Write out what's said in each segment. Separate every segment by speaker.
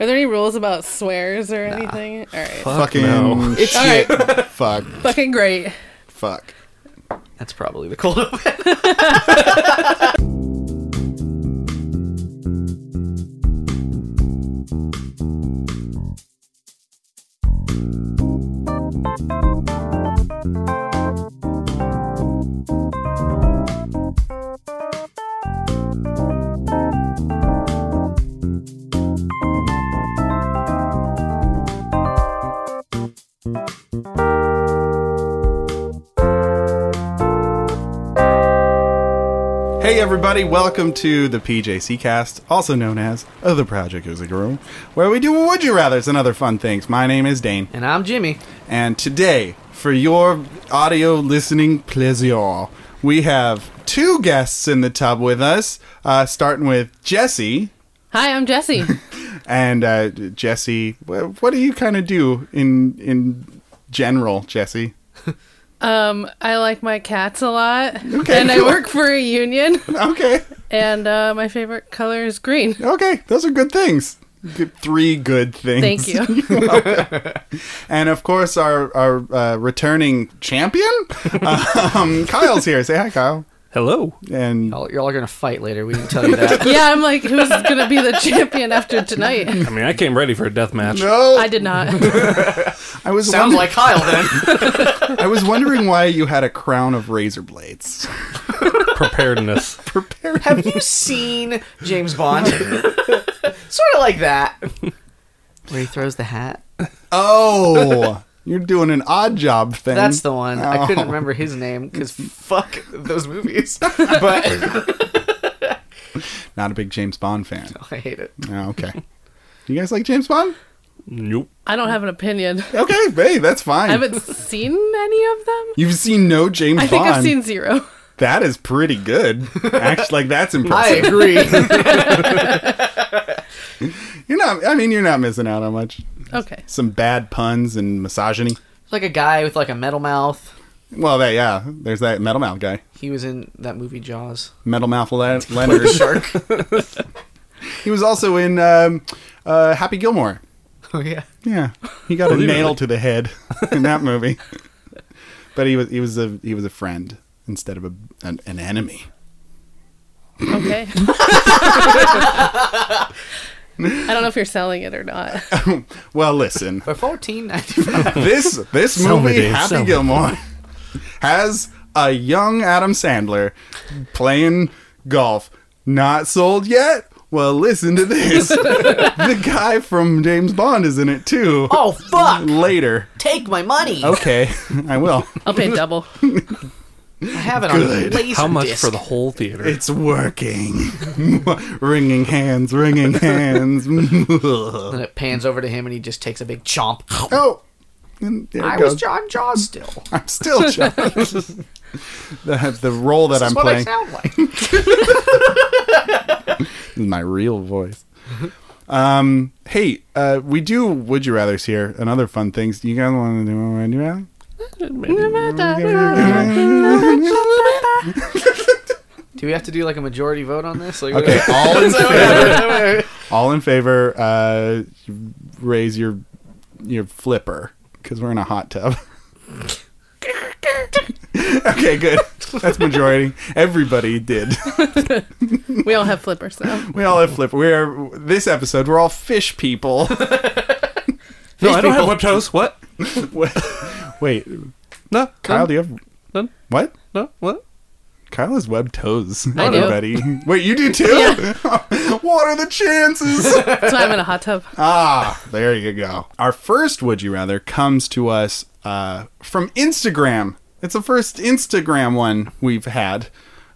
Speaker 1: Are there any rules about swears or anything? All right.
Speaker 2: Fuck
Speaker 3: Fucking
Speaker 2: no.
Speaker 3: shit.
Speaker 1: All right.
Speaker 3: Fuck.
Speaker 1: Fucking great.
Speaker 3: Fuck.
Speaker 2: That's probably the cold open.
Speaker 3: Hey everybody, welcome to the PJC Cast, also known as The Project Is a Girl, where we do would you rather's and other fun things. My name is Dane,
Speaker 2: And I'm Jimmy.
Speaker 3: and today, for your audio listening pleasure, we have two guests in the tub with us, uh, starting with Jesse.
Speaker 1: Hi, I'm Jesse.
Speaker 3: And uh, Jesse, wh- what do you kind of do in in general, Jesse?
Speaker 1: um, I like my cats a lot,
Speaker 3: Okay,
Speaker 1: and I
Speaker 3: cool.
Speaker 1: work for a union.
Speaker 3: Okay,
Speaker 1: And uh, my favorite color is green.
Speaker 3: okay, those are good things. Good- Three good things.
Speaker 1: Thank you.
Speaker 3: And of course, our our uh, returning champion, um, Kyle's here. Say hi, Kyle.
Speaker 2: Hello.
Speaker 3: And
Speaker 2: Y'all, you're all gonna fight later. We can tell you that.
Speaker 1: yeah, I'm like, who's gonna be the champion after tonight?
Speaker 4: I mean, I came ready for a death match.
Speaker 3: no,
Speaker 1: I did not.
Speaker 3: I was
Speaker 2: Sounds
Speaker 3: wonder-
Speaker 2: like Kyle then.
Speaker 3: I was wondering why you had a crown of razor blades.
Speaker 4: Preparedness.
Speaker 3: Prepared.
Speaker 2: Have you seen James Bond? sort of like that. Where he throws the hat.
Speaker 3: Oh, you're doing an odd job thing.
Speaker 2: That's the one. I couldn't
Speaker 3: Oh.
Speaker 2: remember his name because fuck those movies. But
Speaker 3: Not a big James Bond fan.
Speaker 2: I hate it.
Speaker 3: Oh, okay. You guys like James Bond?
Speaker 4: Nope.
Speaker 1: I don't have an opinion.
Speaker 3: Okay, hey, that's fine.
Speaker 1: I haven't seen any of them.
Speaker 3: You've seen no
Speaker 1: I
Speaker 3: James Bond.
Speaker 1: think I've seen zero.
Speaker 3: That is pretty good. Actually, like that's
Speaker 2: I
Speaker 3: impressive.
Speaker 2: agree.
Speaker 3: You're not. I mean, you're not missing out on much.
Speaker 1: Okay.
Speaker 3: Some bad puns and misogyny.
Speaker 2: like a guy with like a metal mouth.
Speaker 3: Well, that yeah. There's that metal mouth guy,
Speaker 2: He was in that movie Jaws.
Speaker 3: metal mouth Le- Leonard Shark. he was also in um, uh, Happy Gilmore.
Speaker 2: Oh yeah.
Speaker 3: Yeah, he got a
Speaker 4: Really?
Speaker 3: nail to the head in that movie. But he was he was a he was a friend instead of a, an, an enemy.
Speaker 1: Okay. I don't know if you're selling it or not.
Speaker 3: Well, listen,
Speaker 2: For fourteen ninety five.
Speaker 3: this this
Speaker 4: Sell me,
Speaker 3: movie
Speaker 4: Dave,
Speaker 3: Happy
Speaker 4: sell me.
Speaker 3: Gilmore has a young Adam Sandler playing golf. Not sold yet. Well, listen to this. the guy from James Bond is in it too.
Speaker 2: Oh fuck!
Speaker 3: Later.
Speaker 2: Take my money.
Speaker 3: Okay, I will.
Speaker 1: I'll pay double.
Speaker 2: I have it
Speaker 3: Good.
Speaker 2: on laser
Speaker 4: How much
Speaker 2: disc.
Speaker 4: for the whole theater?
Speaker 3: It's working. wringing hands, wringing hands.
Speaker 2: And it pans over to him, and he just takes a big chomp.
Speaker 3: oh, and there it
Speaker 2: I
Speaker 3: goes.
Speaker 2: was John Jaws still.
Speaker 3: I'm still John. the, the role that
Speaker 2: That's
Speaker 3: I'm
Speaker 2: what I
Speaker 3: playing.
Speaker 2: sound like.
Speaker 3: my real voice. Um, hey, uh, we do would you rather's here and other fun things. You guys want to do one would you rather?
Speaker 2: Do we have to do like a majority vote on this? Like,
Speaker 3: Okay, all in favor,
Speaker 2: okay.
Speaker 3: all in favor. Uh, raise your your flipper because we're in a hot tub. okay, good. That's majority. Everybody did.
Speaker 1: We all have flippers though.
Speaker 3: We all have flipper. We're this episode. We're all fish people.
Speaker 4: no, I don't
Speaker 2: people-
Speaker 4: have web toes. What?
Speaker 3: Wait,
Speaker 4: No.
Speaker 3: Kyle,
Speaker 4: none,
Speaker 3: do you have
Speaker 4: none,
Speaker 3: what?
Speaker 4: no. What?
Speaker 3: Kyle has webbed toes.
Speaker 1: I do.
Speaker 3: everybody. Wait, you do too? what are the chances?
Speaker 1: That's why I'm in a hot tub.
Speaker 3: ah, there you go. Our first Would You Rather comes to us uh, from Instagram. It's the first Instagram one we've had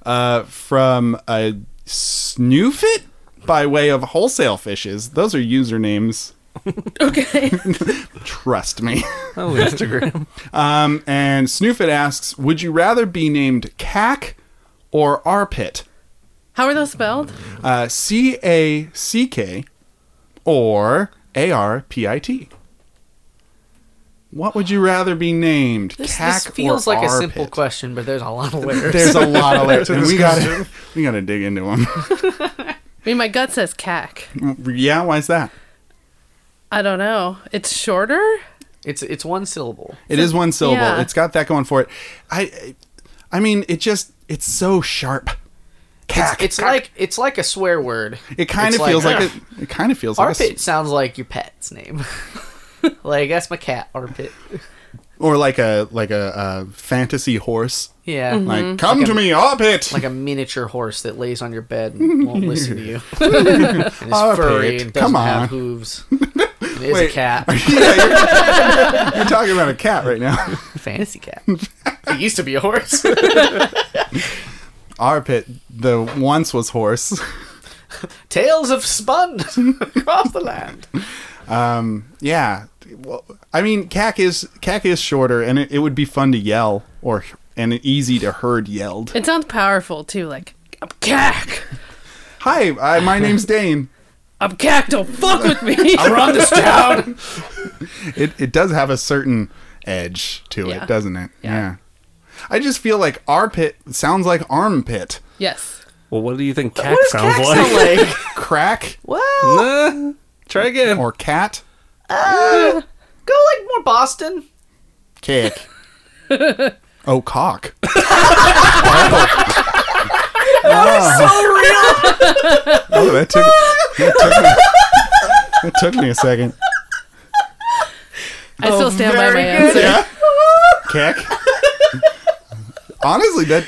Speaker 3: uh, from a Snoofit by way of Wholesale Fishes. Those are usernames.
Speaker 1: Okay.
Speaker 3: Trust me.
Speaker 4: Oh, Instagram.
Speaker 3: Um, and Snoofit asks Would you rather be named Cack or Arpit?
Speaker 1: How are those spelled?
Speaker 3: uh, C A C K or A R P I T. What would you rather be named?
Speaker 2: This,
Speaker 3: Cack
Speaker 2: this feels
Speaker 3: or
Speaker 2: like a
Speaker 3: armpit?
Speaker 2: simple question, but there's a lot of layers.
Speaker 3: There's a lot of layers, and we got we got to dig into them.
Speaker 1: I mean, my gut says cack.
Speaker 3: yeah, why is that?
Speaker 1: I don't know. It's shorter?
Speaker 2: It's it's one syllable.
Speaker 3: It is one syllable.
Speaker 1: yeah.
Speaker 3: It's got that going for it. I, I mean, it just it's so sharp.
Speaker 2: It's,
Speaker 3: Cack.
Speaker 2: it's like it's like a swear word.
Speaker 3: it kind
Speaker 2: It's
Speaker 3: of feels like, it. It kind of feels like a s-
Speaker 2: Arpit sounds like your pet's name. like that's my cat, Arpit.
Speaker 3: or like a like a, uh fantasy horse.
Speaker 2: Yeah.
Speaker 3: Like, come to me, Arpit.
Speaker 2: Like a miniature horse that lays on your bed and won't listen to you. and is
Speaker 3: Arpit,
Speaker 2: furry and doesn't
Speaker 3: come on.
Speaker 2: have hooves. And is
Speaker 3: Wait.
Speaker 2: a cat.
Speaker 3: yeah, you're, you're talking about a cat right now.
Speaker 2: Fantasy cat. it used to be a horse.
Speaker 3: Arpit, the once was horse.
Speaker 2: Tales have spun across the land.
Speaker 3: Um, yeah. Well, I mean, cack is cack is shorter, and it, it would be fun to yell or and easy to herd yelled.
Speaker 1: It sounds powerful too, like I'm cack.
Speaker 3: Hi, I, my name's Dane.
Speaker 1: I'm cack, don't fuck with me.
Speaker 2: Run this town.
Speaker 3: It it does have a certain edge to
Speaker 1: Yeah.
Speaker 3: it, doesn't it?
Speaker 1: Yeah.
Speaker 3: I just feel like armpit sounds like armpit.
Speaker 1: yes.
Speaker 4: Well, what do you think cack
Speaker 2: What does
Speaker 4: sounds
Speaker 2: cack
Speaker 4: like?
Speaker 2: sound like?
Speaker 3: Crack
Speaker 2: Well,
Speaker 4: Nah, try again.
Speaker 3: or cat?
Speaker 2: go like more Boston.
Speaker 3: Kick. oh, cock. Oh, that took, that took me. That took me a second.
Speaker 1: I still stand by
Speaker 2: very
Speaker 1: my
Speaker 2: good.
Speaker 1: answer.
Speaker 3: Yeah. Kick. Honestly, that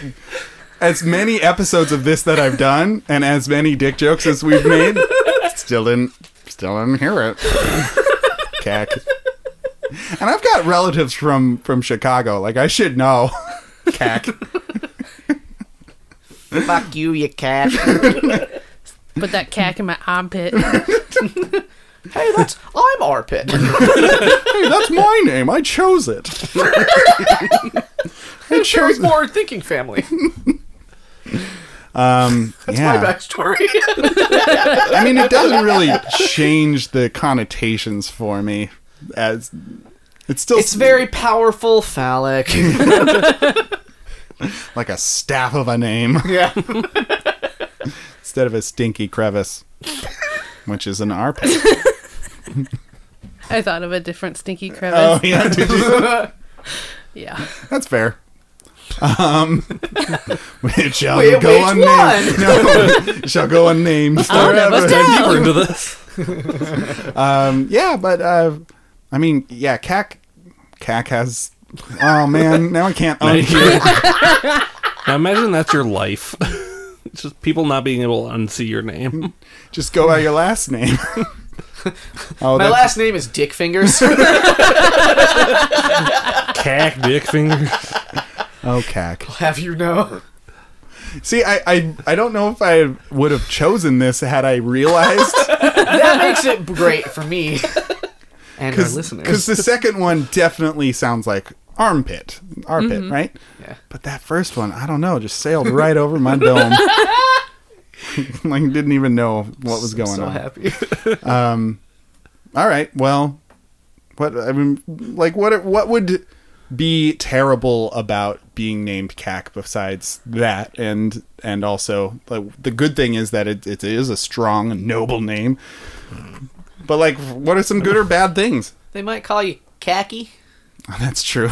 Speaker 3: as many episodes of this that I've done, and as many dick jokes as we've made, still didn't, still didn't hear it. Cack. And I've got relatives from from Chicago. Like I should know. Cack.
Speaker 2: Fuck you, you cat.
Speaker 1: Put that cack in my armpit.
Speaker 2: hey, that's I'm Arpit.
Speaker 3: Hey, that's my name. I chose it. I chose.
Speaker 2: Choose more thinking family.
Speaker 3: Um, yeah.
Speaker 2: My backstory.
Speaker 3: I mean, it doesn't really change the connotations for me. As it's still
Speaker 2: it's very powerful, phallic.
Speaker 3: like a staff of a name
Speaker 2: yeah.
Speaker 3: instead of a stinky crevice, which is an armpit.
Speaker 1: I thought of a different stinky
Speaker 3: Oh
Speaker 1: crevice.
Speaker 3: yeah, did you-
Speaker 1: Yeah.
Speaker 3: that's fair. Um, it shall
Speaker 2: Wait,
Speaker 3: go
Speaker 2: which one?
Speaker 3: unnamed.
Speaker 2: Oh,
Speaker 3: No, it shall go unnamed.
Speaker 1: I'll never
Speaker 3: forever.
Speaker 1: tell.
Speaker 4: Deeper into this.
Speaker 3: Um, yeah, but uh, I mean, yeah, cack, cack has. Oh man, now I can't um, own you.
Speaker 4: Now imagine that's your life. It's just people not being able to unsee your name.
Speaker 3: Just go by your last name. oh,
Speaker 2: My
Speaker 3: that's-
Speaker 2: last name is Dick Fingers.
Speaker 4: Cack dick finger.
Speaker 3: Oh, cack.
Speaker 2: Have you know?
Speaker 3: See, I, I, I don't know if I would have chosen this had I realized
Speaker 2: That makes it great for me and our
Speaker 3: because
Speaker 2: listeners.
Speaker 3: the second one definitely sounds like armpit, armpit, right?
Speaker 2: Mm-hmm. Yeah.
Speaker 3: But that first one, I don't know, just sailed right over my dome. like didn't even know what was going
Speaker 2: so
Speaker 3: on.
Speaker 2: happy.
Speaker 3: All right, well, what I mean, like what what would be terrible about being named cack besides that and and also like the good thing is that it, it is a strong and noble name but like what are some good or bad things
Speaker 2: They might call you khaki,
Speaker 3: that's true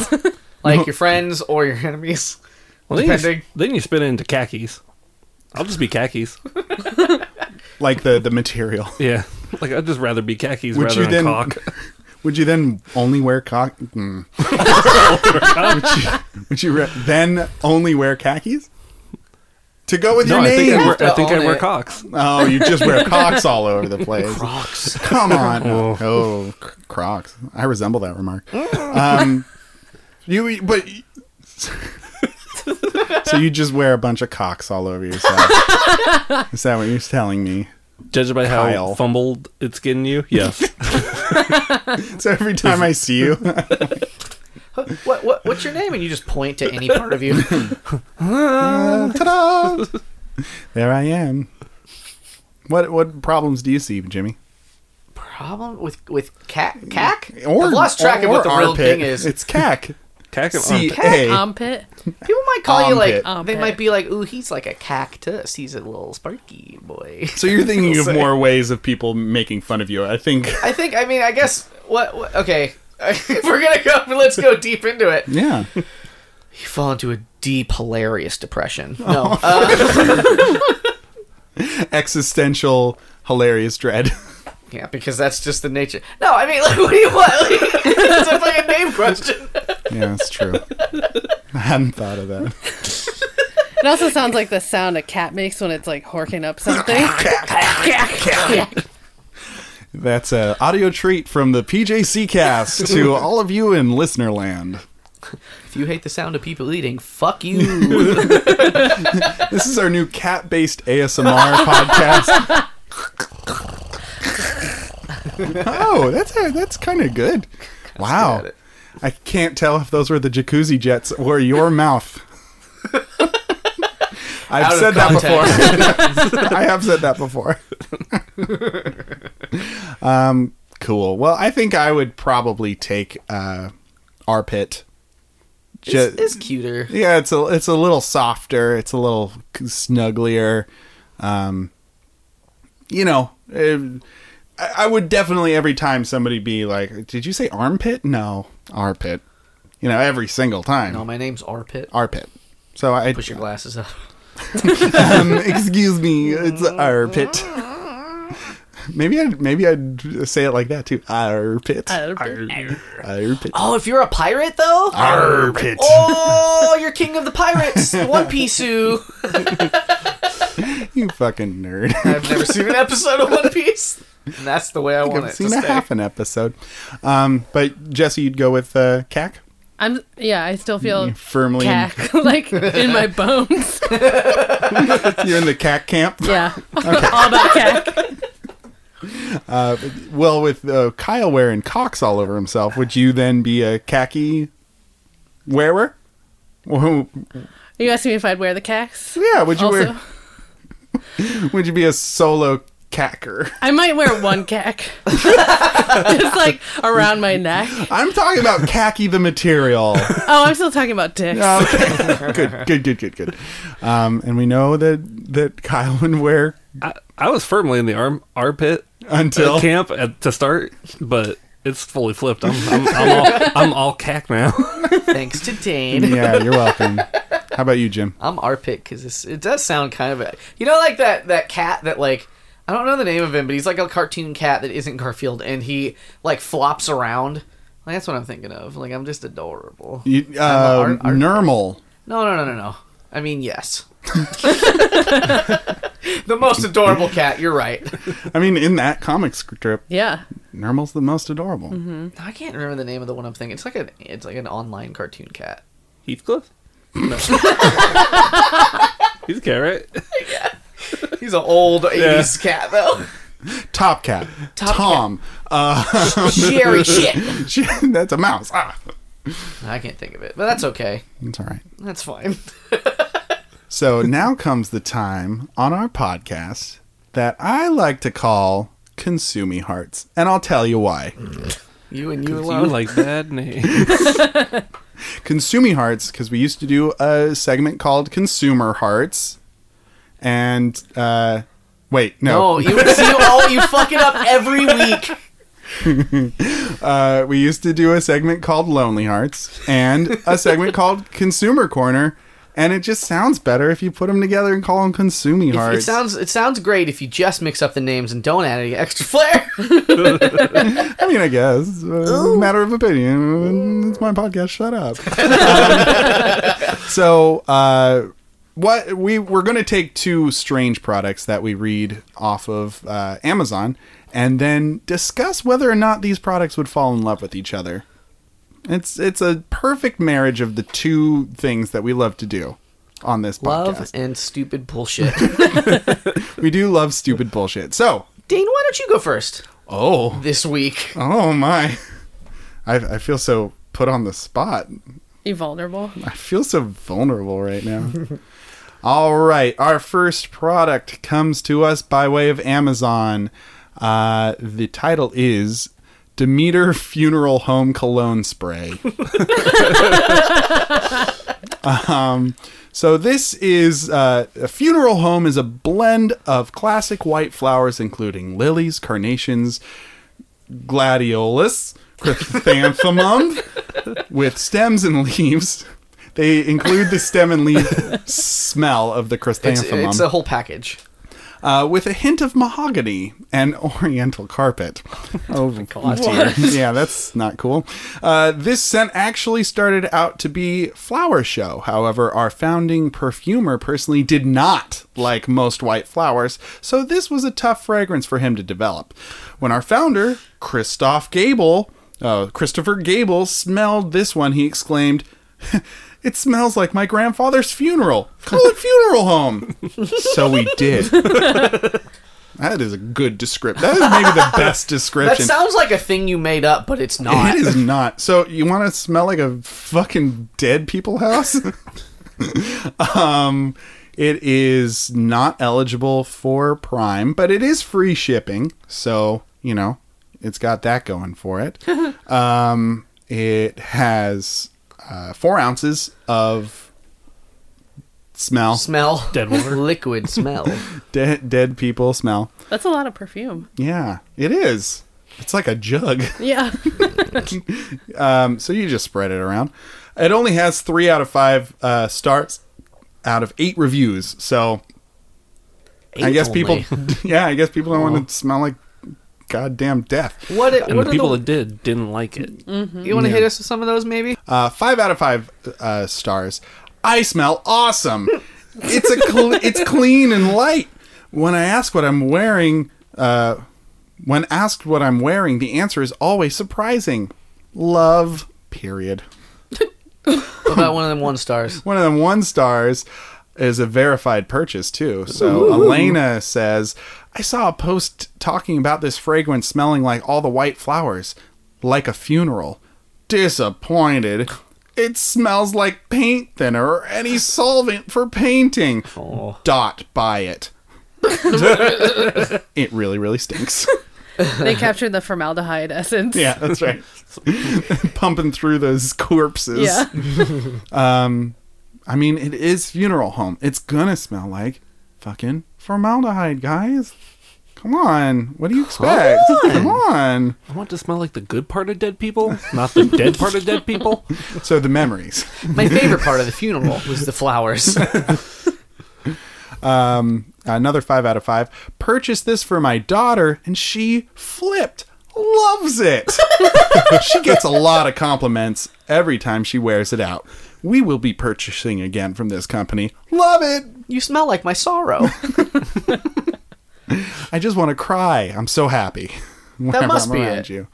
Speaker 2: like your friends or your enemies.
Speaker 4: Well, then, you,
Speaker 2: Depending.
Speaker 4: then you spin it into khakis. I'll just be khakis.
Speaker 3: like the the material
Speaker 4: Yeah. Like, I'd just rather be khakis
Speaker 3: Would
Speaker 4: rather
Speaker 3: you then-
Speaker 4: than cock.
Speaker 3: Would you then only wear cock? Mm. would you, would you re- then only wear khakis? To go with
Speaker 4: No,
Speaker 3: your
Speaker 4: I think
Speaker 3: name?
Speaker 4: I,
Speaker 2: have
Speaker 4: wear,
Speaker 2: to
Speaker 4: I think
Speaker 2: own
Speaker 4: I wear
Speaker 2: it.
Speaker 4: cocks.
Speaker 3: oh, you just wear Crocs all over the place.
Speaker 2: Crocs.
Speaker 3: Come on.
Speaker 4: Oh.
Speaker 3: Oh, c- Crocs. I resemble that remark. Um, you, but so you just wear a bunch of cocks all over yourself. Is that what you're telling me?
Speaker 4: Judged by how
Speaker 3: Kyle.
Speaker 4: fumbled it's getting you, yes.
Speaker 3: So every time I see you,
Speaker 2: What, what what's your name? And you just point to any part of you.
Speaker 3: Uh, ta-da! there I am. What what problems do you see, Jimmy?
Speaker 2: Problem with with cack? cack?
Speaker 3: Or
Speaker 2: I've lost track
Speaker 3: or-
Speaker 2: of what the
Speaker 3: or
Speaker 2: real
Speaker 3: armpit.
Speaker 2: thing is.
Speaker 3: It's cack.
Speaker 4: Cack and
Speaker 3: C
Speaker 4: armpit.
Speaker 3: A.
Speaker 1: Armpit.
Speaker 2: People might call you like
Speaker 3: Armpit.
Speaker 2: they
Speaker 1: Armpit.
Speaker 2: might be like, "Ooh, he's like a cactus. He's a little sparky boy."
Speaker 3: So you're thinking of
Speaker 2: Say.
Speaker 3: more ways of people making fun of you. I think.
Speaker 2: I think. I mean, I guess. What? what okay, if we're gonna go, let's go deep into it.
Speaker 3: Yeah.
Speaker 2: You fall into a deep, hilarious depression.
Speaker 3: Oh.
Speaker 2: No, uh,
Speaker 3: Existential, hilarious dread.
Speaker 2: yeah, because that's just the nature. No, I mean, like, what do you want? Like, it's a fucking name question.
Speaker 3: yeah, that's true. I hadn't thought of that.
Speaker 1: It also sounds like the sound a cat makes when it's like horking up something.
Speaker 3: That's a audio treat from the PJC cast to all of you in listener land.
Speaker 2: If you hate the sound of people eating, fuck you.
Speaker 3: This is our new cat-based ASMR podcast. oh, that's a, that's kind of good. Wow. I can't tell if those were the jacuzzi jets or your mouth. I've
Speaker 2: Out of
Speaker 3: said that before.
Speaker 2: context.
Speaker 3: I have said that before. um, cool. Well, I think I would probably take uh, armpit. Ju-
Speaker 2: It's, it's cuter.
Speaker 3: yeah, it's a it's a little softer. It's a little c- snugglier. Um, you know, it- I, I would definitely every time somebody be like, "Did you say armpit?" No, armpit. You know, every single time,
Speaker 2: No, my name's Arpit.
Speaker 3: armpit. So I
Speaker 2: Push your glasses up.
Speaker 3: um, excuse me, it's armpit. Maybe I'd maybe I'd say it like that too. Armpit. Armpit.
Speaker 2: Oh, if you're a pirate though.
Speaker 3: Armpit.
Speaker 2: Oh, you're king of the pirates, One Piece. Who
Speaker 3: You fucking nerd.
Speaker 2: I've never seen an episode of One Piece. And that's the way I, want
Speaker 3: I've
Speaker 2: it
Speaker 3: seen
Speaker 2: to
Speaker 3: a
Speaker 2: stay.
Speaker 3: half an episode. Um, but Jesse, you'd go with uh, CAC
Speaker 1: I'm yeah, I still feel
Speaker 3: firmly. in-
Speaker 1: cack like in my bones.
Speaker 3: you're in the CAC camp.
Speaker 1: Yeah. All about cack.
Speaker 3: Well, with uh, Kyle wearing cocks all over himself, would you then be a khaki wearer? Whoa.
Speaker 1: Are you asking me if I'd wear the cacks?
Speaker 3: Yeah, would you
Speaker 1: also,
Speaker 3: wear? Would you be a solo cacker?
Speaker 1: I might wear one cack. Just like around my neck.
Speaker 3: I'm talking about khaki the material.
Speaker 1: Oh, I'm still talking about dicks.
Speaker 3: Okay. good, good, good, good, good. Um, and we know that that Kyle would wear
Speaker 4: I, I was firmly in the arm armpit
Speaker 3: Until-
Speaker 4: uh, camp at, to start, but it's fully flipped. I'm I'm, I'm, all, I'm all cack now.
Speaker 2: Thanks to Dane.
Speaker 3: Yeah, you're welcome. How about you, Jim?
Speaker 2: I'm Arpit because it does sound kind of a, you know like that that cat that like I don't know the name of him, but he's like a cartoon cat that isn't Garfield, and he like flops around. Like that's what I'm thinking of. Like I'm just adorable.
Speaker 3: You, uh,
Speaker 2: I'm a-
Speaker 3: normal.
Speaker 2: No, no, no, no, no. I mean yes. the most adorable cat. You're right.
Speaker 3: I mean, in that comic strip,
Speaker 1: Yeah.
Speaker 3: Normal's the most adorable.
Speaker 2: I can't remember the name of the one I'm thinking. It's like an it's like an online cartoon cat.
Speaker 4: Heathcliff. No. He's a cat, right?
Speaker 2: He's an old '80s cat though.
Speaker 3: Top Cat.
Speaker 2: Top
Speaker 3: Tom.
Speaker 2: Jerry shit.
Speaker 3: That's a mouse. Ah,
Speaker 2: I can't think of it, but that's okay.
Speaker 3: it's all right.
Speaker 2: That's fine.
Speaker 3: So now comes the time on our podcast that I like to call Consumey Hearts, and I'll tell you why.
Speaker 2: You and you
Speaker 4: You
Speaker 2: alone.
Speaker 4: like bad name.
Speaker 3: Consumey Hearts, because we used to do a segment called Consumer Hearts, and uh, wait,
Speaker 2: No, you you all you fuck it up every week.
Speaker 3: Uh, we used to do a segment called Lonely Hearts and a segment called Consumer Corner, and it just sounds better if you put them together and call them Consuming
Speaker 2: It
Speaker 3: Hearts.
Speaker 2: sounds it sounds great if you just mix up the names and don't add any extra flair.
Speaker 3: I mean, I guess it's a matter of opinion. It's my podcast. Shut up. Um, so, uh, what we we're going to take two strange products that we read off of uh, Amazon, and then discuss whether or not these products would fall in love with each other. It's it's a perfect marriage of the two things that we love to do on this
Speaker 2: Love
Speaker 3: podcast.
Speaker 2: and stupid bullshit.
Speaker 3: We do love stupid bullshit. So,
Speaker 2: Dane, why don't you go first
Speaker 3: oh,
Speaker 2: this week?
Speaker 3: Oh my. I I feel so put on the spot.
Speaker 1: You vulnerable.
Speaker 3: I feel so vulnerable right now. All right, our first product comes to us by way of Amazon. Uh, the title is Demeter Funeral Home Cologne Spray. um, so this is uh, a funeral home is a blend of classic white flowers, including lilies, carnations, gladiolus, chrysanthemum, with stems and leaves. They include the stem and leaf smell of the
Speaker 2: It's,
Speaker 3: chrysanthemum
Speaker 2: it's a whole package.
Speaker 3: uh, with a hint of mahogany and oriental carpet. Oh, dear. yeah, that's not cool. Uh, this scent actually started out to be flower show. However, our founding perfumer personally did not like most white flowers, so this was a tough fragrance for him to develop. When our founder, Christoph Gable, uh, Christopher Gable, smelled this one, he exclaimed, It smells like my grandfather's funeral. Call it funeral home. so we did. That is a good description. That is maybe the best
Speaker 2: That
Speaker 3: description.
Speaker 2: sounds like a thing you made up, but it's not.
Speaker 3: It is not. So you want to smell like a fucking dead people house? um, it is not eligible for Prime, but it is free shipping. So you know, it's got that going for it. um, it has uh, four ounces of smell.
Speaker 2: Smell
Speaker 4: Dead water.
Speaker 2: liquid smell.
Speaker 3: Dead, dead people smell.
Speaker 1: That's a lot of perfume.
Speaker 3: Yeah, it is. It's like a jug.
Speaker 1: Yeah.
Speaker 3: Um, so you just spread it around. It only has three out of five uh, stars out of eight reviews. So I
Speaker 2: Eight
Speaker 3: guess
Speaker 2: only.
Speaker 3: people, yeah, I guess people don't want to smell like goddamn death.
Speaker 2: What? It,
Speaker 4: And
Speaker 2: what
Speaker 4: the
Speaker 2: are
Speaker 4: Mm. people
Speaker 2: the,
Speaker 4: that did didn't like it.
Speaker 2: you want to hit us with some of those, maybe?
Speaker 3: Uh, five out of five uh, stars. I smell awesome. it's a cl- it's clean and light. When I ask what I'm wearing, uh, when asked what I'm wearing, the answer is always surprising. Love. Period.
Speaker 2: What about one of them one stars?
Speaker 3: one of them one stars is a verified purchase too. So Elena says, I saw a post talking about this fragrance smelling like all the white flowers, like a funeral. Disappointed. It smells like paint thinner or any solvent for painting. Dot buy it. it really, really stinks.
Speaker 1: they captured the formaldehyde essence.
Speaker 3: Yeah, that's right. Pumping through those corpses.
Speaker 1: Yeah.
Speaker 3: Um, I mean, it is funeral home. It's gonna smell like fucking formaldehyde, guys. Come on. What do you expect? Come on.
Speaker 4: I want to smell like the good part of dead people, not the dead part of dead people.
Speaker 3: So the memories.
Speaker 2: My favorite part of the funeral was the flowers.
Speaker 3: Um, another five out of five. Purchased this for my daughter, and she flipped. Loves it. she gets a lot of compliments every time she wears it out. We will be purchasing again from this company. Love it.
Speaker 2: you smell like my sorrow.
Speaker 3: I just want to cry. I'm so happy. whenever
Speaker 2: must be
Speaker 3: around
Speaker 2: it.
Speaker 3: You.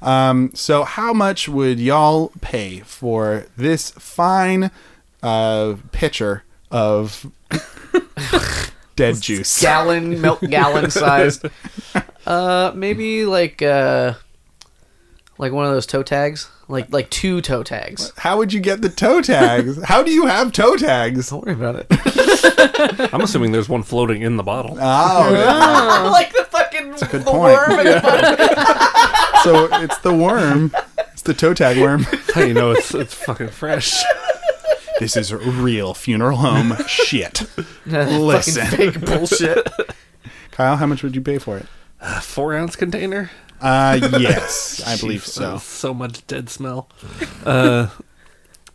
Speaker 3: Um, so, how much would y'all pay for this fine uh, pitcher of dead juice?
Speaker 2: gallon, milk gallon sized. Uh, maybe like uh, like one of those toe tags, like like two toe tags.
Speaker 3: How would you get the toe tags? how do you have toe tags?
Speaker 2: Don't worry about it.
Speaker 4: I'm assuming there's one floating in the bottle.
Speaker 3: Oh,
Speaker 2: like the fucking
Speaker 3: good
Speaker 2: the
Speaker 3: point.
Speaker 2: worm. and the-
Speaker 3: so it's the worm. It's the toe tag worm.
Speaker 4: That's how you know it's it's fucking fresh.
Speaker 3: This is real funeral home shit. Listen,
Speaker 2: Fucking fake bullshit.
Speaker 3: Kyle, how much would you pay for it?
Speaker 4: A four ounce container.
Speaker 3: Uh, yes, I believe so.
Speaker 4: uh, So much dead smell. Uh,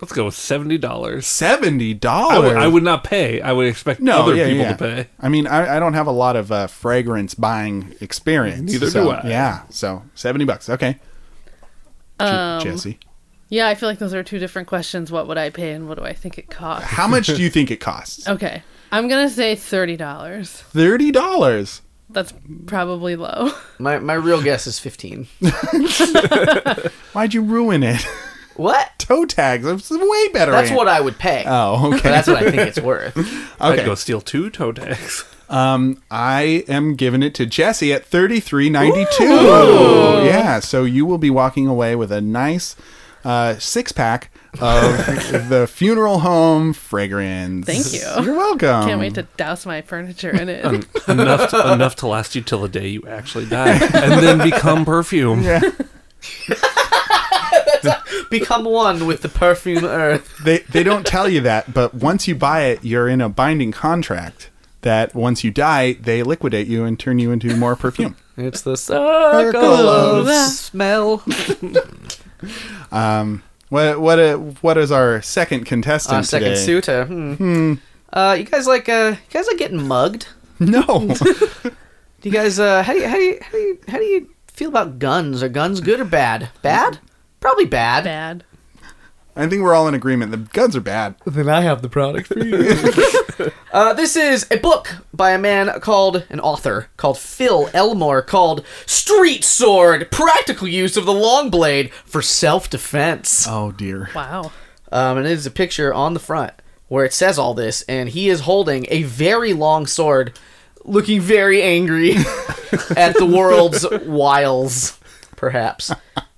Speaker 4: let's go with seventy dollars.
Speaker 3: Seventy
Speaker 4: I
Speaker 3: dollars.
Speaker 4: would- I would not pay. I would expect
Speaker 3: no,
Speaker 4: other
Speaker 3: yeah,
Speaker 4: people
Speaker 3: yeah.
Speaker 4: to pay.
Speaker 3: I mean, I, I don't have a lot of uh, fragrance buying experience.
Speaker 4: Neither do
Speaker 3: so,
Speaker 4: I.
Speaker 3: Yeah, so seventy bucks. Okay, J-
Speaker 1: Um,
Speaker 3: Jesse,
Speaker 1: Yeah, I feel like those are two different questions. What would I pay and what do I think it costs?
Speaker 3: how much do you think it costs?
Speaker 2: Oh.
Speaker 1: Okay. I'm going to say $30.
Speaker 3: Thirty dollars.
Speaker 1: That's probably low.
Speaker 2: My my real guess is fifteen.
Speaker 3: Why'd you ruin it?
Speaker 2: What?
Speaker 3: Toe tags. It's way better.
Speaker 2: That's what I would pay.
Speaker 3: Oh,
Speaker 2: But
Speaker 3: okay.
Speaker 2: that's what I think it's worth.
Speaker 4: I'd
Speaker 3: okay.
Speaker 4: go steal two toe tags.
Speaker 3: Um, I am giving it to Jesse at thirty three ninety two. Yeah, so you will be walking away with a nice uh, six pack of the funeral home fragrance.
Speaker 1: Thank you.
Speaker 3: You're welcome.
Speaker 1: Can't wait to douse my furniture in it.
Speaker 4: enough to, enough to last you till the day you actually die, and then become perfume.
Speaker 3: Yeah.
Speaker 2: Become one with the perfume earth.
Speaker 3: they they don't tell you that, but once you buy it, you're in a binding contract that once you die, they liquidate you and turn you into more perfume.
Speaker 2: It's the circle of smell.
Speaker 3: What what uh, what is our second contestant
Speaker 2: Our Ah, second
Speaker 3: today?
Speaker 2: suitor. Hmm. Uh, you guys like uh, you guys like getting mugged?
Speaker 3: No,
Speaker 2: Do you guys uh, how do you, how do you, how do you, how do you feel about guns? Are guns good or bad? Bad? Probably bad.
Speaker 1: Bad.
Speaker 3: I think we're all in agreement. The guns are bad.
Speaker 5: Then I have the product for you.
Speaker 2: Uh, this is a book by a man called an author called Phil Elmore called Street Sword: Practical Use of the Long Blade for Self-Defense.
Speaker 3: Oh dear.
Speaker 1: Wow.
Speaker 2: um, and it is a picture on the front where it says all this, and he is holding a very long sword, looking very angry at the world's wiles, perhaps.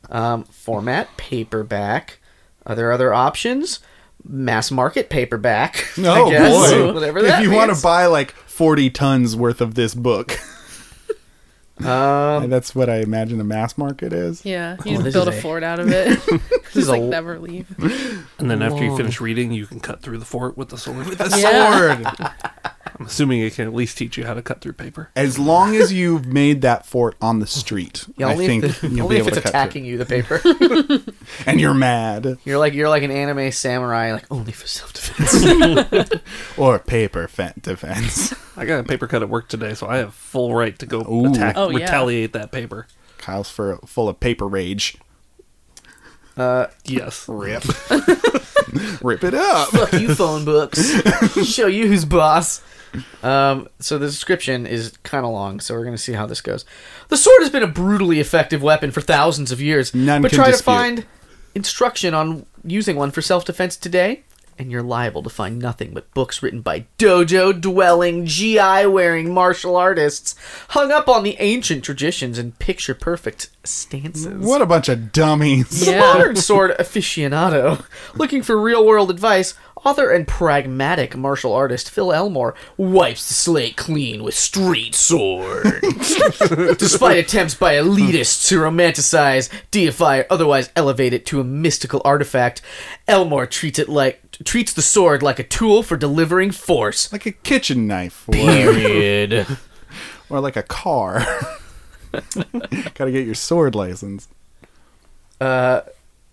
Speaker 2: Um, format paperback. Are there other options? Mass market paperback. I
Speaker 3: Oh
Speaker 2: guess.
Speaker 3: boy!
Speaker 2: whatever
Speaker 3: if
Speaker 2: that
Speaker 3: you want
Speaker 2: means.
Speaker 3: to buy like forty tons worth of this book,
Speaker 2: Um,
Speaker 3: and that's what I imagine the mass market is.
Speaker 1: Yeah. You
Speaker 2: Oh,
Speaker 1: just
Speaker 2: this
Speaker 1: build a
Speaker 2: is a-
Speaker 1: fort out of it.
Speaker 2: this is
Speaker 1: just like
Speaker 2: a-
Speaker 1: never leave.
Speaker 4: And then after you finish reading, you can cut through the fort with the sword.
Speaker 1: Yeah.
Speaker 3: Sword.
Speaker 4: I'm assuming it can at least teach you how to cut through paper.
Speaker 3: As long as you've made that fort on the street,
Speaker 2: yeah,
Speaker 3: I
Speaker 2: only
Speaker 3: think
Speaker 2: if, the-
Speaker 3: you'll
Speaker 2: only
Speaker 3: be
Speaker 2: if it's
Speaker 3: able to cut through.
Speaker 2: attacking you, the paper.
Speaker 3: And you're mad
Speaker 2: you're like you're like an anime samurai, like only for self defense.
Speaker 3: or paper fe- defense.
Speaker 4: I got a paper cut at work today, so I have full right to go
Speaker 3: Ooh.
Speaker 4: attack,
Speaker 1: Oh, yeah.
Speaker 4: retaliate that paper.
Speaker 3: Kyle's for, full of paper rage.
Speaker 4: Yes.
Speaker 3: Rip. Rip it up.
Speaker 2: Fuck you, phone books. Show you who's boss. Um, so the description is kind of long, so we're going to see how this goes. The sword has been a brutally effective weapon for thousands of years,
Speaker 3: None
Speaker 2: but
Speaker 3: can
Speaker 2: try to
Speaker 3: dispute.
Speaker 2: find instruction on using one for self-defense today, and you're liable to find nothing but books written by dojo-dwelling, GI-wearing martial artists hung up on the ancient traditions and picture-perfect stances.
Speaker 3: What a bunch of dummies.
Speaker 2: The
Speaker 1: Yeah.
Speaker 2: modern sword aficionado, looking for real world advice, author and pragmatic martial artist Phil Elmore wipes the slate clean with Street Sword. Despite attempts by elitists to romanticize, deify, or otherwise elevate it to a mystical artifact, Elmore treats it like treats the sword like a tool for delivering force.
Speaker 3: Like a kitchen knife or,
Speaker 2: Period.
Speaker 3: or like a car. Gotta get your sword license.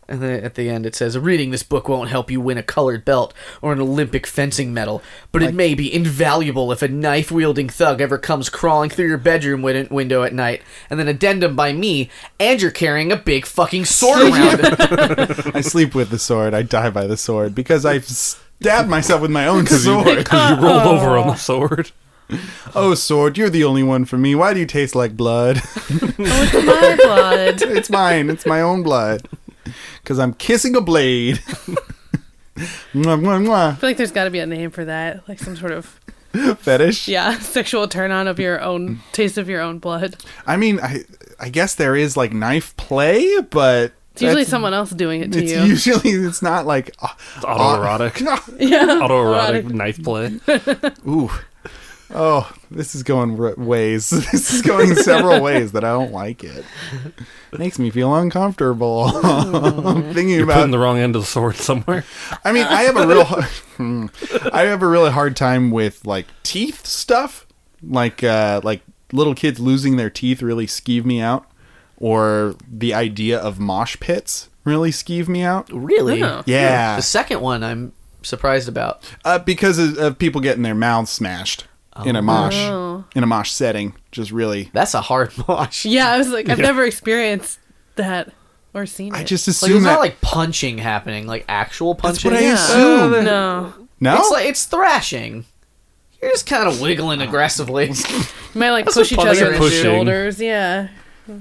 Speaker 2: And then at the end it says, reading this book won't help you win a colored belt or an Olympic fencing medal, but it may be invaluable if a knife wielding thug ever comes crawling through your bedroom win- window at night. And then addendum by me, and you're carrying a big fucking sword around.
Speaker 3: I sleep with the sword. I die by the sword because I stabbed myself with my own sword.
Speaker 4: you rolled over on the sword.
Speaker 3: Oh, sword, you're the only one for me. Why do you taste like blood?
Speaker 1: Oh, it's my blood.
Speaker 3: it's mine. It's my own blood. Because I'm kissing a blade. mwah, mwah,
Speaker 1: I feel like there's got to be a name for that, like some sort of
Speaker 3: mwah. Fetish.
Speaker 1: yeah sexual turn on of your own taste of your own blood.
Speaker 3: I mean, I I guess there is like knife play, but
Speaker 1: It's usually
Speaker 3: that's-
Speaker 1: someone else doing it to
Speaker 3: It's
Speaker 1: you.
Speaker 3: usually it's not like uh,
Speaker 4: It's autoerotic.
Speaker 1: yeah.
Speaker 4: autoerotic knife play.
Speaker 3: ooh. Oh, this is going r- ways. This is going several ways that I don't like it. Makes me feel uncomfortable. I'm thinking
Speaker 4: You're
Speaker 3: about
Speaker 4: putting the wrong end of the sword somewhere.
Speaker 3: I mean, I have a real, Hmm. I have a really hard time with like teeth stuff, like uh, like little kids losing their teeth really skeeve me out, or the idea of mosh pits really skeeve me out.
Speaker 2: really?
Speaker 1: Yeah.
Speaker 3: Yeah,
Speaker 2: The second one I'm surprised about.
Speaker 3: uh, because of, of people getting their mouths smashed in a mosh
Speaker 1: Oh.
Speaker 3: in a mosh setting, just really.
Speaker 2: That's a hard mosh.
Speaker 1: Yeah, I was like, I've never experienced that or seen it.
Speaker 3: I just
Speaker 2: Like
Speaker 3: assume
Speaker 2: it's
Speaker 3: that.
Speaker 2: not like punching happening, like actual punching.
Speaker 3: what I
Speaker 1: yeah.
Speaker 3: assume.
Speaker 1: No,
Speaker 3: no,
Speaker 2: It's like it's thrashing. You're just kind of wiggling
Speaker 1: Oh.
Speaker 2: aggressively.
Speaker 1: you might like
Speaker 2: That's
Speaker 1: push each
Speaker 2: what
Speaker 1: other in the
Speaker 4: punching is.
Speaker 1: shoulders. Yeah,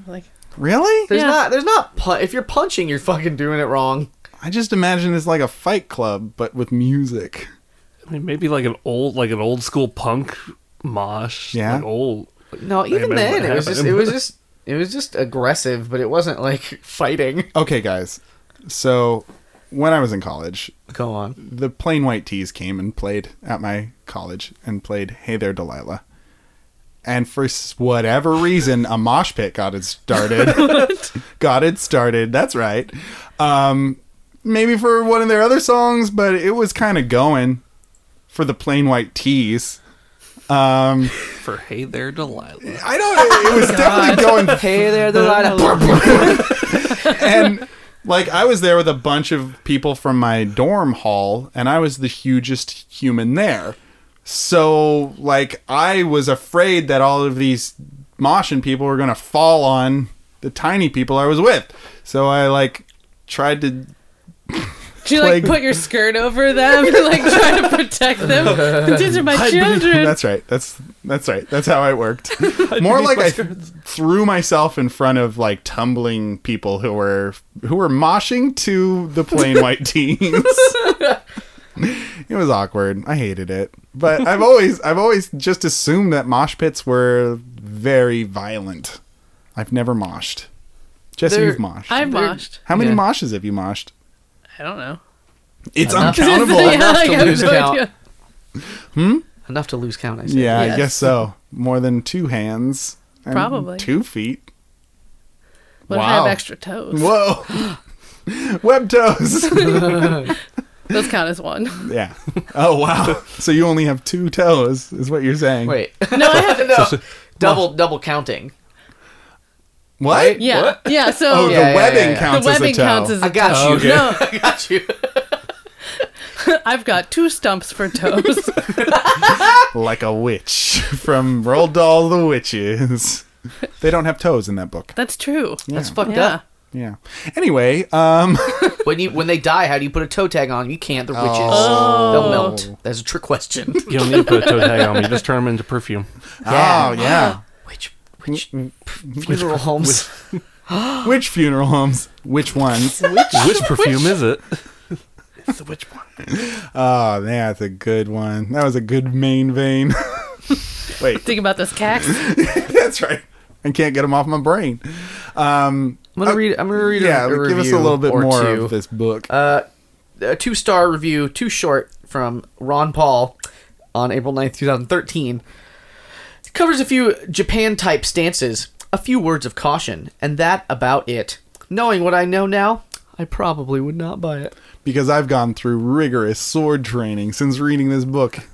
Speaker 1: like
Speaker 3: really?
Speaker 2: There's
Speaker 1: Yeah.
Speaker 2: not. There's not. Pu- if you're punching, you're fucking doing it wrong.
Speaker 3: I just imagine it's like a Fight Club, but with music.
Speaker 4: I mean, maybe like an old, like an old school punk mosh.
Speaker 3: Yeah.
Speaker 4: Like old.
Speaker 2: No,
Speaker 4: Think
Speaker 2: even
Speaker 4: about
Speaker 2: then,
Speaker 4: what
Speaker 2: it was just. It
Speaker 4: happened.
Speaker 2: was just. It was just aggressive, but it wasn't like fighting.
Speaker 3: Okay, guys. So when I was in college,
Speaker 2: Go on.
Speaker 3: the plain white tees came and played at my college and played Hey There Delilah. And for s- whatever reason, a mosh pit got it started. got it started. That's right. Um, maybe for one of their other songs, but it was kind of going for the plain white tees. Um,
Speaker 4: for Hey There Delilah.
Speaker 3: I don't. It
Speaker 2: Oh
Speaker 3: was definitely going
Speaker 2: Hey there, the light.
Speaker 3: and like I was there with a bunch of people from my dorm hall, and I was the hugest human there. So like I was afraid that all of these Moshin people were gonna fall on the tiny people I was with. So I like tried to
Speaker 1: Do you like
Speaker 3: Plague-
Speaker 1: put your skirt over them and like try to protect them? These are my children.
Speaker 3: That's right. That's that's right. That's how it worked. More like I threw myself in front of like tumbling people who were who were moshing to the plain white teens. it was awkward. I hated it. But I've always I've always just assumed that mosh pits were very violent. I've never moshed. Jesse,
Speaker 2: They're-
Speaker 3: you've moshed.
Speaker 1: I
Speaker 2: They're-
Speaker 1: moshed.
Speaker 3: how many
Speaker 2: Yeah.
Speaker 3: moshes have you moshed?
Speaker 1: I don't know.
Speaker 3: It's
Speaker 2: Enough.
Speaker 3: uncountable.
Speaker 2: enough to
Speaker 1: I have
Speaker 2: lose
Speaker 1: no
Speaker 2: count.
Speaker 1: idea.
Speaker 2: Enough to lose count. I said.
Speaker 3: Yeah, I
Speaker 1: Yes.
Speaker 3: guess so. More than two hands. and
Speaker 1: Probably.
Speaker 3: Two feet.
Speaker 1: But I have
Speaker 3: Wow.
Speaker 1: extra toes.
Speaker 3: Whoa. Web toes.
Speaker 1: Those count as one.
Speaker 3: yeah. Oh, wow. So you only have two toes, is what you're saying.
Speaker 2: Wait.
Speaker 1: No, I have.
Speaker 2: no. Double double counting.
Speaker 3: What?
Speaker 2: Right?
Speaker 1: Yeah,
Speaker 2: What?
Speaker 1: yeah. So
Speaker 3: Oh,
Speaker 2: Yeah, yeah,
Speaker 3: the webbing
Speaker 2: yeah, yeah.
Speaker 3: counts
Speaker 1: the webbing
Speaker 3: as a toe.
Speaker 1: counts as
Speaker 2: I
Speaker 1: a
Speaker 2: got you.
Speaker 4: Okay.
Speaker 1: No.
Speaker 2: I got you.
Speaker 1: I've got two stumps for toes.
Speaker 3: like a witch from Roald Dahl the Witches. They don't have toes in that book.
Speaker 1: That's true.
Speaker 2: That's fucked
Speaker 1: Yeah.
Speaker 2: up.
Speaker 3: Yeah. Anyway, um
Speaker 2: When you when they die, how do you put a toe tag on? You can't. They're witches.
Speaker 3: Oh.
Speaker 2: They'll melt. That's a trick question.
Speaker 4: You don't need to put a toe tag on me. Just turn them into perfume.
Speaker 3: Oh yeah.
Speaker 2: Which which
Speaker 3: Mm-hmm.
Speaker 2: funeral homes?
Speaker 3: Which funeral homes? Which ones?
Speaker 4: Which perfume is it?
Speaker 3: Oh man, that's a good one. That was a good main vein. Wait,
Speaker 1: Think about this cax.
Speaker 3: that's right. I can't get them off my brain. Um
Speaker 2: I'm gonna read. I'm gonna read.
Speaker 3: yeah,
Speaker 2: a, a
Speaker 3: give us a
Speaker 2: review
Speaker 3: little bit
Speaker 2: or
Speaker 3: more
Speaker 2: two.
Speaker 3: of this book.
Speaker 2: Uh, a two star review, too short, from Ron Paul on April 9th, 2013. It covers a few Japan type stances, a few words of caution, and that about it. Knowing what I know now, I probably would not buy it.
Speaker 3: because I've gone through rigorous sword training since reading this book.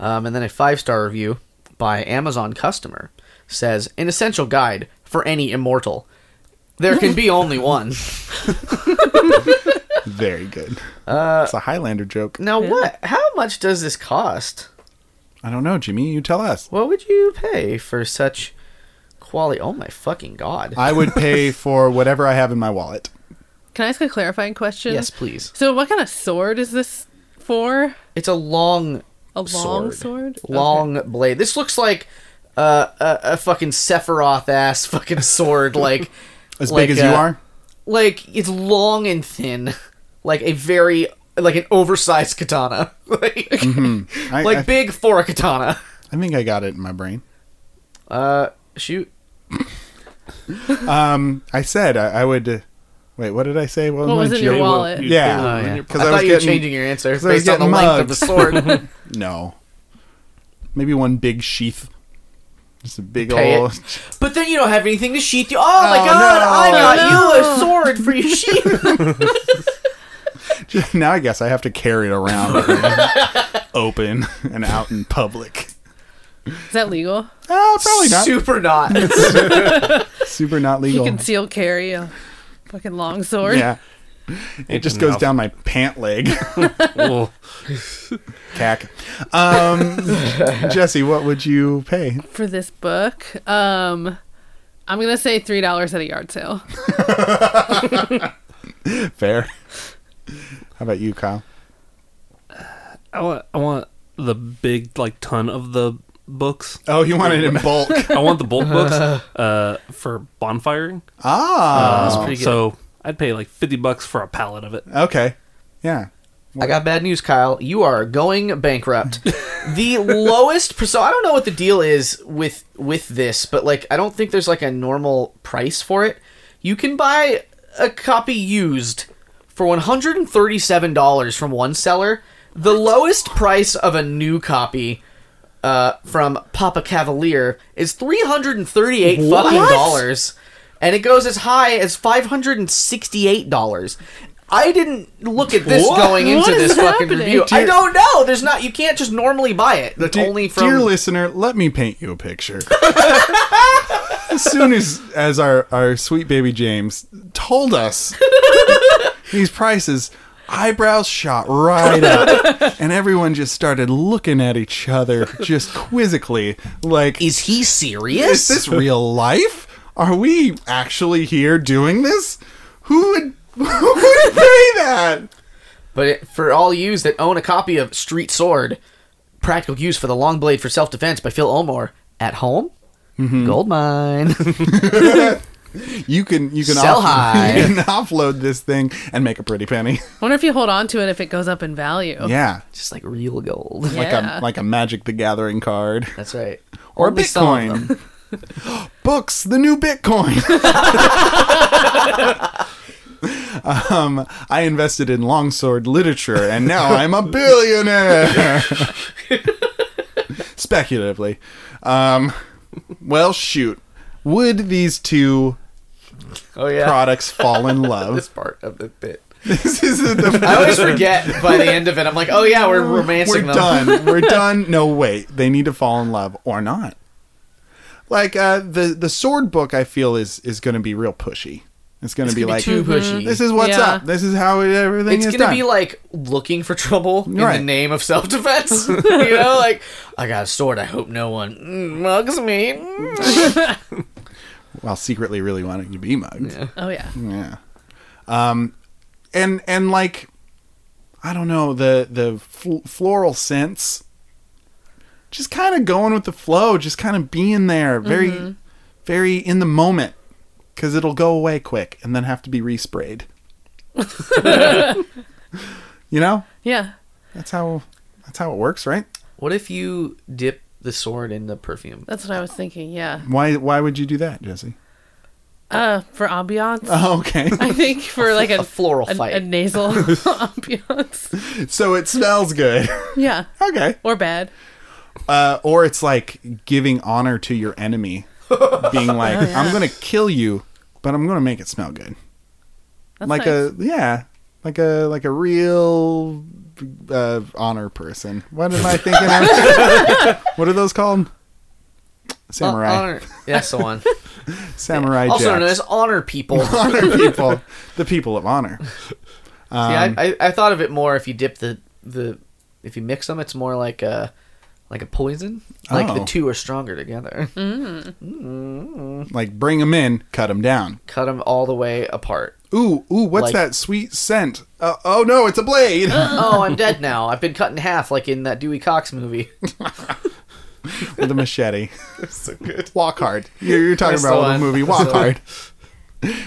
Speaker 2: Um, and then a five star review by Amazon customer says an essential guide for any immortal. There can be only one.
Speaker 3: Very good.
Speaker 2: Uh,
Speaker 3: it's a Highlander joke.
Speaker 2: Now, what? How much does this cost?
Speaker 3: I don't know, Jimmy. You tell us.
Speaker 2: What would you pay for such quality? Oh my fucking god!
Speaker 3: I would pay for whatever I have in my wallet.
Speaker 1: Can I ask a clarifying question?
Speaker 2: Yes, please.
Speaker 1: So, what kind of sword is this for?
Speaker 2: It's a long,
Speaker 1: A long sword? Okay.
Speaker 2: long blade. This looks like uh, a, a fucking Sephiroth ass fucking sword, like
Speaker 3: As
Speaker 2: like,
Speaker 3: big as you
Speaker 2: uh,
Speaker 3: are.
Speaker 2: Like it's long and thin, like a very like an oversized katana, like
Speaker 3: I,
Speaker 2: like
Speaker 3: I,
Speaker 2: big for a katana.
Speaker 3: I think I got it in my brain.
Speaker 2: Uh, shoot.
Speaker 3: Um, I said I, I would. Uh, wait, what did I say?
Speaker 1: What was in your
Speaker 4: They
Speaker 1: wallet?
Speaker 4: will- you- they
Speaker 3: Yeah.
Speaker 4: will
Speaker 2: Oh,
Speaker 4: in
Speaker 2: yeah. I,
Speaker 4: your-
Speaker 3: Because I
Speaker 2: thought
Speaker 3: was
Speaker 2: you were
Speaker 3: getting-
Speaker 2: changing your answer
Speaker 3: because I was
Speaker 2: based on the
Speaker 3: getting
Speaker 2: length of the sword.
Speaker 3: No. Maybe one big sheath. Just a big
Speaker 2: Pay it.
Speaker 3: old.
Speaker 2: but then you don't have anything to sheath you. Oh, my
Speaker 3: Oh,
Speaker 2: god!
Speaker 3: no.
Speaker 2: I
Speaker 1: No.
Speaker 2: got you a sword for your sheath.
Speaker 3: now I guess I have to carry it around, open and out in public.
Speaker 1: Is that legal?
Speaker 3: Uh, probably not.
Speaker 2: Super not.
Speaker 3: Super not legal.
Speaker 1: You can seal carry a fucking long sword.
Speaker 3: Yeah. It just goes
Speaker 4: enough.
Speaker 3: down my pant leg.
Speaker 4: Well,
Speaker 3: Cack. Um, Jesse, what would you pay?
Speaker 1: For this book, um, I'm gonna say three dollars at a yard sale.
Speaker 3: Fair. How about you, Kyle?
Speaker 4: I want, I want the big like ton of the books.
Speaker 3: Oh, you want it in bulk.
Speaker 4: I want the bulk books uh, for bonfiring. Um,
Speaker 3: Ah.
Speaker 2: pretty good.
Speaker 4: So I'd pay like fifty bucks for a pallet of it.
Speaker 3: okay. Yeah.
Speaker 2: I got bad news, Kyle. You are going bankrupt. the lowest. per- So I don't know what the deal is with with this, but like I don't think there's like a normal price for it. You can buy a copy used for one hundred and thirty seven dollars from one seller. The lowest price of a new copy uh, from Papa Cavalier is three hundred and thirty eight fucking dollars, and it goes as high as five hundred and sixty eight dollars. I didn't look at this
Speaker 4: What?
Speaker 2: going into
Speaker 1: What is
Speaker 2: this fucking
Speaker 1: happening?
Speaker 2: review. I
Speaker 3: Dear-
Speaker 2: don't know. There's not. You can't just normally buy it. That's
Speaker 3: Dear-
Speaker 2: only from.
Speaker 3: dear listener, let me paint you a picture. as soon as as our our sweet baby James told us these prices, eyebrows shot right up, and everyone just started looking at each other just quizzically, like,
Speaker 2: is he serious?
Speaker 3: "Is this real life? Are we actually here doing this? Who would who would pay that?"
Speaker 2: But it, for all yous that own a copy of Street Sword, Practical Use for the Long Blade for Self Defense by Phil Ulmore, at home,
Speaker 3: Mm-hmm.
Speaker 2: gold mine.
Speaker 3: You can you can
Speaker 2: Sell
Speaker 3: off-
Speaker 2: high.
Speaker 3: you can offload this thing and make a pretty penny.
Speaker 1: I wonder if you hold on to it if it goes up in value.
Speaker 3: Yeah.
Speaker 2: Just like real gold.
Speaker 1: Yeah.
Speaker 3: like a like a Magic the Gathering card
Speaker 2: That's right.
Speaker 3: or
Speaker 2: Only some of them.
Speaker 3: Bitcoin. Books, the new Bitcoin. um, I invested in longsword literature, and now I'm a billionaire. Speculatively, um, well, shoot, would these two
Speaker 2: Oh yeah.
Speaker 3: products fall in
Speaker 2: This
Speaker 3: love?
Speaker 2: part of the bit.
Speaker 3: this is the,
Speaker 2: I always forget by the end of it. I'm like, oh yeah, we're
Speaker 3: We're
Speaker 2: romancing them.
Speaker 3: done. We're done. No, wait. They need to fall in love or not. Like uh, the the sword book, I feel is is going to be real pushy. It's going to be
Speaker 2: gonna be
Speaker 3: like
Speaker 2: too pushy.
Speaker 3: This is what's
Speaker 1: Yeah.
Speaker 3: up. This is how it,
Speaker 2: Mm-hmm.
Speaker 3: everything
Speaker 2: It's
Speaker 3: is
Speaker 2: gonna
Speaker 3: done.
Speaker 2: be like looking for trouble in
Speaker 3: Right.
Speaker 2: the name of self defense. you know, like I got a sword. I hope no one mm, mugs me. Mm.
Speaker 3: While secretly really wanting to be mugged. Yeah.
Speaker 1: Oh yeah.
Speaker 3: Um, and and like, I don't know the the fl- floral scents. Just kind of going with the flow. Just kind of being there, very, very in the moment, because it'll go away quick and then have to be resprayed. you know,
Speaker 1: Yeah.
Speaker 3: that's how that's how it works, right?
Speaker 2: What if you dip the sword in the perfume?
Speaker 1: That's what I was thinking. Yeah.
Speaker 3: Why why would you do that, Jesse?
Speaker 1: Uh, for ambiance.
Speaker 3: Oh, okay.
Speaker 1: I think for like a,
Speaker 2: a floral
Speaker 1: a,
Speaker 2: fight.
Speaker 1: a nasal ambiance.
Speaker 3: so it smells good.
Speaker 1: Yeah.
Speaker 3: okay.
Speaker 1: Or bad.
Speaker 3: uh, or it's like giving honor to your enemy, being like, "I'm gonna kill you, but I'm gonna make it smell good."
Speaker 1: That's
Speaker 3: like a yeah, like a like a real uh, honor person. What am I thinking? of? what are those called? Samurai,
Speaker 2: Uh, honor. That's the one.
Speaker 3: samurai.
Speaker 2: also known
Speaker 3: jacks.
Speaker 2: as honor people. See,
Speaker 3: honor people, the people of honor. Um,
Speaker 2: I, I, I thought of it more if you dip the the if you mix them, it's more like a like a poison. Like the
Speaker 3: Oh.
Speaker 2: two are stronger together.
Speaker 3: Like bring them in, cut them down.
Speaker 2: Cut them all the way apart.
Speaker 3: Ooh, ooh, what's
Speaker 2: Like-
Speaker 3: that sweet scent? Uh, oh no, it's a blade.
Speaker 2: oh, I'm dead now. I've been cut in half, like in that Dewey Cox movie.
Speaker 3: with a machete. so good. Walk Hard. You're, you're talking
Speaker 2: That's the
Speaker 3: about
Speaker 2: one.
Speaker 3: the movie
Speaker 2: That's
Speaker 3: Walk
Speaker 2: the one.
Speaker 3: Hard.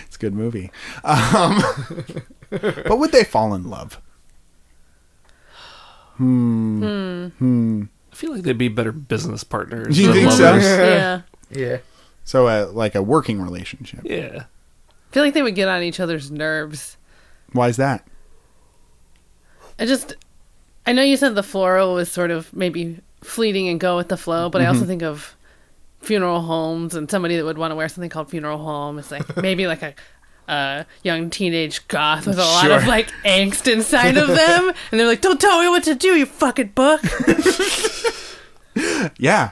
Speaker 3: It's a good movie. Um, but would they fall in love?
Speaker 4: I feel like they'd be better business partners.
Speaker 3: Do you
Speaker 4: than
Speaker 3: think so?
Speaker 4: lovers.
Speaker 1: Yeah.
Speaker 2: Yeah.
Speaker 3: So, uh, like a working relationship.
Speaker 4: Yeah.
Speaker 1: I feel like they would get on each other's nerves.
Speaker 3: Why is that?
Speaker 1: I just, I know you said the floral was sort of maybe fleeting and go with the flow, but I also think of funeral homes and somebody that would want to wear something called funeral home. It's like maybe like a, a young teenage goth with a lot of
Speaker 3: Sure.
Speaker 1: like angst inside of them, and they're like, "Don't tell me what to do, you fucking book."
Speaker 3: Yeah,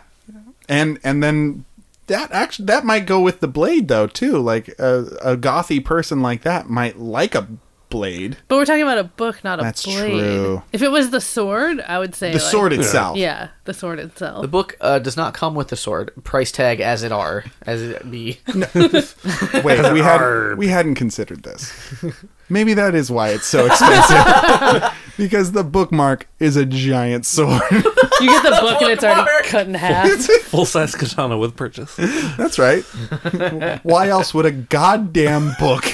Speaker 3: and and then that actually that might go with the blade though too. Like a, a gothy person like that might like a blade.
Speaker 1: But we're talking about a book, not a
Speaker 3: That's
Speaker 1: blade.
Speaker 3: true.
Speaker 1: If it was the sword, I would say
Speaker 3: The
Speaker 1: like-
Speaker 3: sword itself.
Speaker 1: Yeah, the sword itself.
Speaker 2: The book uh, does not come with the sword. Price tag as it are, as it be.
Speaker 3: Wait, we had we hadn't considered this. Maybe that is why it's so expensive. because the bookmark is a giant sword.
Speaker 1: You get the book and it's already cut in half.
Speaker 4: Full size katana with purchase.
Speaker 3: That's right. why else would a goddamn book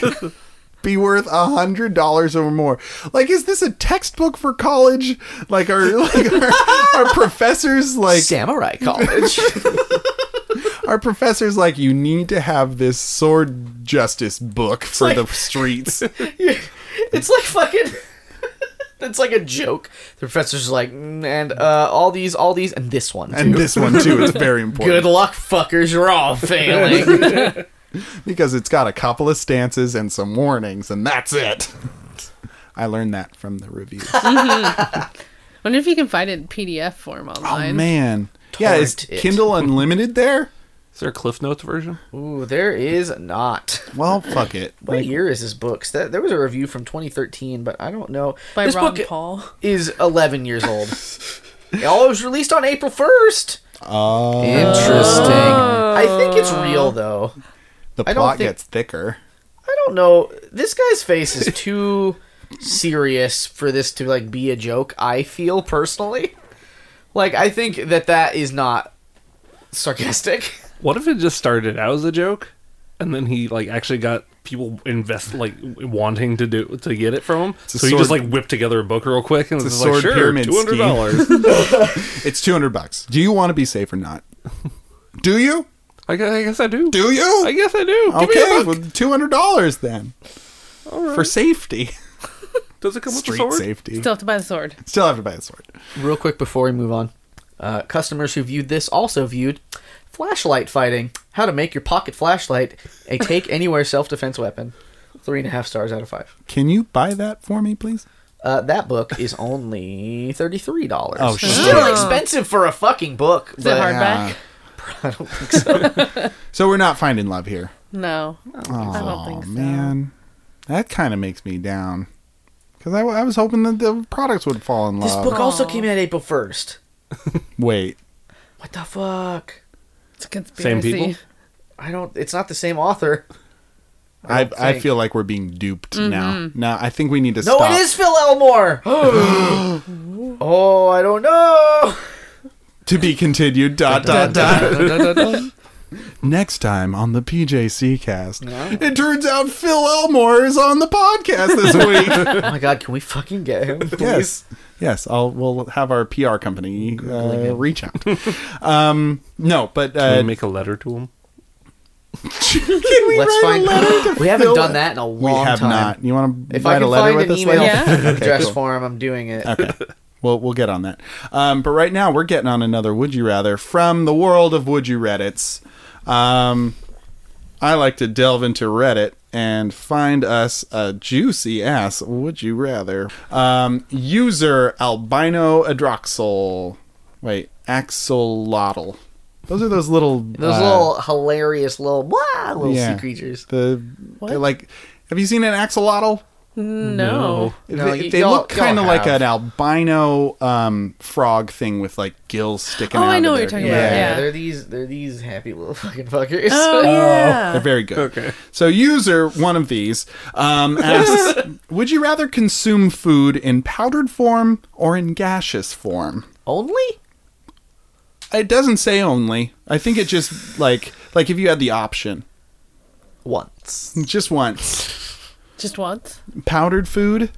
Speaker 3: be worth a hundred dollars or more? Like, is this a textbook for college? Like, are like our, our professors like
Speaker 2: Samurai College.
Speaker 3: our professors like you need to have this sword justice book for
Speaker 2: like-
Speaker 3: the streets?
Speaker 2: it's like fucking. It's like a joke. The professor's like, "Mm, and uh, all these, all these, and this one. Too.
Speaker 3: and this one too. It's very important.
Speaker 2: Good luck, fuckers. You're all failing.
Speaker 3: because it's got a couple of stances and some warnings, and that's it. I learned that from the Oh, reviews.
Speaker 1: Wonder if you can find it in PDF form online.
Speaker 3: oh man, yeah, is
Speaker 2: Torrent it.
Speaker 3: Kindle Unlimited there?
Speaker 4: Is there a Cliff Notes version?
Speaker 2: Ooh, there is not.
Speaker 3: Well, fuck it.
Speaker 2: What
Speaker 3: Like,
Speaker 2: year is this book? That, there was a review from 2013, but I don't know.
Speaker 1: By
Speaker 2: this
Speaker 1: Ron
Speaker 2: book
Speaker 1: Paul.
Speaker 2: is 11 years old. oh, it was released on April 1st.
Speaker 3: oh,
Speaker 2: Interesting. I think it's real though.
Speaker 3: the
Speaker 2: I don't
Speaker 3: plot
Speaker 2: think-
Speaker 3: gets thicker.
Speaker 2: I don't know. This guy's face is too serious for this to like be a joke. I feel personally, like I think that that is not sarcastic.
Speaker 4: What if it just started out as a joke, and then he like actually got people invest like wanting to do to get it from him?
Speaker 3: a
Speaker 4: So he just
Speaker 3: sword-
Speaker 4: like whipped together a book real quick and
Speaker 3: a
Speaker 4: was like,
Speaker 3: sword
Speaker 4: "Sure,
Speaker 3: pyramid
Speaker 4: two hundred
Speaker 3: scheme."
Speaker 4: dollars."
Speaker 3: It's two hundred bucks. Do you want to be safe or not? Do you?
Speaker 4: I guess I guess I do.
Speaker 3: Do you?
Speaker 4: I guess I do. Give me
Speaker 3: okay,
Speaker 4: a book.
Speaker 3: well, two hundred dollars then for safety,
Speaker 4: Does it come with a
Speaker 3: street
Speaker 4: sword?
Speaker 3: safety.
Speaker 1: Still have to buy the sword.
Speaker 3: Still have to buy a sword.
Speaker 2: Real quick before we move on, uh, customers who viewed this also viewed flashlight fighting. How to make your pocket flashlight a take anywhere self defense weapon. Three and a half stars out of five.
Speaker 3: Can you buy that for me, please?
Speaker 2: Uh, that book is only thirty three dollars.
Speaker 3: Oh, shit.
Speaker 2: Still expensive for a fucking book.
Speaker 1: Is it
Speaker 2: but-
Speaker 1: hardback?
Speaker 3: So we're not finding love here.
Speaker 1: No. I don't think so.
Speaker 3: Man, that kind of makes me down because I, w- I was hoping that the products would fall in love.
Speaker 2: This book also came out April first.
Speaker 3: Wait,
Speaker 2: What the fuck?
Speaker 1: It's a conspiracy.
Speaker 4: people?
Speaker 2: I don't. It's not the same author.
Speaker 3: I
Speaker 2: don't
Speaker 3: I
Speaker 2: think- Mm-hmm.
Speaker 3: feel like we're being duped now. Now I think we need to
Speaker 2: No,
Speaker 3: stop.
Speaker 2: it is Phil Elmore. oh, I don't know.
Speaker 3: to be continued. Dot dot dot. Next time on the PJC cast, it turns out Phil Elmore is on the podcast this week.
Speaker 2: Oh my god, can we fucking get him? Please?
Speaker 3: yes, yes. I'll we'll have our PR company uh, reach out. um, no, but
Speaker 4: Can
Speaker 3: uh,
Speaker 4: we make a letter to him?
Speaker 3: can we
Speaker 2: Let's
Speaker 3: write
Speaker 2: find.
Speaker 3: a letter to
Speaker 2: we haven't
Speaker 3: Phil-
Speaker 2: done that in a long
Speaker 3: We have
Speaker 2: time.
Speaker 3: not. You want to
Speaker 2: If I
Speaker 3: write a
Speaker 2: can
Speaker 3: letter
Speaker 2: find
Speaker 3: with
Speaker 2: an
Speaker 3: us?
Speaker 2: email
Speaker 3: later?
Speaker 1: Yeah.
Speaker 2: address
Speaker 3: cool.
Speaker 2: for him, I'm doing it.
Speaker 3: We'll we'll get on that. Um, but right now we're getting on another would you rather from the world of would you reddits. Um, I like to delve into Reddit and find us a juicy ass would you rather. Um, user albino adroxel. Wait, axolotl. Those are those little
Speaker 2: Those
Speaker 3: uh,
Speaker 2: little hilarious little blah little
Speaker 3: yeah.
Speaker 2: sea creatures.
Speaker 3: The they're like, have you seen an axolotl?
Speaker 1: No.
Speaker 2: No,
Speaker 3: they
Speaker 2: y-
Speaker 3: they
Speaker 2: y'all-
Speaker 3: look
Speaker 2: y'all
Speaker 3: kind of like
Speaker 2: have.
Speaker 3: an albino um, frog thing with like gills sticking
Speaker 1: Oh,
Speaker 3: out.
Speaker 1: I know what
Speaker 3: of
Speaker 1: you're
Speaker 3: their-
Speaker 1: talking about, yeah.
Speaker 2: they're these they're these happy little fucking fuckers.
Speaker 1: Oh, yeah.
Speaker 3: They're very good.
Speaker 4: Okay.
Speaker 3: So, user one of these um, asks Would you rather consume food in powdered form or in gaseous form?
Speaker 2: Only?
Speaker 3: It doesn't say only. I think it just like like if you had the option,
Speaker 2: Once.
Speaker 3: just once
Speaker 1: Just once.
Speaker 3: powdered food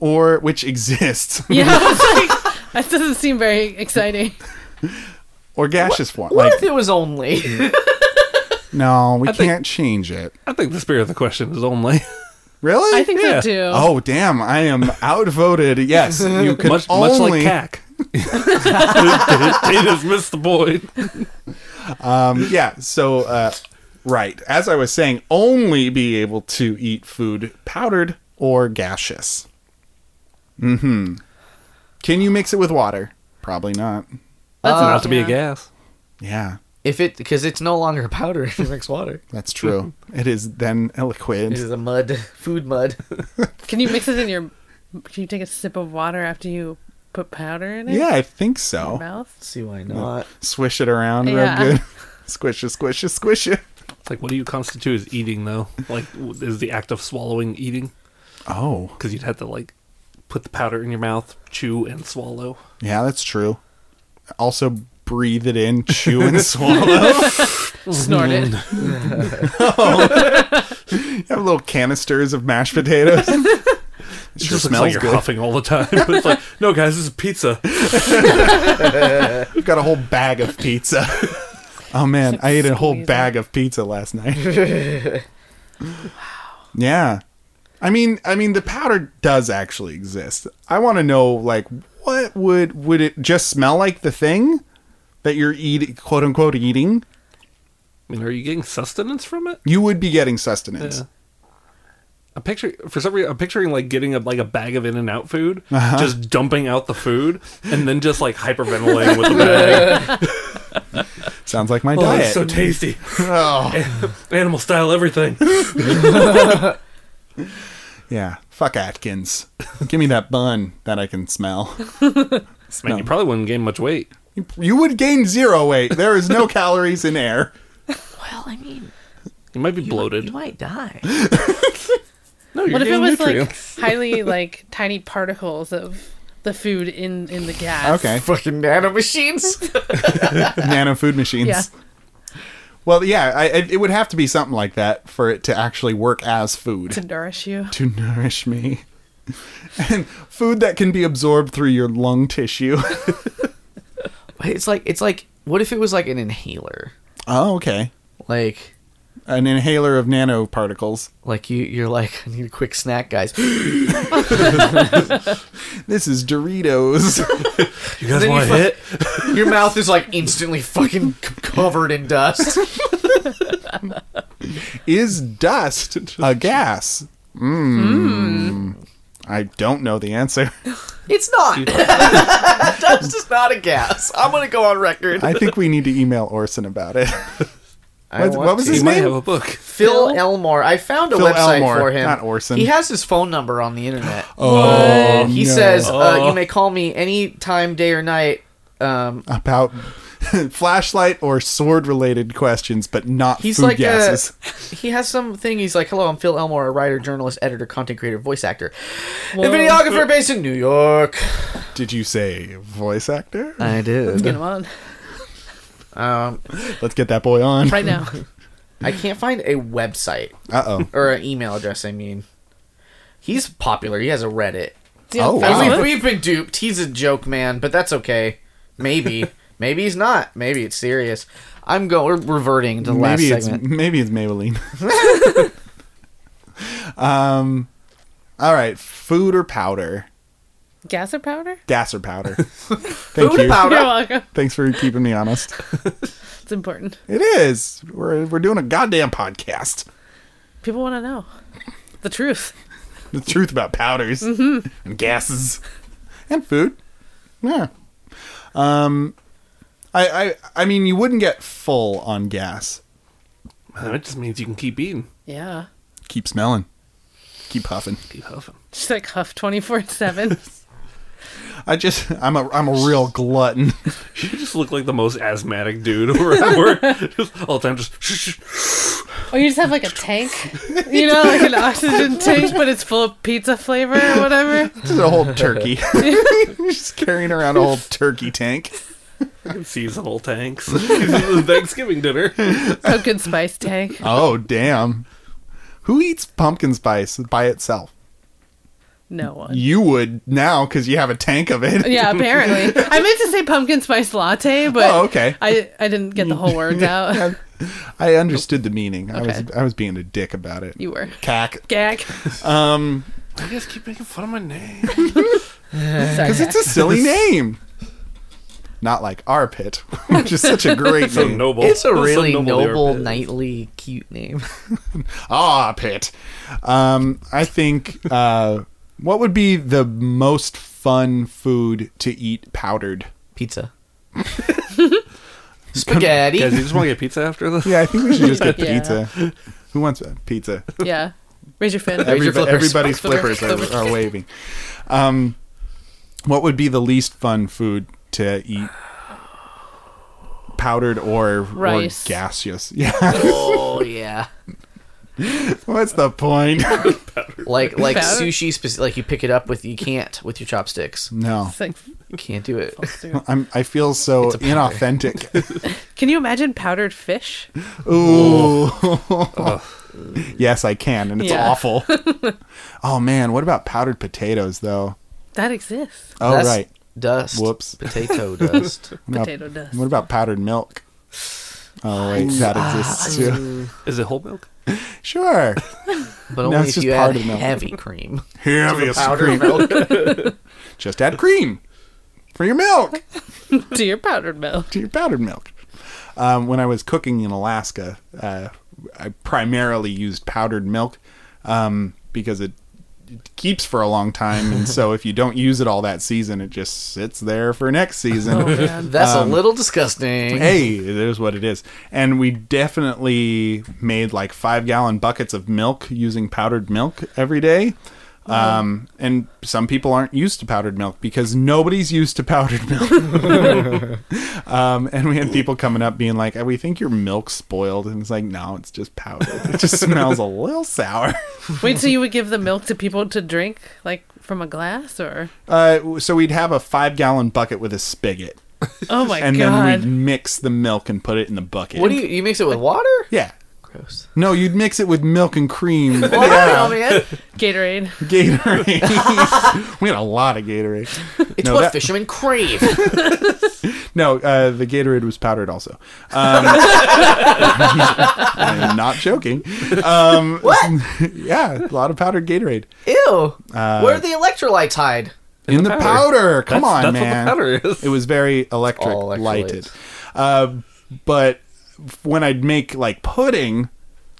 Speaker 3: or which exists
Speaker 1: Yeah. I was like, that doesn't seem very exciting.
Speaker 3: or gaseous form.
Speaker 2: What if
Speaker 3: like
Speaker 2: it was only?
Speaker 3: no, we
Speaker 4: think-
Speaker 3: can't change it.
Speaker 4: I think the spirit of the question is only
Speaker 3: Really?
Speaker 1: I think
Speaker 4: Yeah.
Speaker 1: so too.
Speaker 3: Oh damn! I am outvoted. Yes, you could
Speaker 4: much
Speaker 3: only.
Speaker 4: much like cack. it has missed the point.
Speaker 3: Um, yeah. So, uh, right as I was saying, only be able to eat food powdered or gaseous. Hmm. Can you mix it with water? Probably not.
Speaker 1: That's
Speaker 3: Uh,
Speaker 4: Not
Speaker 1: not
Speaker 4: to be a
Speaker 1: Uh, yeah.
Speaker 4: gas.
Speaker 3: Yeah,
Speaker 2: if it because it's no longer powder, it makes water.
Speaker 3: that's true. it is then a liquid.
Speaker 2: This is a mud, food mud.
Speaker 1: Can you mix it in your? Can you take a sip of water after you put powder in it?
Speaker 3: Yeah, I think
Speaker 1: In your
Speaker 3: so.
Speaker 1: mouth.
Speaker 2: See why not?
Speaker 3: Swish it around
Speaker 1: Yeah.
Speaker 3: real good. squish it, squish it, squish it.
Speaker 4: It's like, what do you constitute as eating, though? Like, w- is the act of swallowing eating?
Speaker 3: Oh,
Speaker 4: Because you'd have to, like, put the powder in your mouth, chew, and swallow.
Speaker 3: yeah, that's true. Also, breathe it in, chew and swallow.
Speaker 1: Snort it.
Speaker 3: Mm. have little canisters of mashed potatoes. it
Speaker 4: It just looks like you're huffing all the time. it's like, no, guys, this is pizza.
Speaker 3: We've got a whole bag of pizza. oh man, I ate a whole bag of pizza last night. Yeah. I mean, I mean the powder does actually exist. I want to know like what would would it just smell like the thing that you're eating quote unquote eating?
Speaker 4: I mean, are you getting sustenance from it?
Speaker 3: You would be getting sustenance.
Speaker 4: Yeah. a picture for some reason I'm picturing like getting a like a bag of in and out food, just dumping out the food, and then just like hyperventilating with the bag.
Speaker 3: Sounds like my
Speaker 4: oh,
Speaker 3: diet.
Speaker 4: it's so tasty.
Speaker 3: oh.
Speaker 4: Animal style everything.
Speaker 3: Yeah. Fuck Atkins. Give me that bun that I can smell.
Speaker 4: Man, you probably wouldn't gain much weight.
Speaker 3: You would gain zero weight. There is no calories in air.
Speaker 2: Well, I mean,
Speaker 4: You might be bloated.
Speaker 2: you might die.
Speaker 4: no, you're
Speaker 1: What if it
Speaker 4: getting
Speaker 1: was like
Speaker 4: nutrients.
Speaker 1: highly like tiny particles of the food in in the gas?
Speaker 3: Okay.
Speaker 2: Fucking nano machines.
Speaker 3: Nano food machines.
Speaker 1: Yeah.
Speaker 3: Well, yeah, I, I- it would have to be something like that for it to actually work as
Speaker 1: To
Speaker 3: food
Speaker 1: nourish you.
Speaker 3: to nourish me. And food that can be absorbed through your lung tissue.
Speaker 2: it's like it's like what if it was like an inhaler?
Speaker 3: oh, okay.
Speaker 2: Like
Speaker 3: An inhaler of nanoparticles.
Speaker 2: like you you're like I need a quick snack, guys.
Speaker 3: This is Doritos.
Speaker 4: you guys
Speaker 2: Then you
Speaker 4: want to
Speaker 2: fuck-
Speaker 4: hit?
Speaker 2: Your mouth is like instantly fucking c- covered in dust.
Speaker 3: is dust a gas? Mmm. I don't know the answer.
Speaker 2: It's not. dust is not a gas. I'm gonna go on record.
Speaker 3: I think we need to email Orson about it.
Speaker 2: I
Speaker 3: what
Speaker 2: want
Speaker 3: was
Speaker 2: to.
Speaker 3: his
Speaker 4: You might
Speaker 3: name?
Speaker 4: have a book.
Speaker 2: Phil Elmore. I found a
Speaker 3: Phil
Speaker 2: website
Speaker 3: Elmore,
Speaker 2: for him.
Speaker 3: not Orson.
Speaker 2: He has his phone number on the internet.
Speaker 3: Oh,
Speaker 2: he
Speaker 3: no.
Speaker 2: says uh,
Speaker 4: Oh.
Speaker 2: you may call me any time, day or night. Um,
Speaker 3: about flashlight or sword related questions, but not
Speaker 2: he's
Speaker 3: food
Speaker 2: like uh,
Speaker 3: gases.
Speaker 2: A, he has something. He's like, hello, I'm Phil Elmore, a writer, journalist, editor, content creator, voice actor, and videographer based in New York.
Speaker 3: Did you say voice actor?
Speaker 2: I
Speaker 1: Get
Speaker 2: did.
Speaker 1: 'em on
Speaker 2: Um,
Speaker 3: Let's get that boy on.
Speaker 1: right now.
Speaker 2: I can't find a website
Speaker 3: Uh oh.
Speaker 2: or an email address. I mean, he's popular. He has a Reddit.
Speaker 1: Yeah,
Speaker 3: Oh,
Speaker 2: And
Speaker 3: wow.
Speaker 1: Facebook?
Speaker 2: We've, we've been duped. He's a joke man, but that's okay. Maybe, maybe he's not. Maybe it's serious. I'm going. We're reverting to the
Speaker 3: Maybe
Speaker 2: last
Speaker 3: it's
Speaker 2: segment.
Speaker 3: maybe it's Maybelline. um, all right. Food or powder?
Speaker 1: Gas or powder?
Speaker 3: Gas or powder? Thank
Speaker 2: Food or
Speaker 3: you.
Speaker 2: powder?
Speaker 1: You're welcome.
Speaker 3: Thanks for keeping me honest.
Speaker 1: It's important.
Speaker 3: It is. We're we're doing a goddamn podcast.
Speaker 1: People want to know the truth.
Speaker 3: The truth about powders and gases and food. Yeah. Um, I, I I mean, you wouldn't get full on gas.
Speaker 4: Man, That just means you can keep eating,
Speaker 1: Yeah.
Speaker 3: Keep smelling. Keep puffing.
Speaker 4: keep huffing.
Speaker 1: Just like huff 24 7.
Speaker 3: I just I'm a I'm a real glutton.
Speaker 4: You just look like the most asthmatic dude around. We're just all the time just.
Speaker 1: Or you just have like a tank, you know, like an oxygen tank, but it's full of pizza flavor or whatever.
Speaker 3: Just a whole turkey. just carrying around a whole turkey tank.
Speaker 4: seasonal tanks. Thanksgiving dinner.
Speaker 1: Pumpkin spice tank.
Speaker 3: Oh damn. Who eats pumpkin spice by itself?
Speaker 1: No one.
Speaker 3: You would now because you have a tank of it.
Speaker 1: Yeah, apparently. I meant to say pumpkin spice latte, but
Speaker 3: Oh, okay.
Speaker 1: I, I didn't get the whole words out.
Speaker 3: I understood the meaning. I was
Speaker 1: Okay.
Speaker 3: I was being a dick about it.
Speaker 1: You were.
Speaker 3: Cack.
Speaker 1: Gag.
Speaker 3: Um,
Speaker 4: You guys keep making fun of my name.
Speaker 1: Because
Speaker 3: it's a silly name. Not like our pit, which is such a great
Speaker 4: So
Speaker 3: name.
Speaker 4: noble.
Speaker 2: It's a
Speaker 4: So
Speaker 2: really
Speaker 4: they are
Speaker 2: noble,
Speaker 4: pissed.
Speaker 2: knightly, cute name.
Speaker 3: Ah, pit. Um, I think uh, what would be the most fun food to eat powdered?
Speaker 2: Pizza.
Speaker 4: Guys,
Speaker 2: Spaghetti.
Speaker 4: you just want to get pizza after this?
Speaker 3: Yeah, I think we should just get
Speaker 1: Yeah.
Speaker 3: pizza. Who wants a pizza?
Speaker 1: Yeah. Raise your fin.
Speaker 2: Raise your
Speaker 3: Everybo-
Speaker 2: flippers.
Speaker 3: everybody's
Speaker 1: Flippers.
Speaker 3: flippers are, are waving. Um, what would be the least fun food to eat? Powdered or, or
Speaker 1: Rice.
Speaker 3: gaseous? Yeah.
Speaker 2: Oh yeah.
Speaker 3: What's the point?
Speaker 2: Like like
Speaker 1: Powder?
Speaker 2: sushi. Speci- like you pick it up with you can't with your chopsticks.
Speaker 3: No,
Speaker 1: It's like,
Speaker 2: You can't do it.
Speaker 1: dude.
Speaker 3: I'm. I feel so
Speaker 2: It's a powder.
Speaker 3: inauthentic.
Speaker 1: Can you imagine powdered fish?
Speaker 3: Ooh. yes, I can, and it's
Speaker 1: Yeah.
Speaker 3: awful. oh man, what about powdered potatoes though?
Speaker 1: That exists.
Speaker 3: Oh
Speaker 2: That's
Speaker 3: right,
Speaker 2: Dust.
Speaker 3: Whoops.
Speaker 2: Potato dust.
Speaker 3: What about-
Speaker 1: Potato dust.
Speaker 3: What about powdered milk? Oh wait, that
Speaker 2: Ah,
Speaker 3: exists too.
Speaker 4: Is it whole milk?
Speaker 3: Sure.
Speaker 2: But only
Speaker 3: it's
Speaker 2: if
Speaker 3: just
Speaker 2: you
Speaker 3: part
Speaker 2: add
Speaker 3: of the milk.
Speaker 2: heavy cream.
Speaker 3: Heaviest
Speaker 2: Powder
Speaker 3: cream.
Speaker 2: milk.
Speaker 3: Just add cream for your milk.
Speaker 1: To your powdered milk.
Speaker 3: to your powdered milk. Um, when I was cooking in Alaska, uh, I primarily used powdered milk. Um, because it, it keeps for a long time, and so if you don't use it all that season, it just sits there for next season.
Speaker 1: Oh man.
Speaker 2: That's a
Speaker 3: Um,
Speaker 2: little disgusting.
Speaker 3: hey, it is what it is. And we definitely made like five gallon buckets of milk using powdered milk every day. Um, and some people aren't used to powdered milk because nobody's used to powdered milk. um, and we had people coming up being like, "Oh, "We think your milk's spoiled," and it's like, "No, it's just powdered. It just smells a little sour."
Speaker 1: Wait, so you would give the milk to people to drink, like from a glass, or
Speaker 3: Uh, so we'd have a five gallon bucket with a spigot,
Speaker 1: oh my
Speaker 3: and
Speaker 1: god,
Speaker 3: then we'd mix the milk and put it in the bucket.
Speaker 2: What do you you mix it with water?
Speaker 3: Yeah,
Speaker 2: Gross.
Speaker 3: No, you'd mix it with milk and cream.
Speaker 2: Water, yeah. man.
Speaker 1: Gatorade?
Speaker 3: Gatorade. we had a lot of Gatorade.
Speaker 2: It's
Speaker 3: no,
Speaker 2: what
Speaker 3: that-
Speaker 2: fishermen crave.
Speaker 3: No, uh, the Gatorade was powdered also. Um, I'm not joking. Um, what? Yeah, a lot of powdered Gatorade.
Speaker 2: Ew.
Speaker 3: Uh,
Speaker 2: Where are the electrolytes hide?
Speaker 3: In, the, powder. Come
Speaker 4: That's-
Speaker 3: on,
Speaker 4: that's what the
Speaker 3: man.
Speaker 4: powder is.
Speaker 3: It was very electric
Speaker 2: all electrolytes.
Speaker 3: lighted. Uh, but when I'd make like pudding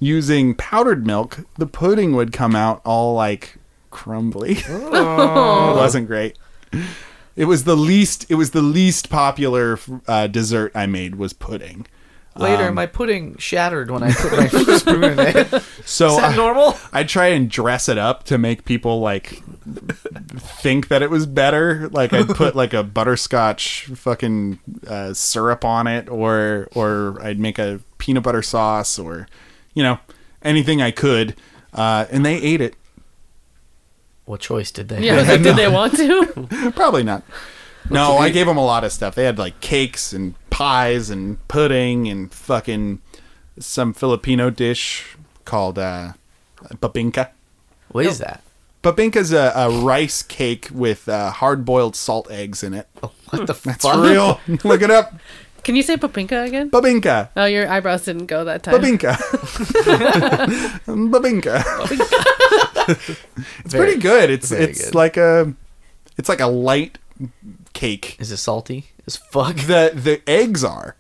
Speaker 3: using powdered milk, the pudding would come out all like crumbly.
Speaker 2: Oh.
Speaker 3: it wasn't great. It was the least. It was the least popular uh, dessert I made was pudding. um,
Speaker 2: Later, my pudding shattered when I put my spoon in it. Is
Speaker 3: So uh,
Speaker 2: that
Speaker 3: I-
Speaker 2: normal?
Speaker 3: I try and dress it up to make people like think that it was better. Like I'd put like a butterscotch fucking uh, syrup on it, or or I'd make a peanut butter sauce, or you know anything I could, uh, and they ate it.
Speaker 2: What choice did they
Speaker 1: Yeah, I was like, did they want to?
Speaker 3: Probably not. No, I gave them a lot of stuff. They had like cakes and pies and pudding and fucking some Filipino dish called uh, babinka.
Speaker 2: What is that?
Speaker 3: Babinka's a, a rice cake with uh, hard boiled salt eggs in it.
Speaker 2: What the
Speaker 3: That's
Speaker 2: fuck?
Speaker 3: real. Look it up.
Speaker 1: Can you say papinka again?
Speaker 3: Babinka.
Speaker 1: Oh, your eyebrows didn't go that time.
Speaker 3: Babinka. Babinka. it's pretty good. It's
Speaker 2: very
Speaker 3: it's
Speaker 2: good.
Speaker 3: like a it's like a light cake.
Speaker 2: Is it salty as fuck?
Speaker 3: The the eggs are.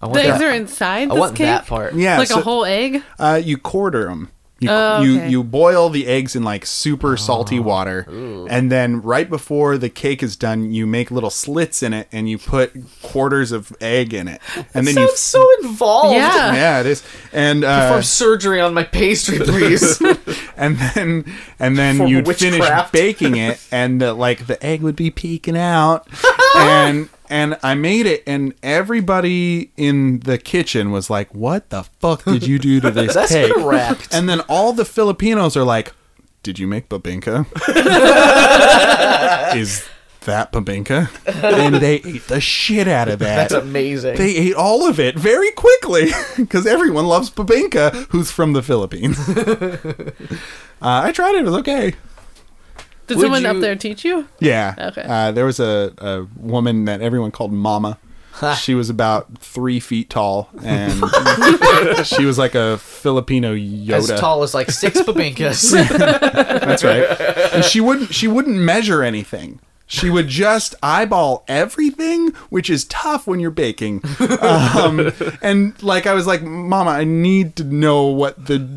Speaker 2: I want
Speaker 1: The eggs
Speaker 2: that-
Speaker 1: are inside
Speaker 2: I
Speaker 1: this
Speaker 2: want
Speaker 1: cake.
Speaker 2: that part.
Speaker 3: Yeah.
Speaker 1: like
Speaker 3: so-
Speaker 1: a whole egg.
Speaker 3: Uh, you quarter them. You,
Speaker 1: Oh,
Speaker 3: you
Speaker 1: okay.
Speaker 3: you boil the eggs in like super
Speaker 2: Oh.
Speaker 3: salty water, and then right before the cake is done, you make little slits in it, and you put quarters of egg in it, and then you
Speaker 2: Sounds so involved.
Speaker 1: Yeah.
Speaker 3: yeah it is, and
Speaker 2: Perform
Speaker 3: uh,
Speaker 2: surgery on my pastry, please.
Speaker 3: and then and then
Speaker 2: Perform
Speaker 3: you would finish
Speaker 2: witchcraft.
Speaker 3: baking it, and uh, like the egg would be peeking out, and and I made it, and everybody in the kitchen was like, "What the fuck did you do to this
Speaker 2: That's
Speaker 3: cake?"
Speaker 2: correct.
Speaker 3: And then all the Filipinos are like, "Did you make babinka? Is that babinka?" And they ate the shit out of that.
Speaker 2: That's amazing.
Speaker 3: They ate all of it very quickly because everyone loves babinka, who's from the Philippines. uh, I tried it; it was okay.
Speaker 1: Did
Speaker 2: Would
Speaker 1: someone up
Speaker 2: you-
Speaker 1: there teach you?
Speaker 3: Yeah.
Speaker 1: Okay.
Speaker 3: Uh, there was a, a woman that everyone called Mama. she was about three feet tall, and she was like a Filipino Yoda.
Speaker 2: as tall as like six babinkas.
Speaker 3: That's right. And she wouldn't she wouldn't measure anything. She would just eyeball everything, which is tough when you're baking. Um, and like I was like, Mama, I need to know what the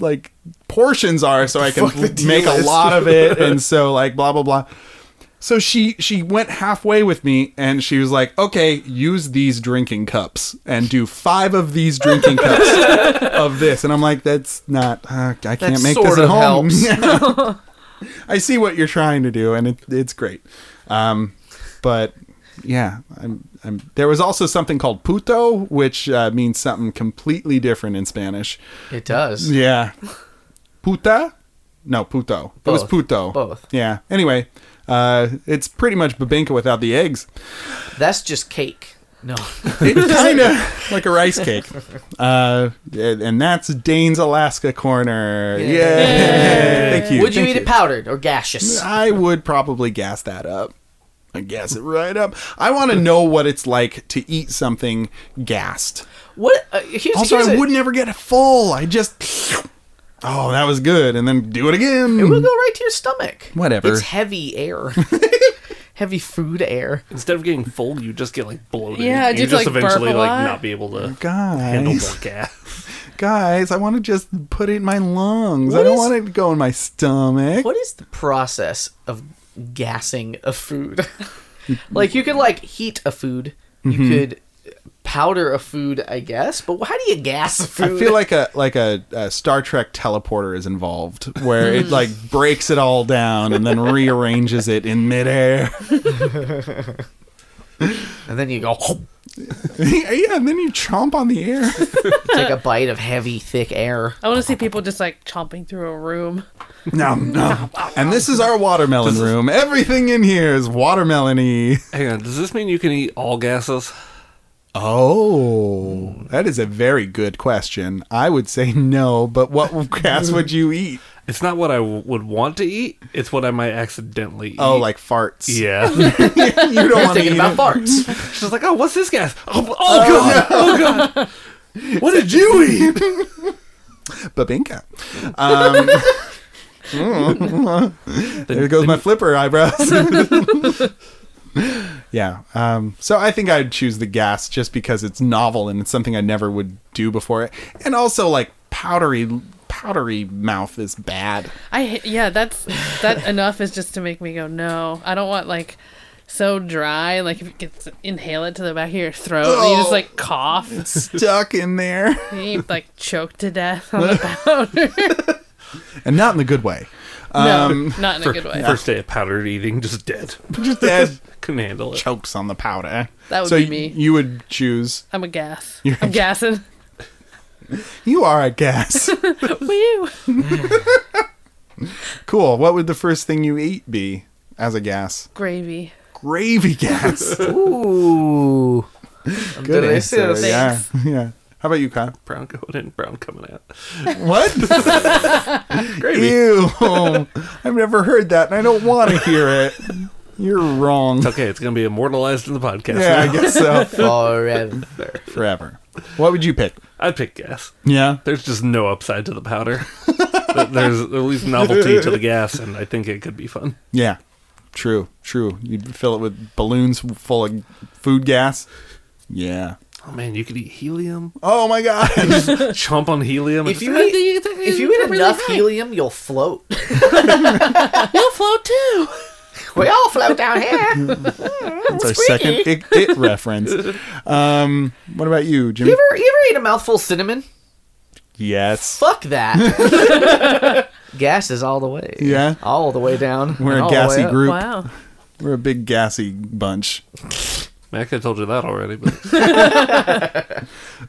Speaker 3: like portions are so I can make a lot of it. And so like blah blah blah. So she she went halfway with me and she was like, "Okay, use these drinking cups and do 5 of these drinking cups of this." And I'm like, "That's not uh, I can't make
Speaker 2: sort
Speaker 3: this at
Speaker 2: of
Speaker 3: home."
Speaker 2: helps.
Speaker 3: I see what you're trying to do, and it, it's great. Um, but yeah, I'm, I'm, there was also something called puto, which uh, means something completely different in Spanish.
Speaker 2: it does.
Speaker 3: Yeah, puta. No, puto. It was
Speaker 2: Both.
Speaker 3: puto.
Speaker 2: Both.
Speaker 3: Yeah. Anyway, uh, it's pretty much babinka without the eggs.
Speaker 2: That's just cake. No.
Speaker 3: It's kind of like a rice cake. Uh, and that's Dane's Alaska corner. Yeah. Thank you.
Speaker 2: Would you
Speaker 3: Thank
Speaker 2: eat it powdered or gaseous?
Speaker 3: I would probably gas that up. I gas it right up. I want to know what it's like to eat something gassed.
Speaker 2: What? Uh, here's,
Speaker 3: Also,
Speaker 2: here's
Speaker 3: I
Speaker 2: a-
Speaker 3: would never get it full. I just, oh, that was good, and then do it again.
Speaker 2: It will go right to your stomach.
Speaker 3: Whatever.
Speaker 2: It's heavy air. heavy food air.
Speaker 4: Instead of getting full, you just get like bloated.
Speaker 1: Yeah,
Speaker 4: you
Speaker 1: just,
Speaker 4: just,
Speaker 1: like, burp
Speaker 4: eventually
Speaker 1: a
Speaker 4: like
Speaker 1: lot.
Speaker 4: not be able to handle
Speaker 3: Guys,
Speaker 4: more gas.
Speaker 3: guys, I want to just put it in my lungs. I
Speaker 2: What
Speaker 3: don't
Speaker 2: is-
Speaker 3: want it to go in my stomach.
Speaker 2: What is the process of gassing a food? like you could like heat a food. You
Speaker 3: Mm-hmm.
Speaker 2: could powder a food, I guess. But how do you gas a
Speaker 3: I
Speaker 2: food?
Speaker 3: feel like a like a, a Star Trek teleporter is involved, where it like breaks it all down and then rearranges it in midair.
Speaker 2: and then you go
Speaker 3: yeah, and then you chomp on the air.
Speaker 2: take a bite of heavy, thick air.
Speaker 1: I want to see people just like chomping through a room.
Speaker 3: No, no. And this is our watermelon room. Everything in here is watermelony.
Speaker 4: Hang on, does this mean you can eat all gases?
Speaker 3: Oh, that is a very good question. I would say no, but what gas would you eat?
Speaker 4: It's not what I w- would want to eat. It's what I might accidentally eat.
Speaker 3: Oh, like farts.
Speaker 4: yeah.
Speaker 3: you don't want to eat
Speaker 2: Thinking about
Speaker 3: it.
Speaker 2: farts.
Speaker 4: She's like, oh, what's this gas? Oh, oh god, oh god. What did you eat?
Speaker 3: Babinka. Um, there goes my flipper eyebrows. yeah. Um, so I think I'd choose the gas just because it's novel and it's something I never would do before. And also, like powdery, powdery mouth is bad.
Speaker 1: I ha- yeah, that's that enough is just to make me go no. I don't want like so dry. Like if you could s- inhale it to the back of your throat, and you just
Speaker 3: Oh.
Speaker 1: like cough, and
Speaker 3: Stuck in there,
Speaker 1: you like choke to death on the powder.
Speaker 3: and not in the good way. Um,
Speaker 1: no, not in a good way.
Speaker 4: First day of powdered eating, just dead.
Speaker 3: Just as
Speaker 4: Couldn't handle it.
Speaker 3: chokes on the powder.
Speaker 1: That would
Speaker 3: so
Speaker 1: be
Speaker 3: y-
Speaker 1: me.
Speaker 3: You would choose.
Speaker 1: I'm a gas.
Speaker 3: You're-
Speaker 1: I'm gassing.
Speaker 3: You are a gas.
Speaker 1: Woo.
Speaker 3: cool. What would the first thing you eat be as a gas?
Speaker 1: Gravy.
Speaker 3: gravy gas.
Speaker 2: Ooh.
Speaker 3: Good answer.
Speaker 2: Delicious.
Speaker 3: Yeah, yeah. How about you, Kyle?
Speaker 4: Brown going in, brown coming out.
Speaker 3: What?
Speaker 4: Gravy.
Speaker 3: Ew! I've never heard that, and I don't want to hear it. You're wrong.
Speaker 4: Okay, it's gonna be immortalized in the podcast.
Speaker 3: Yeah, I
Speaker 4: now.
Speaker 3: guess so.
Speaker 2: Forever.
Speaker 3: Forever. What would you pick?
Speaker 4: I'd pick gas.
Speaker 3: Yeah.
Speaker 4: There's just no upside to the powder. But There's at least novelty to the gas, and I think it could be fun.
Speaker 3: Yeah. True. True. You'd fill it with balloons full of food gas. Yeah.
Speaker 4: Oh man, you could eat helium.
Speaker 3: Oh my god.
Speaker 4: Chomp on helium.
Speaker 2: If
Speaker 4: If you
Speaker 2: you eat, if you eat enough helium, you'll float.
Speaker 1: You'll float too.
Speaker 2: we all float down here.
Speaker 3: That's our second it, it reference. Um, what about you, Jimmy?
Speaker 2: You ever, you ever eat a mouthful of cinnamon?
Speaker 3: yes.
Speaker 2: Fuck that. Gas is all the way.
Speaker 3: Yeah.
Speaker 2: All the way down.
Speaker 3: We're
Speaker 2: and
Speaker 3: a
Speaker 2: all the way
Speaker 3: gassy
Speaker 2: up.
Speaker 3: group.
Speaker 1: Wow.
Speaker 3: We're a big gassy bunch.
Speaker 4: Mac, I told you that already, but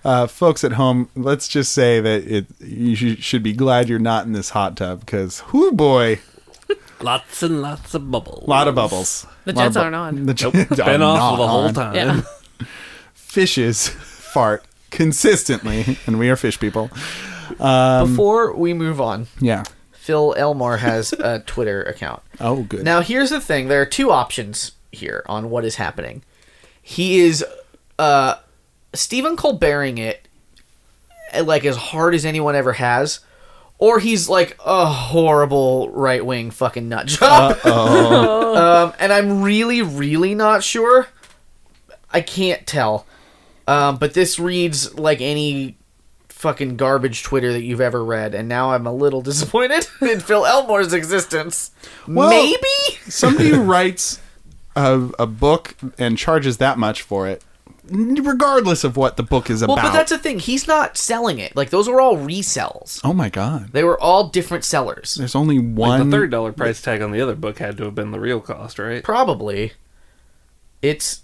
Speaker 3: uh, folks at home, let's just say that it you sh- should be glad you're not in this hot tub because whoo boy,
Speaker 4: lots and lots of bubbles.
Speaker 3: a lot of bubbles.
Speaker 1: The
Speaker 3: Lot of
Speaker 1: jets aren't on.
Speaker 3: The jets are
Speaker 4: Been
Speaker 3: not
Speaker 4: off the whole
Speaker 3: on.
Speaker 4: time.
Speaker 1: Yeah.
Speaker 3: Fishes fart consistently, and we are fish people. Um,
Speaker 2: Before we move on,
Speaker 3: Yeah.
Speaker 2: Phil Elmore has a Twitter account.
Speaker 3: Oh, good.
Speaker 2: Now, here's the thing there are two options here on what is happening. He is uh, Stephen Colberting it uh, like as hard as anyone ever has, or he's like a horrible right wing fucking nut job.
Speaker 3: Uh,
Speaker 2: um, and I'm really, really not sure. I can't tell. Um, but this reads like any fucking garbage Twitter that you've ever read, and now I'm a little disappointed in Phil Elmore's existence.
Speaker 3: Well-
Speaker 2: Maybe?
Speaker 3: somebody who writes a, a book and charges that much for it, regardless of what the book is
Speaker 2: Well,
Speaker 3: about.
Speaker 2: but that's the thing. He's not selling it. Like, those were all resells.
Speaker 3: oh my god.
Speaker 2: They were all different sellers.
Speaker 3: There's only
Speaker 4: Like
Speaker 3: one.
Speaker 4: the third dollar price tag on the other book had to have been the real cost, right?
Speaker 2: Probably. It's.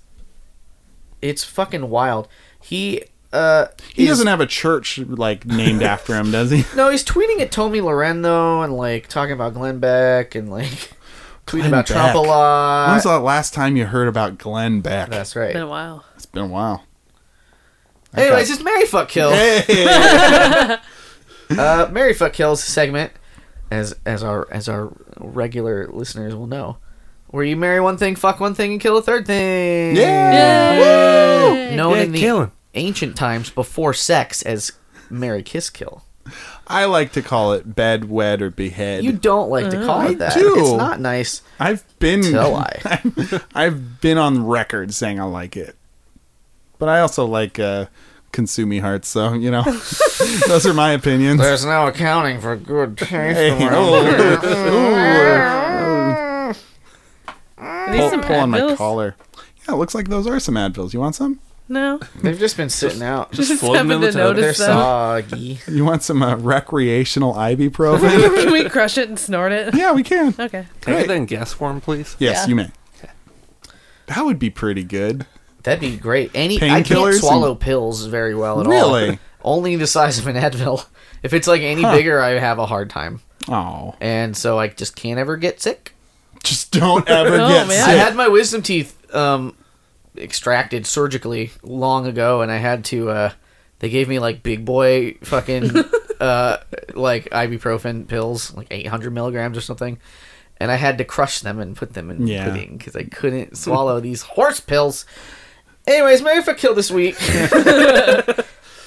Speaker 2: It's fucking wild. He, uh.
Speaker 3: he
Speaker 2: is-
Speaker 3: doesn't have a church like named after him, does he?
Speaker 2: No, he's tweeting at Tommy Loren though, and like talking about Glenn Beck, and like tweeting
Speaker 3: Glenn
Speaker 2: about Trump a
Speaker 3: Beck.
Speaker 2: lot.
Speaker 3: When was the last time you heard about Glenn Beck?
Speaker 2: That's right.
Speaker 1: Been a while.
Speaker 3: It's been a while.
Speaker 2: Anyways, it's Mary Fuck Kill.
Speaker 3: Hey!
Speaker 2: Uh, Mary Fuck Kill's segment, as as our as our regular listeners will know, where you marry one thing, fuck one thing, and kill a third thing.
Speaker 3: yeah! Woo!
Speaker 2: Known
Speaker 4: Yeah,
Speaker 2: in the
Speaker 4: killing.
Speaker 2: ancient times before sex as Mary Kiss Kill.
Speaker 3: I like to call it bed, wed, or behead.
Speaker 2: You don't like to call
Speaker 3: I
Speaker 2: it that.
Speaker 3: do.
Speaker 2: It's not nice.
Speaker 3: I've been
Speaker 2: Tell I.
Speaker 3: I've been on record saying I like it, but I also like uh, consumey hearts. So you know, those are my opinions.
Speaker 2: There's no accounting for good taste.
Speaker 3: Hey, oh. Ooh.
Speaker 1: Are these
Speaker 3: Pull,
Speaker 1: some
Speaker 3: pull on my
Speaker 1: Advils?
Speaker 3: collar. Yeah, it looks like those are some Advils. You want some?
Speaker 1: No,
Speaker 2: They've just been sitting out.
Speaker 4: Just
Speaker 1: Just
Speaker 4: floating in
Speaker 1: happened
Speaker 4: the
Speaker 1: to
Speaker 4: tub.
Speaker 1: notice.
Speaker 2: They're
Speaker 1: so-
Speaker 2: soggy.
Speaker 3: You want some uh, recreational ibuprofen?
Speaker 1: can we crush it and snort it?
Speaker 3: yeah, we can.
Speaker 1: Okay.
Speaker 4: Take
Speaker 3: Great.
Speaker 4: it in gas form, please.
Speaker 3: Yes,
Speaker 1: Yeah.
Speaker 3: you may. That would be pretty good.
Speaker 2: That'd be great. Any I
Speaker 3: Painkillers
Speaker 2: can't
Speaker 3: and-
Speaker 2: swallow pills very well at all.
Speaker 3: Really?
Speaker 2: Only the size of an Advil. If it's like any bigger, I have a hard time,
Speaker 3: Oh,
Speaker 2: and so I just can't ever get sick.
Speaker 3: just don't ever
Speaker 1: No,
Speaker 3: get
Speaker 1: man.
Speaker 3: sick.
Speaker 2: I had my wisdom teeth um, extracted surgically long ago, and I had to. Uh, they gave me like big boy fucking uh, like ibuprofen pills, like 800 milligrams or something, and I had to crush them and put them in
Speaker 3: Yeah.
Speaker 2: pudding because I couldn't swallow these horse pills. Anyways, Mary fuck kill this week.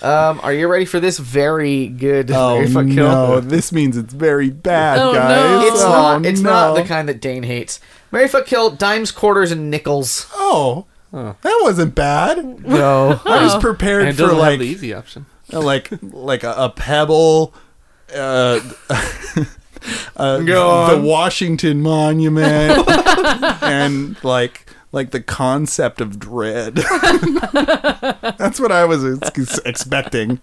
Speaker 2: um, are you ready for this very good
Speaker 3: Oh
Speaker 2: Mary fuck kill?
Speaker 3: no! This means it's very bad,
Speaker 1: Oh, no.
Speaker 3: guys.
Speaker 2: It's
Speaker 3: Oh,
Speaker 2: not. It's not
Speaker 3: no.
Speaker 2: the kind that Dane hates. Mary fuck kill dimes, quarters, and nickels.
Speaker 3: Oh, that wasn't bad.
Speaker 2: No.
Speaker 3: I was
Speaker 4: And
Speaker 3: prepared
Speaker 4: it
Speaker 3: for
Speaker 4: doesn't
Speaker 3: like
Speaker 4: have the easy option.
Speaker 3: uh, like like a, a pebble, uh, uh, the Washington Monument, and like like the concept of dread. That's what I was ex- expecting.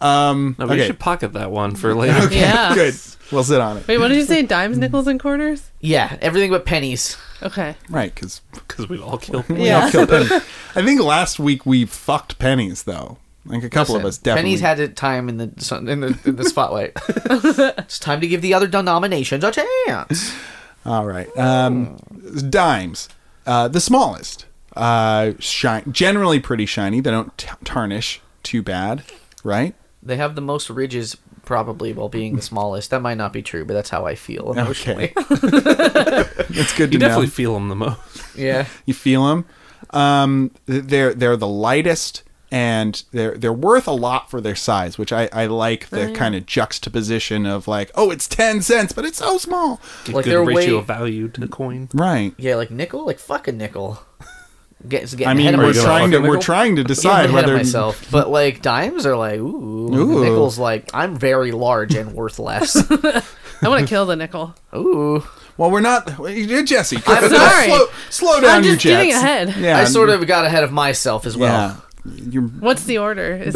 Speaker 3: Um,
Speaker 4: No, but you
Speaker 3: okay,
Speaker 4: should pocket that one for later.
Speaker 1: Yeah.
Speaker 3: good. We'll sit on it.
Speaker 1: Wait, what did you say? Dimes,
Speaker 3: Mm-hmm.
Speaker 1: nickels, and quarters?
Speaker 2: Yeah, everything but pennies.
Speaker 1: Okay.
Speaker 3: Right, because
Speaker 4: Because we'd all kill.
Speaker 3: we all kill pennies. I think last week we fucked pennies though. Like a couple of us definitely.
Speaker 2: Pennies had a time in the sun, in the, in the spotlight. it's time to give the other denominations a chance.
Speaker 3: All right. Um, dimes. Uh, the smallest. Uh, shine, generally pretty shiny. They don't t- tarnish too bad, right?
Speaker 2: They have the most ridges, probably, while being the smallest. That might not be true, but that's how I feel emotionally.
Speaker 3: It's good to
Speaker 4: You
Speaker 3: know.
Speaker 4: definitely feel them the most.
Speaker 2: yeah.
Speaker 3: You feel them. Um, they're they're the lightest, and they're they're worth a lot for their size, which I, I like the kind of juxtaposition of like, oh, it's ten cents, but it's so small,
Speaker 2: Like
Speaker 4: Good
Speaker 2: they're
Speaker 4: ratio
Speaker 2: way-
Speaker 4: of value to coin.
Speaker 3: right?
Speaker 2: Yeah, like nickel, like fucking nickel. Get, it's getting
Speaker 3: I
Speaker 2: ahead
Speaker 3: mean,
Speaker 2: of
Speaker 3: we're
Speaker 2: myself.
Speaker 3: trying to we're
Speaker 4: Nickel?
Speaker 3: trying to
Speaker 2: Getting
Speaker 3: decide
Speaker 2: ahead
Speaker 3: whether
Speaker 2: of myself. But like dimes are like ooh,
Speaker 3: Ooh.
Speaker 2: nickels like I'm very large and worth less.
Speaker 1: I want to kill the nickel.
Speaker 2: ooh.
Speaker 3: Well, we're not. Jesse,
Speaker 1: sorry.
Speaker 3: Slow, slow down
Speaker 1: I'm
Speaker 3: your
Speaker 1: just
Speaker 3: jets.
Speaker 1: getting ahead.
Speaker 3: Yeah,
Speaker 2: I sort of got ahead of myself as well.
Speaker 3: Yeah. You're,
Speaker 1: What's the order? Is,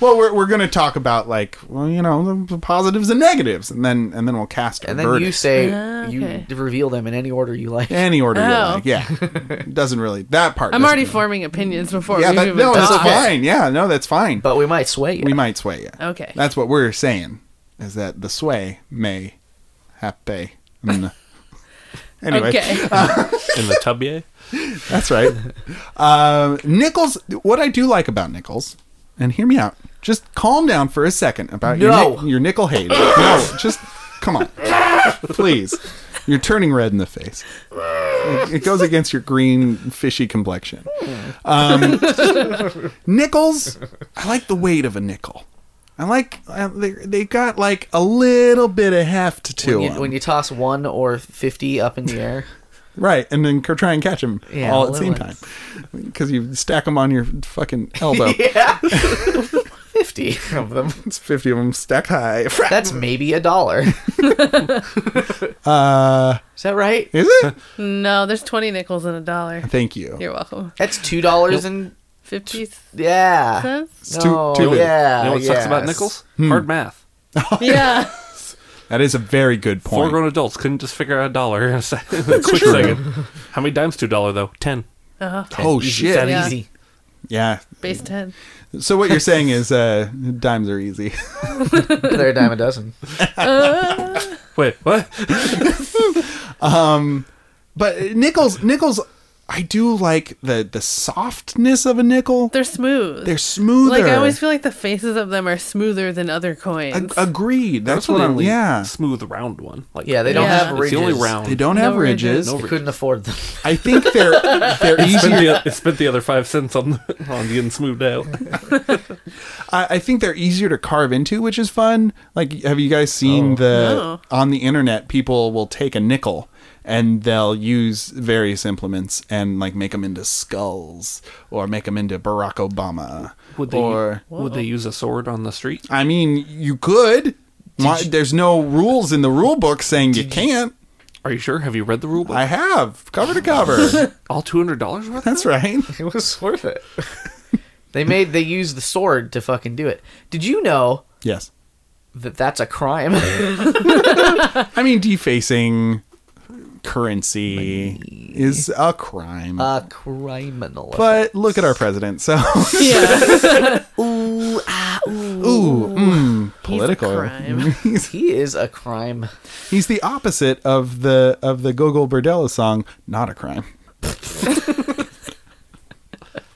Speaker 3: well, we're, we're going to talk about like well, you know, the positives and negatives, and then and then we'll cast a
Speaker 2: And then
Speaker 3: verdict.
Speaker 2: you say
Speaker 1: Ah, okay.
Speaker 2: you reveal them in any order you like.
Speaker 3: any order you
Speaker 1: Oh.
Speaker 3: like. Yeah, It doesn't really that part.
Speaker 1: I'm
Speaker 3: doesn't
Speaker 1: already
Speaker 3: really-
Speaker 1: forming opinions before
Speaker 3: Yeah,
Speaker 1: we've
Speaker 3: that,
Speaker 1: even
Speaker 3: no, that's
Speaker 1: talked.
Speaker 3: fine. Yeah, no, that's fine.
Speaker 2: But we might sway you.
Speaker 3: we might sway you.
Speaker 1: Okay.
Speaker 3: that's what we're saying is that the sway may happen. anyway,
Speaker 1: Okay.
Speaker 4: In the tubier?
Speaker 3: That's right. uh, Nichols, what I do like about Nichols, and hear me out. Just calm down for a second about your,
Speaker 2: No.
Speaker 3: nic- your nickel hate. no, just come on, please. You're turning red in the face. It, it goes against your green, fishy complexion. Um, nickels, I like the weight of a nickel. I like uh, they they got like a little bit of heft to
Speaker 2: when, you,
Speaker 3: them.
Speaker 2: when you toss one or fifty up in the air,
Speaker 3: Right, and then go try and catch him
Speaker 2: Yeah,
Speaker 3: all at
Speaker 2: well,
Speaker 3: the
Speaker 2: it
Speaker 3: same time
Speaker 2: was-
Speaker 3: because you stack them on your fucking elbow.
Speaker 2: fifty of them.
Speaker 3: It's fifty of them stacked high.
Speaker 2: That's maybe a dollar.
Speaker 3: Uh,
Speaker 2: Is that right?
Speaker 3: is it?
Speaker 1: no, there's 20 nickels and a dollar.
Speaker 3: Thank you.
Speaker 1: You're welcome.
Speaker 2: That's two dollars and
Speaker 1: 50
Speaker 2: yeah.
Speaker 1: cents?
Speaker 3: It's too-
Speaker 2: No,
Speaker 3: too big.
Speaker 2: yeah.
Speaker 4: You know what sucks about
Speaker 2: yes.
Speaker 4: nickels? Hard math.
Speaker 1: Yeah.
Speaker 3: That is a very good
Speaker 4: Four
Speaker 3: point.
Speaker 4: grown adults couldn't just figure out a dollar in a, sec- in a quick second. How many dimes to a dollar, though? Ten.
Speaker 3: Oh
Speaker 2: Easy. It's that
Speaker 3: shit!
Speaker 1: Yeah.
Speaker 2: easy.
Speaker 3: Yeah.
Speaker 1: Base 10.
Speaker 3: So what you're saying is uh, dimes are easy.
Speaker 2: They're a dime a dozen.
Speaker 4: Wait, what?
Speaker 3: But nickels, nickels, I do like the the softness of a nickel. They're,
Speaker 1: They're smooth.
Speaker 3: smoother.
Speaker 1: Like, I always feel like the faces of them are smoother than other coins.
Speaker 3: Ag- agreed. That's,
Speaker 4: That's
Speaker 3: what
Speaker 4: the
Speaker 3: I'm.
Speaker 4: only
Speaker 3: Yeah.
Speaker 4: smooth round one. Like
Speaker 2: Yeah, they don't
Speaker 1: Yeah.
Speaker 2: have
Speaker 4: it's
Speaker 2: ridges.
Speaker 4: the only round.
Speaker 3: They don't have
Speaker 1: No
Speaker 3: ridges.
Speaker 1: ridges.
Speaker 4: No
Speaker 2: They couldn't afford them.
Speaker 3: I think they're they're
Speaker 4: Spent
Speaker 3: easier.
Speaker 4: the, it spent the other five cents on the, on getting smoothed out.
Speaker 3: I, I think they're easier to carve into, which is fun. Like, have you guys seen the
Speaker 1: No.
Speaker 3: on the internet? People will take a nickel and they'll use various implements and like make them into skulls or make them into Barack Obama.
Speaker 4: Would they
Speaker 3: or
Speaker 4: would they use a sword on the street?
Speaker 3: I mean, you could. Why, there's no rules in the rule book saying you can't.
Speaker 4: Are you sure? Have you read the rule book?
Speaker 3: I have cover to cover.
Speaker 4: All two hundred dollars worth.
Speaker 3: That's right.
Speaker 2: It was worth it. they made they used the sword to fucking do it. Did you know
Speaker 3: Yes.
Speaker 2: that that's a crime?
Speaker 3: I mean, defacing currency is a crime.
Speaker 2: a criminal.
Speaker 3: but look at our president. So,
Speaker 1: Yeah.
Speaker 3: ah, ooh, mm, political.
Speaker 1: crime.
Speaker 3: He's,
Speaker 2: he is a crime.
Speaker 3: he's the opposite of the of the Gogol Bordello song. Not a crime.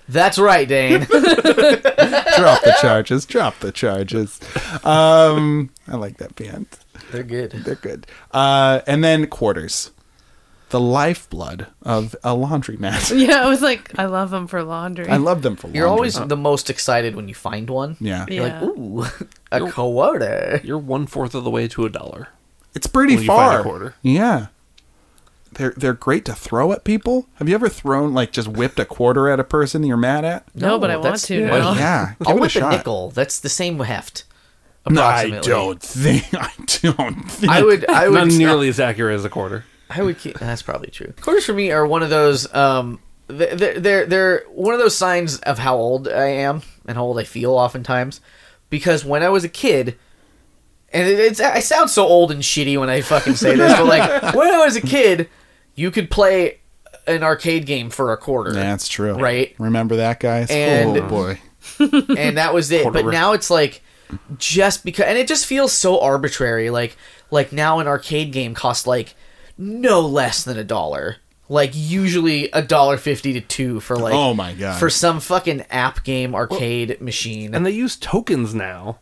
Speaker 2: That's right, Dane.
Speaker 3: Drop the charges. Drop the charges. Um, I like that band.
Speaker 2: They're good.
Speaker 3: They're good. Uh, and then quarters, the lifeblood of a laundromat.
Speaker 1: yeah, I was like, I love them for laundry.
Speaker 3: I love them for.
Speaker 2: You're
Speaker 3: laundry.
Speaker 2: always the most excited when you find one.
Speaker 3: Yeah.
Speaker 1: Yeah.
Speaker 2: You're like, ooh, a quarter.
Speaker 4: You're one fourth of the way to a dollar.
Speaker 3: It's pretty
Speaker 4: When you
Speaker 3: far.
Speaker 4: find a quarter.
Speaker 3: Yeah. They're they're great to throw at people. Have you ever thrown like just whipped a quarter at a person you're mad at?
Speaker 1: no, but I want
Speaker 2: that's-
Speaker 1: to
Speaker 2: yeah.
Speaker 1: now.
Speaker 2: I
Speaker 3: Yeah. Give it a
Speaker 2: want the
Speaker 3: shot.
Speaker 2: nickel. That's the same heft.
Speaker 3: No, I
Speaker 2: approximately.
Speaker 3: don't think I don't think
Speaker 2: I would. I would.
Speaker 4: Not nearly as accurate as a quarter.
Speaker 2: I would keep. That's probably true. Quarters for me are one of those. Um, they're- they're they're they're one of those signs of how old I am and how old I feel oftentimes, because when I was a kid, and it, it's I sound so old and shitty when I fucking say this, but like when I was a kid, you could play an arcade game for a quarter,
Speaker 3: That's true.
Speaker 2: Right.
Speaker 3: Remember that guy?
Speaker 2: And-
Speaker 3: oh boy.
Speaker 2: and that was it. But
Speaker 4: Quarter.
Speaker 2: now it's like just because, and it just feels so arbitrary. Like like now an arcade game costs like no less than a dollar. Like usually a dollar fifty to two for like
Speaker 3: Oh my God.
Speaker 2: for some fucking app game arcade machine.
Speaker 4: And they use tokens now.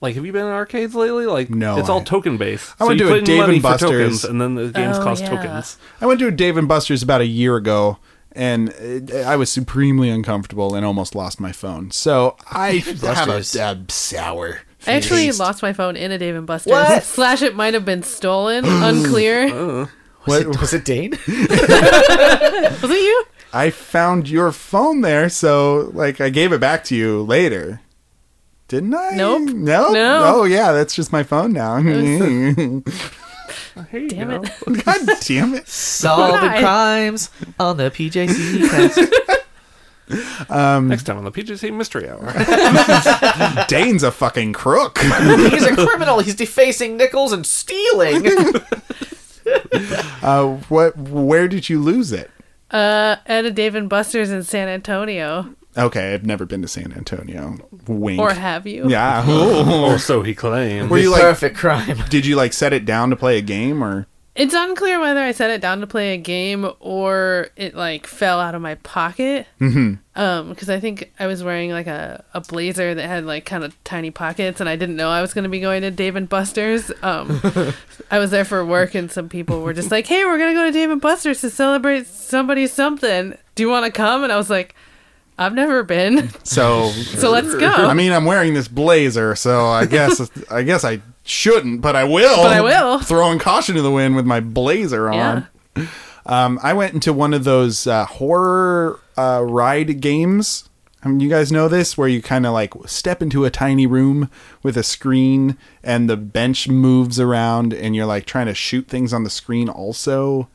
Speaker 4: Like, have you been in arcades lately? Like,
Speaker 3: No,
Speaker 4: it's all
Speaker 3: I-
Speaker 4: token based.
Speaker 3: I went
Speaker 4: you
Speaker 3: to a
Speaker 4: put in
Speaker 3: Dave
Speaker 4: money
Speaker 3: and
Speaker 4: for
Speaker 3: Buster's.
Speaker 4: tokens, and then the games
Speaker 1: Oh,
Speaker 4: cost
Speaker 1: yeah.
Speaker 4: tokens.
Speaker 3: I went to a Dave and Buster's about a year ago and uh, I was supremely uncomfortable and almost lost my phone. So I have a,
Speaker 2: Buster's.
Speaker 3: a sour.
Speaker 1: I actually
Speaker 3: taste.
Speaker 1: lost my phone in a Dave and Buster's.
Speaker 2: What?
Speaker 1: Slash, it might have been stolen, unclear.
Speaker 2: was, it,
Speaker 3: What-
Speaker 2: was it Dane?
Speaker 1: Was it you?
Speaker 3: I found your phone there, so like I gave it back to you later. Didn't I?
Speaker 1: Nope.
Speaker 3: No.
Speaker 1: No.
Speaker 3: Oh yeah, that's just my phone now. God
Speaker 4: Here you
Speaker 1: Damn
Speaker 4: go.
Speaker 1: it.
Speaker 3: damn it.
Speaker 2: Solving
Speaker 1: Why?
Speaker 2: crimes on the PJC cast.
Speaker 4: Next
Speaker 3: Um,
Speaker 4: time on the PGC Mystery Hour.
Speaker 3: Dane's a fucking crook.
Speaker 2: He's a criminal. He's defacing nickels and stealing.
Speaker 3: Uh, what? Where did you lose it?
Speaker 1: Uh, at a Dave and Buster's in San Antonio.
Speaker 3: Okay, I've never been to San Antonio. Wink.
Speaker 1: Or have you?
Speaker 3: yeah.
Speaker 4: or so he claims.
Speaker 3: oh. Were you like?
Speaker 2: Perfect crime.
Speaker 3: Did you like set it down to play a game or?
Speaker 1: It's unclear whether I set it down to play a game or it like fell out of my pocket. Mm-hmm. Um, because I think I was wearing like a, a blazer that had like kind of tiny pockets, and I didn't know I was going to be going to Dave and Buster's. Um, I was there for work, and some people were just like, "Hey, we're gonna go to Dave and Buster's to celebrate somebody something. Do you want to come?" And I was like, "I've never been,
Speaker 3: So.
Speaker 1: so let's go."
Speaker 3: I mean, I'm wearing this blazer, so I guess I guess I shouldn't, but I will.
Speaker 1: But I will.
Speaker 3: Throwing caution to the wind with my blazer on.
Speaker 1: Yeah.
Speaker 3: Um, I went into one of those uh, horror uh, ride games. I mean, you guys know this, where you kind of like step into a tiny room with a screen, and the bench moves around, and you're like trying to shoot things on the screen. Also,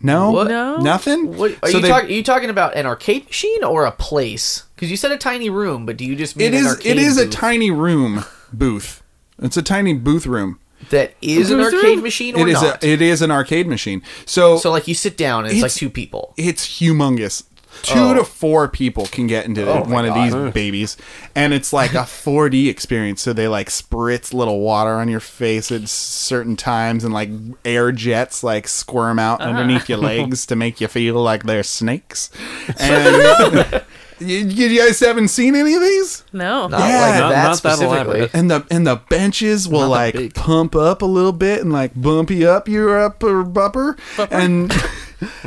Speaker 3: no,
Speaker 2: What?
Speaker 1: No?
Speaker 3: nothing.
Speaker 2: What, are
Speaker 3: So
Speaker 2: you
Speaker 3: they-
Speaker 2: talk, are you talking about an arcade machine or a place? Because you said a tiny room, but do you just mean
Speaker 3: It
Speaker 2: an
Speaker 3: is.
Speaker 2: arcade
Speaker 3: It is a
Speaker 2: booth
Speaker 3: tiny room booth. It's a tiny booth room.
Speaker 2: that is an
Speaker 1: Booth
Speaker 2: arcade
Speaker 1: room?
Speaker 2: machine or
Speaker 3: It is. A,
Speaker 2: not?
Speaker 3: it is an arcade machine. So,
Speaker 2: so like you sit down and it's, like
Speaker 3: It's-
Speaker 2: two people.
Speaker 3: it's humongous. Two to four people can get into
Speaker 2: Oh
Speaker 3: one
Speaker 2: my
Speaker 3: of these babies, and it's like a 4D experience. So they like spritz little water on your face at certain times, and like air jets like squirm out
Speaker 2: Uh-huh.
Speaker 3: underneath your legs to make you feel like they're snakes. And you, you guys haven't seen any of these?
Speaker 1: no,
Speaker 2: Not
Speaker 3: Yeah.
Speaker 2: like
Speaker 3: Not-
Speaker 2: that
Speaker 4: not that
Speaker 2: specifically.
Speaker 4: elaborate.
Speaker 3: And the and the benches will like
Speaker 4: big.
Speaker 3: pump up a little bit uh, and like bump you up your upper bumper, and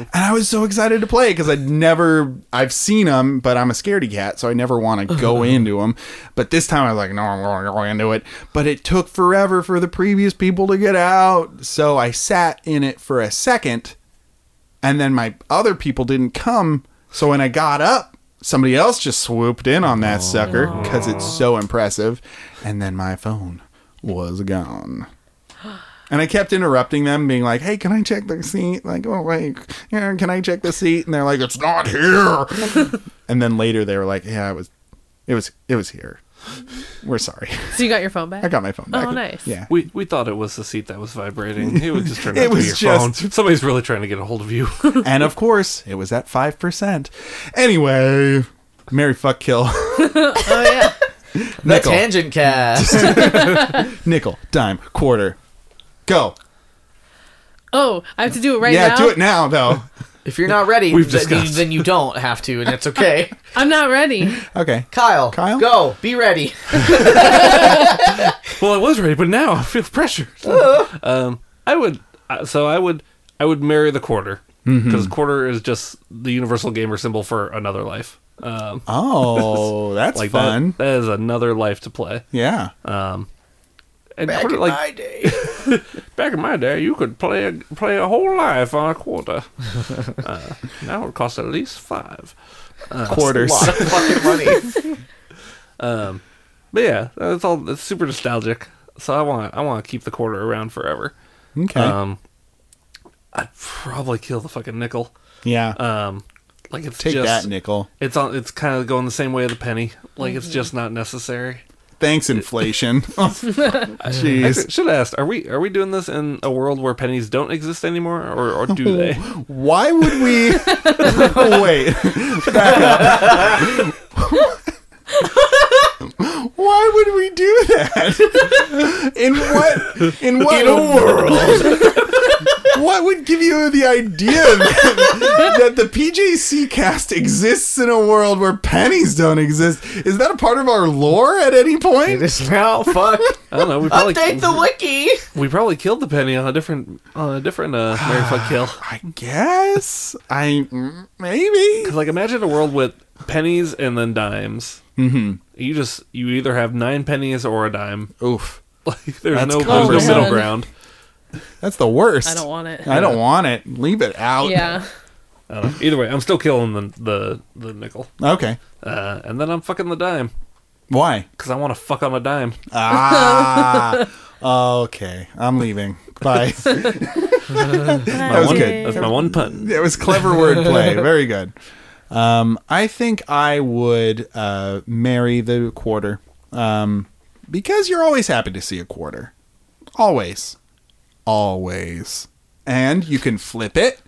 Speaker 3: and I was so excited to play because I'd never I've seen them, but I'm a scaredy cat, so I never want to go into them. But this time I was like, no, I'm going to go into it. But it took forever for the previous people to get out, so I sat in it for a second, and then my other people didn't come. So when I got up, somebody else just swooped in on that sucker because it's so impressive, and then my phone was gone. And I kept interrupting them, being like, "Hey, can I check the seat? Like, oh, like, yeah, can I check the seat?" And they're like, "It's not here." and then later they were like, "Yeah, it was, it was, it was here. We're sorry.
Speaker 1: So you got your phone back?
Speaker 3: I got my phone back."
Speaker 1: Oh, nice.
Speaker 3: Yeah.
Speaker 4: We we thought it was the seat that was vibrating. It was just turned
Speaker 3: It
Speaker 4: out to be
Speaker 3: was
Speaker 4: your
Speaker 3: just-
Speaker 4: phone. Somebody's really trying to get a hold of you.
Speaker 3: and of course, it was at five percent. Anyway, Mary fuck kill
Speaker 1: Oh yeah.
Speaker 2: The
Speaker 3: nickel,
Speaker 2: tangent cast.
Speaker 3: nickel, dime, quarter. Go.
Speaker 1: Oh, I have to do it right
Speaker 3: yeah,
Speaker 1: now.
Speaker 3: do it now though.
Speaker 2: If you're not ready,
Speaker 4: We've
Speaker 2: th-
Speaker 4: discussed.
Speaker 2: then you don't have to, and it's okay.
Speaker 1: I'm not ready.
Speaker 3: Okay.
Speaker 2: Kyle,
Speaker 3: Kyle?
Speaker 2: go, be ready.
Speaker 4: well, I was ready, but now I feel pressure.
Speaker 3: Uh.
Speaker 4: um, I would. uh, So I would. I would marry the quarter because
Speaker 3: Mm-hmm.
Speaker 4: quarter is just the universal gamer symbol for another life. Um,
Speaker 3: Oh, that's
Speaker 4: like that- Uh,
Speaker 3: fun.
Speaker 4: that is another life to play.
Speaker 3: Yeah.
Speaker 4: And quarter, like
Speaker 2: day.
Speaker 4: back in my day, you could play a, play a whole life on a quarter. uh, now it costs at least five. Uh,
Speaker 3: Quarters.
Speaker 2: lot of fucking money.
Speaker 4: Um, but yeah, it's all it's super nostalgic. So I want I want to keep the quarter around forever.
Speaker 3: Okay.
Speaker 4: Um, I'd probably kill the fucking nickel.
Speaker 3: yeah.
Speaker 4: Um, like it's
Speaker 3: Take
Speaker 4: just
Speaker 3: that, nickel.
Speaker 4: it's on it's kind of going the same way of the penny. Like it's just not necessary.
Speaker 3: Thanks, inflation.
Speaker 4: Actually,
Speaker 3: Jeez.
Speaker 4: should have asked: Are we are we doing this in a world where pennies don't exist anymore, or, or do they?
Speaker 3: Why would we wait? Back up. Why would we do that? In what in what world? what would give you the idea that, that the PJC cast exists in a world where pennies don't exist? Is that a part of our lore at any
Speaker 2: it
Speaker 3: point?
Speaker 2: is now. Fuck.
Speaker 4: I don't know. We probably
Speaker 2: Update the wiki.
Speaker 4: we probably killed the penny on a different on a different uh, Mary fuck kill.
Speaker 3: I guess I mm, maybe.
Speaker 4: Because like imagine a world with pennies and then dimes. Mm-hmm. You just you either have nine pennies or a dime.
Speaker 3: Oof.
Speaker 4: Like there's
Speaker 3: That's
Speaker 4: no there's
Speaker 1: cumbersome.
Speaker 4: no middle
Speaker 1: Man.
Speaker 4: ground.
Speaker 3: That's the worst.
Speaker 1: I don't want it.
Speaker 3: I don't want it. Leave it out.
Speaker 1: Yeah.
Speaker 4: I don't know. Uh, Either way, I'm still killing the the, the nickel,
Speaker 3: Okay.
Speaker 4: uh, and then I'm fucking the dime
Speaker 3: Why?
Speaker 4: because I want to fuck on a dime.
Speaker 3: Ah. okay. I'm leaving. Bye.
Speaker 1: That
Speaker 3: was
Speaker 4: One-
Speaker 3: good.
Speaker 4: That's my one pun.
Speaker 3: it was clever wordplay. Very good. Um, I think I would uh, marry the quarter um, because you're always happy to see a quarter. Always. Always. And you can flip it.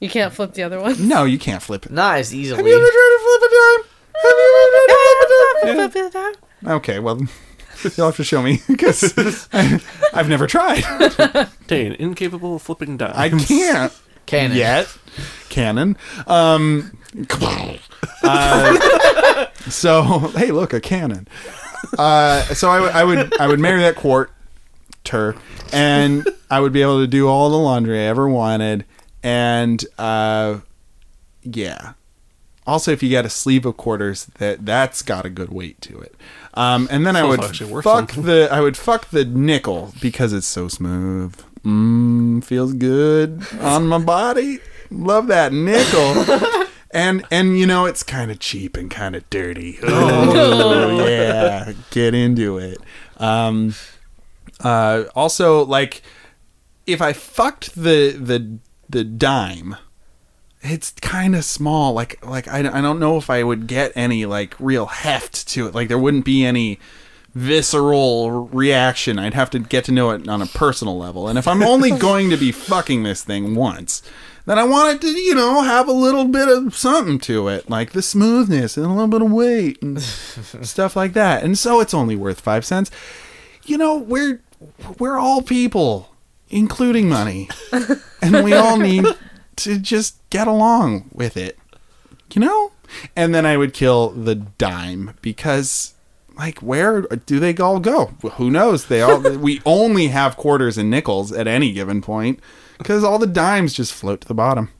Speaker 1: You can't flip the other one.
Speaker 3: No, you can't flip it.
Speaker 2: Not as
Speaker 3: Have
Speaker 2: easily.
Speaker 3: you ever tried to flip a dime? Have you ever tried to flip a dime? Okay, well, you'll have to show me because I've never tried.
Speaker 4: Dane, incapable of flipping dimes.
Speaker 3: I can't
Speaker 2: Canon.
Speaker 3: yet. Cannon. Um, uh, so hey, look, a cannon. Uh, so I would- I would I would marry that quarter, and I would be able to do all the laundry I ever wanted, and uh, yeah. Also, if you got a sleeve of quarters, that that's got a good weight to it. Um, and then I
Speaker 4: Sounds
Speaker 3: would
Speaker 4: actually worth
Speaker 3: fuck
Speaker 4: something.
Speaker 3: the I would fuck the nickel because it's so smooth. Mmm, feels good on my body. Love that nickel. And and you know it's kind of cheap and kind of dirty. Oh yeah, get into it. Um, uh, also, like if I fucked the the the dime, it's kind of small. Like like I, I don't know if I would get any like real heft to it. Like there wouldn't be any visceral reaction. I'd have to get to know it on a personal level. And if I'm only going to be fucking this thing once, then I want it to you know have a little bit of something to it, like the smoothness and a little bit of weight and stuff like that. And so it's only worth five cents you know we're we're all people including money and we all need to just get along with it you know and then i would kill the dime because like where do they all go? Who knows? They all we only have quarters and nickels at any given point because all the dimes just float to the bottom.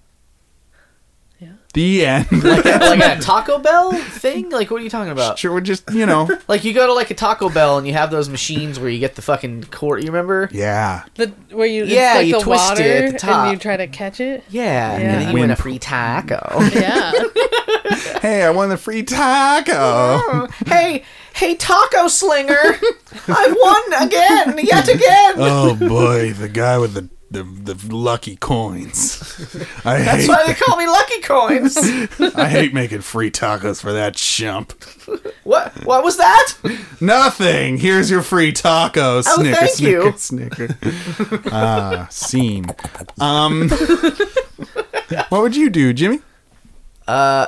Speaker 1: Yeah.
Speaker 3: The end.
Speaker 2: Like that, like that Taco Bell thing? Like, what are you talking about?
Speaker 3: sure, we're just you know.
Speaker 2: Like, you go to like a Taco Bell and you have those machines where you get the fucking quart. You remember?
Speaker 3: Yeah.
Speaker 1: The where you it's
Speaker 2: Yeah,
Speaker 1: like
Speaker 2: you
Speaker 1: the
Speaker 2: twist
Speaker 1: water
Speaker 2: it at the top.
Speaker 1: and you try to catch it.
Speaker 2: Yeah, and then
Speaker 1: Yeah.
Speaker 2: you win a
Speaker 3: Win.
Speaker 2: free taco.
Speaker 1: Yeah,
Speaker 3: Hey, I won the free taco.
Speaker 2: hey, hey, Taco Slinger! I've won again, yet again.
Speaker 3: oh boy, the guy with the the, the lucky coins. I hate
Speaker 2: they call me Lucky Coins.
Speaker 3: I hate making free tacos for that chump.
Speaker 2: What? What was that?
Speaker 3: Nothing. Here's your free tacos.
Speaker 2: Oh,
Speaker 3: snicker,
Speaker 2: thank
Speaker 3: snicker,
Speaker 2: you.
Speaker 3: snicker. Ah, scene. Um, what would you do, Jimmy?
Speaker 2: And Uh,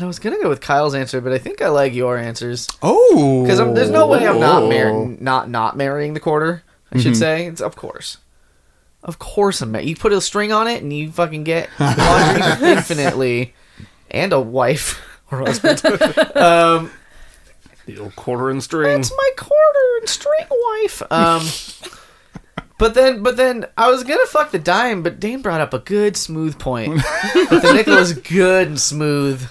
Speaker 2: I was gonna go with Kyle's answer, but I think I like your answers
Speaker 3: Oh,
Speaker 2: because there's no way I'm not marrying, not not marrying the quarter. I should say, it's of course, of course I'm. Ma- you put a string on it, and you fucking get laundry infinitely, and a wife or husband. um,
Speaker 4: The old quarter and string.
Speaker 2: that's my quarter and string wife. Um, but then, but then I was gonna fuck the dime, but Dane brought up a good smooth point. but the nickel is good and smooth.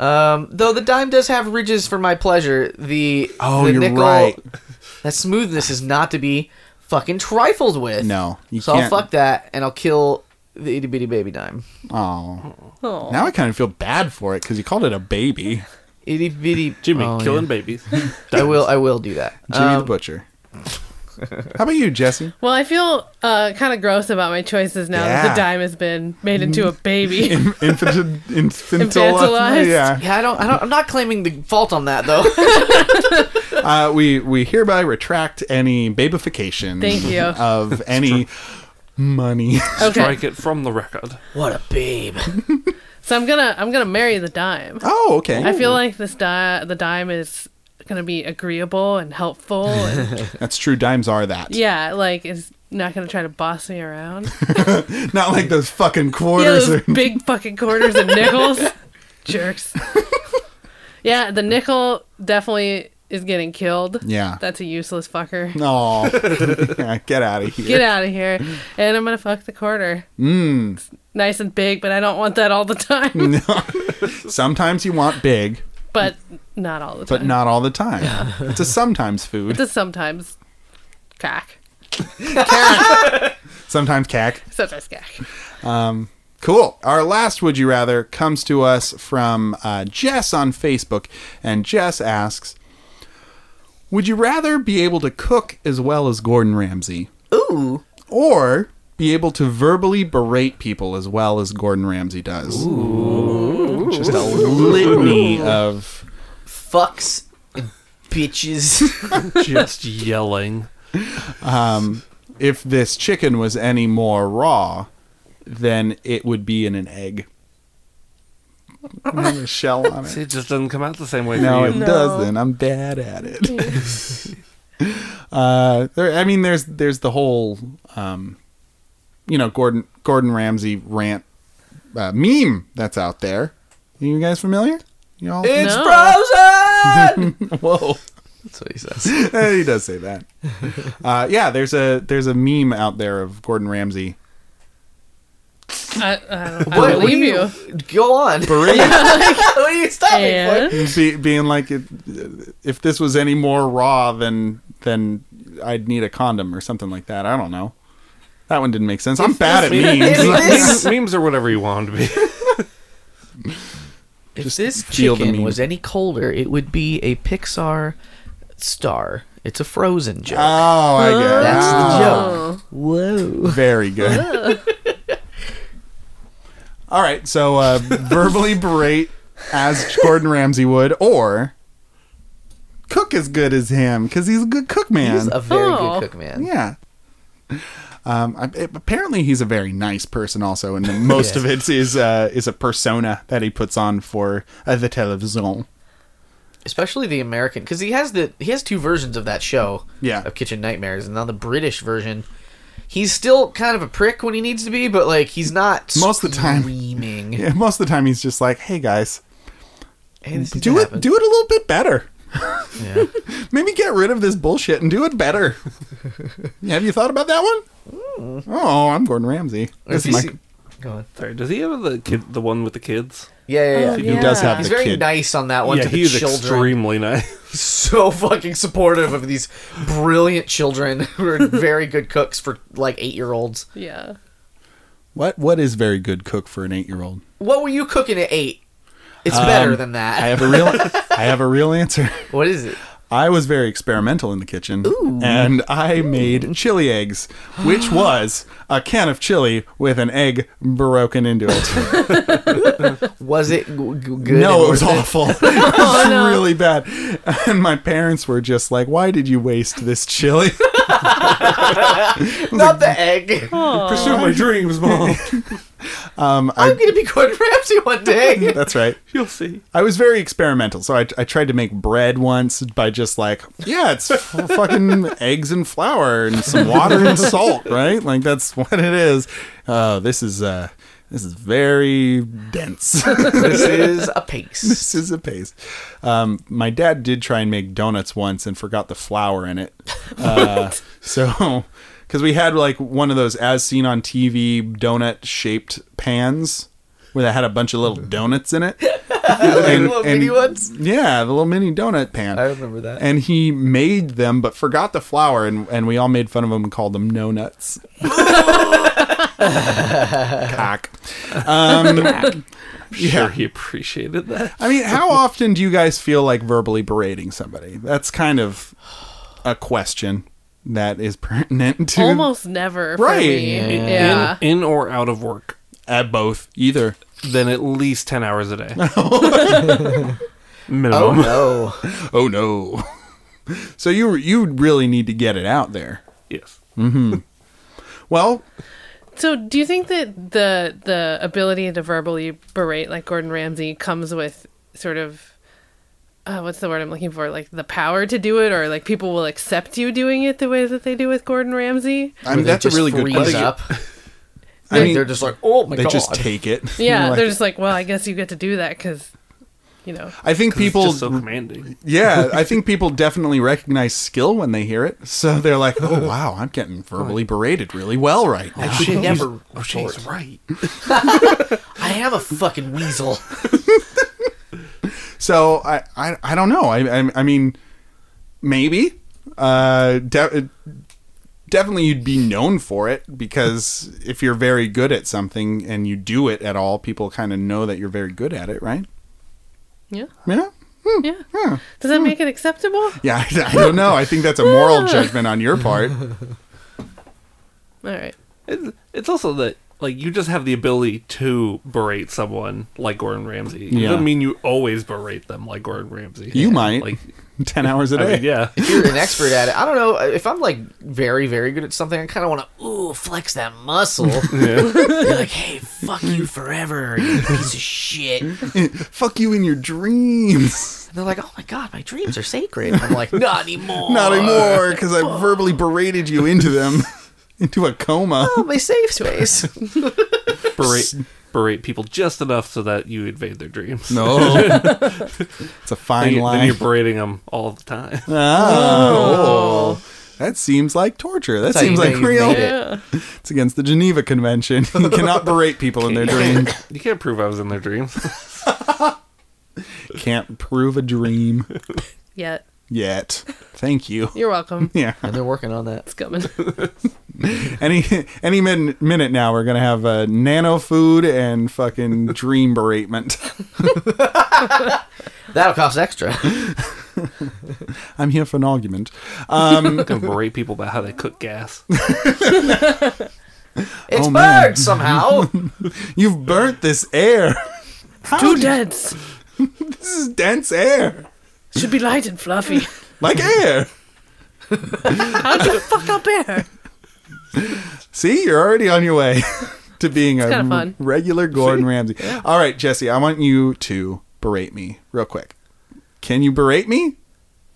Speaker 2: Um, though the dime does have ridges for my pleasure. The
Speaker 3: Oh,
Speaker 2: the
Speaker 3: you're right.
Speaker 2: That smoothness is not to be fucking trifled with.
Speaker 3: No, you
Speaker 2: so
Speaker 3: can't-
Speaker 2: I'll fuck that and I'll kill the itty bitty baby dime.
Speaker 3: Oh,
Speaker 1: oh,
Speaker 3: now I kind of feel bad for it because you called it a baby,
Speaker 2: Itty bitty
Speaker 4: Jimmy
Speaker 2: Oh,
Speaker 4: killing babies.
Speaker 2: yeah. I will. I will do that.
Speaker 3: Jimmy
Speaker 2: Um,
Speaker 3: the Butcher. How about you, Jesse?
Speaker 1: Well, I feel uh, kind of gross about my choices now that
Speaker 3: Yeah.
Speaker 1: the dime has been made into a baby.
Speaker 3: Infant, infantilized.
Speaker 1: Infantilized.
Speaker 3: Yeah.
Speaker 2: yeah, I don't, I don't. I'm not claiming the fault on that though.
Speaker 3: Uh, we we hereby retract any babification.
Speaker 1: Thank you.
Speaker 3: Of any money.
Speaker 1: okay,
Speaker 4: Strike it from the record.
Speaker 2: What a babe.
Speaker 1: so I'm gonna I'm gonna marry the dime.
Speaker 3: oh, okay.
Speaker 1: I feel like this di- the dime is gonna be agreeable and helpful. And,
Speaker 3: That's true. Dimes are that.
Speaker 1: yeah, like it's not gonna try to boss me around.
Speaker 3: Not like those fucking
Speaker 1: Yeah,
Speaker 3: quarters.
Speaker 1: those
Speaker 3: or-
Speaker 1: big fucking quarters and nickels. Jerks. yeah, the nickel definitely is getting killed.
Speaker 3: Yeah.
Speaker 1: That's a useless fucker.
Speaker 3: No. yeah, get out of here.
Speaker 1: Get out of here. And I'm going to fuck the quarter. Mm. nice and big, but I don't want that all the time.
Speaker 3: Sometimes you want big,
Speaker 1: but not all the time.
Speaker 3: but not all the time. It's a sometimes food.
Speaker 1: Just sometimes cack.
Speaker 3: Sometimes cack.
Speaker 1: Sometimes cack.
Speaker 3: Cool. Our last Would You Rather comes to us from uh, Jess on Facebook. And Jess asks Would you rather be able to cook as well as Gordon Ramsay?
Speaker 2: Ooh.
Speaker 3: Or be able to verbally berate people as well as Gordon Ramsay does? Just a litany of
Speaker 2: Fucks and bitches.
Speaker 4: Just yelling.
Speaker 3: if this chicken was any more raw, then it would be in an egg. With a shell on
Speaker 4: See,
Speaker 3: it.
Speaker 4: it just doesn't come out the same way
Speaker 3: No,
Speaker 4: for
Speaker 3: it
Speaker 4: you.
Speaker 3: doesn't. I'm bad at it. uh, there, I mean, there's there's the whole, um, you know, Gordon Gordon Ramsay rant uh, meme that's out there. You guys familiar? You all?
Speaker 2: it's
Speaker 1: No.
Speaker 2: frozen!
Speaker 3: Whoa.
Speaker 2: That's what he says.
Speaker 3: Eh, he does say that. Uh, yeah, there's a there's a meme out there of Gordon Ramsay
Speaker 1: I, I, don't- I don't believe you.
Speaker 2: Go on.
Speaker 3: berating
Speaker 2: what are you stopping
Speaker 1: And
Speaker 2: for?
Speaker 3: be, being like if, if this was any more raw than then I'd need a condom or something like that. I don't know. That one didn't make sense. I'm bad at
Speaker 2: if
Speaker 3: memes.
Speaker 2: this-
Speaker 4: Memes, memes are whatever you want to be.
Speaker 2: If
Speaker 3: Just
Speaker 2: this
Speaker 3: feel the
Speaker 2: chicken
Speaker 3: meme.
Speaker 2: was any colder, it would be a Pixar star. It's a frozen joke.
Speaker 3: Oh, I get it.
Speaker 2: That's the
Speaker 3: Ah,
Speaker 2: joke. Whoa.
Speaker 3: Very good. All right, so uh, verbally berate as Gordon Ramsay would, or cook as good as him because he's a good cook man.
Speaker 2: He's a very
Speaker 1: Oh.
Speaker 2: good cook, man.
Speaker 3: Yeah. Um, I, it- apparently he's a very nice person also, and then most of it is uh, is a persona that he puts on for uh, the television.
Speaker 2: Especially the American, because he has the he has two versions of that show.
Speaker 3: Yeah.
Speaker 2: Of Kitchen Nightmares, and now the British version. He's still kind of a prick when he needs to be, but like he's not
Speaker 3: Most of the time.
Speaker 2: Screaming.
Speaker 3: Yeah, most of the time he's just like, "Hey guys,
Speaker 2: Hey, this needs
Speaker 3: do
Speaker 2: to
Speaker 3: it
Speaker 2: happen.
Speaker 3: do it a little bit better."
Speaker 2: Yeah.
Speaker 3: Maybe get rid of this bullshit and do it better. Have you thought about that one? Oh, I'm Gordon Ramsay. This is my-
Speaker 2: Go on.
Speaker 4: Sorry, does he have the kid, the one with the kids?
Speaker 2: Yeah, yeah,
Speaker 1: Oh,
Speaker 2: yeah.
Speaker 3: He does
Speaker 1: Yeah.
Speaker 3: have
Speaker 2: He's
Speaker 3: the
Speaker 2: very
Speaker 3: kid.
Speaker 2: nice on that one to the
Speaker 4: he's
Speaker 2: children.
Speaker 4: extremely nice.
Speaker 2: He's so fucking supportive of these brilliant children who are very good cooks for like eight year olds.
Speaker 1: Yeah.
Speaker 3: What what is very good cook for an eight year old?
Speaker 2: What were you cooking at eight? It's
Speaker 3: Um,
Speaker 2: better than that.
Speaker 3: I have a real I have a real answer.
Speaker 2: what is it?
Speaker 3: I was very experimental in the kitchen, and I made chili eggs, which was a can of chili with an egg broken into it.
Speaker 2: Was it g- g- good?
Speaker 3: no,
Speaker 2: and
Speaker 3: it was
Speaker 2: worth Oh,
Speaker 3: awful. it was really bad. And my parents were just like, "Why did you waste this chili?"
Speaker 2: Not the egg.
Speaker 4: Pursue my dreams, mom.
Speaker 3: Um,
Speaker 2: I'm
Speaker 3: I,
Speaker 2: gonna be Gordon Ramsay one day.
Speaker 3: that's right.
Speaker 4: You'll see.
Speaker 3: I was very experimental, so I, I tried to make bread once by just like, yeah, it's f- fucking eggs and flour and some water and salt, right? Like that's what it is. Uh, this is uh, this is very dense.
Speaker 2: this is a pace.
Speaker 3: this is a paste. Um, my dad did try and make donuts once and forgot the flour in it. Uh, so, because we had like one of those as seen on TV donut shaped pans where that had a bunch of little donuts in it. and,
Speaker 2: Mm-hmm. little mini ones?
Speaker 3: Yeah, the little mini donut pan.
Speaker 2: I remember that.
Speaker 3: And he made them, but forgot the flour, and, and we all made fun of him and called them no nuts. Cock. Um,
Speaker 4: Sure,
Speaker 3: yeah.
Speaker 4: he appreciated that.
Speaker 3: I mean, how often do you guys feel like verbally berating somebody? That's kind of a question that is pertinent to
Speaker 1: Almost never. For
Speaker 3: Right.
Speaker 1: Me.
Speaker 2: Yeah.
Speaker 1: Yeah.
Speaker 4: In, in or out of work,
Speaker 3: at both either.
Speaker 4: then at least ten hours a day.
Speaker 2: Oh
Speaker 4: Minimum.
Speaker 2: no!
Speaker 3: Oh no. so you you really need to get it out there.
Speaker 4: Yes.
Speaker 3: Well,
Speaker 1: So, do you think that the the ability to verbally berate like Gordon Ramsay comes with sort of uh, what's the word I'm looking for? Like the power to do it, or like people will accept you doing it the way that they do with Gordon Ramsay?
Speaker 3: I mean
Speaker 2: They
Speaker 3: that's a
Speaker 2: just
Speaker 3: really good
Speaker 2: freeze
Speaker 3: question.
Speaker 2: Up.
Speaker 3: I mean,
Speaker 2: they're just like, oh my
Speaker 3: they
Speaker 2: god!
Speaker 3: just take it.
Speaker 1: Yeah,
Speaker 3: Hmm, Like,
Speaker 1: they're just like, well, I guess you get to do that because, you know,
Speaker 3: I think
Speaker 4: It's
Speaker 3: people
Speaker 4: just so commanding.
Speaker 3: Yeah, I think people definitely recognize skill when they hear it. So they're like, "Oh wow, I'm getting verbally berated really well right now."
Speaker 2: I should never.
Speaker 4: Oh, she's right.
Speaker 2: I am a fucking weasel.
Speaker 3: So I, I, I don't know. I, I, I mean, maybe. Uh, de- definitely, you'd be known for it because if you're very good at something and you do it at all, people kind of know that you're very good at it, right?
Speaker 1: yeah,
Speaker 3: Yeah.
Speaker 1: yeah.
Speaker 3: Yeah.
Speaker 1: Does that make it acceptable?
Speaker 3: Yeah. I, I don't know. I think that's a moral judgment on your part.
Speaker 1: All right.
Speaker 4: It's, it's also that like you just have the ability to berate someone like Gordon Ramsay. It
Speaker 3: Yeah.
Speaker 4: doesn't mean you always berate them like Gordon Ramsay.
Speaker 3: You might.
Speaker 4: Like,
Speaker 3: Ten hours a
Speaker 4: I
Speaker 3: day.
Speaker 4: mean, yeah.
Speaker 2: If you're an expert at it, I don't know. If I'm like very, very good at something, I kind of want to ooh flex that muscle. Be like, hey, fuck you forever, you piece of shit. And
Speaker 3: Fuck you in your dreams.
Speaker 2: they're like, oh my god, my dreams are sacred. I'm like, not anymore.
Speaker 3: Not anymore, because I verbally berated you into them, into a coma.
Speaker 2: Oh, my safe space.
Speaker 4: berate berate people just enough so that you invade their dreams.
Speaker 3: No, it's a fine
Speaker 4: Then, you,
Speaker 3: line.
Speaker 4: then you're berating them all the time.
Speaker 3: Oh. That seems like torture. That
Speaker 2: That's how
Speaker 3: seems
Speaker 2: you know
Speaker 3: like
Speaker 2: you've
Speaker 3: real.
Speaker 2: made it.
Speaker 1: Yeah.
Speaker 3: It's against the Geneva Convention. you cannot berate people in their dreams.
Speaker 4: You can't prove I was in their dreams.
Speaker 3: Can't prove a dream
Speaker 1: Yeah.
Speaker 3: yet. Thank you.
Speaker 1: You're welcome.
Speaker 3: Yeah.
Speaker 2: And they're working on that.
Speaker 1: It's coming.
Speaker 3: Any any min- minute now, we're gonna have uh, nano food and fucking dream beratement.
Speaker 2: That'll cost extra.
Speaker 3: I'm here for an argument. Uh,
Speaker 4: I'm gonna berate people about how they cook gas.
Speaker 2: It's
Speaker 3: Oh, man.
Speaker 2: burned somehow.
Speaker 3: You've burnt this air. How
Speaker 1: Too
Speaker 3: did-
Speaker 1: dense.
Speaker 3: This is dense air,
Speaker 1: Should be light and fluffy.
Speaker 3: like air.
Speaker 1: How'd you fuck up air?
Speaker 3: See, you're already on your way to being a
Speaker 1: kinda fun.
Speaker 3: regular Gordon Ramsay. All right, Jesse, I want you to berate me real quick. Can you berate me?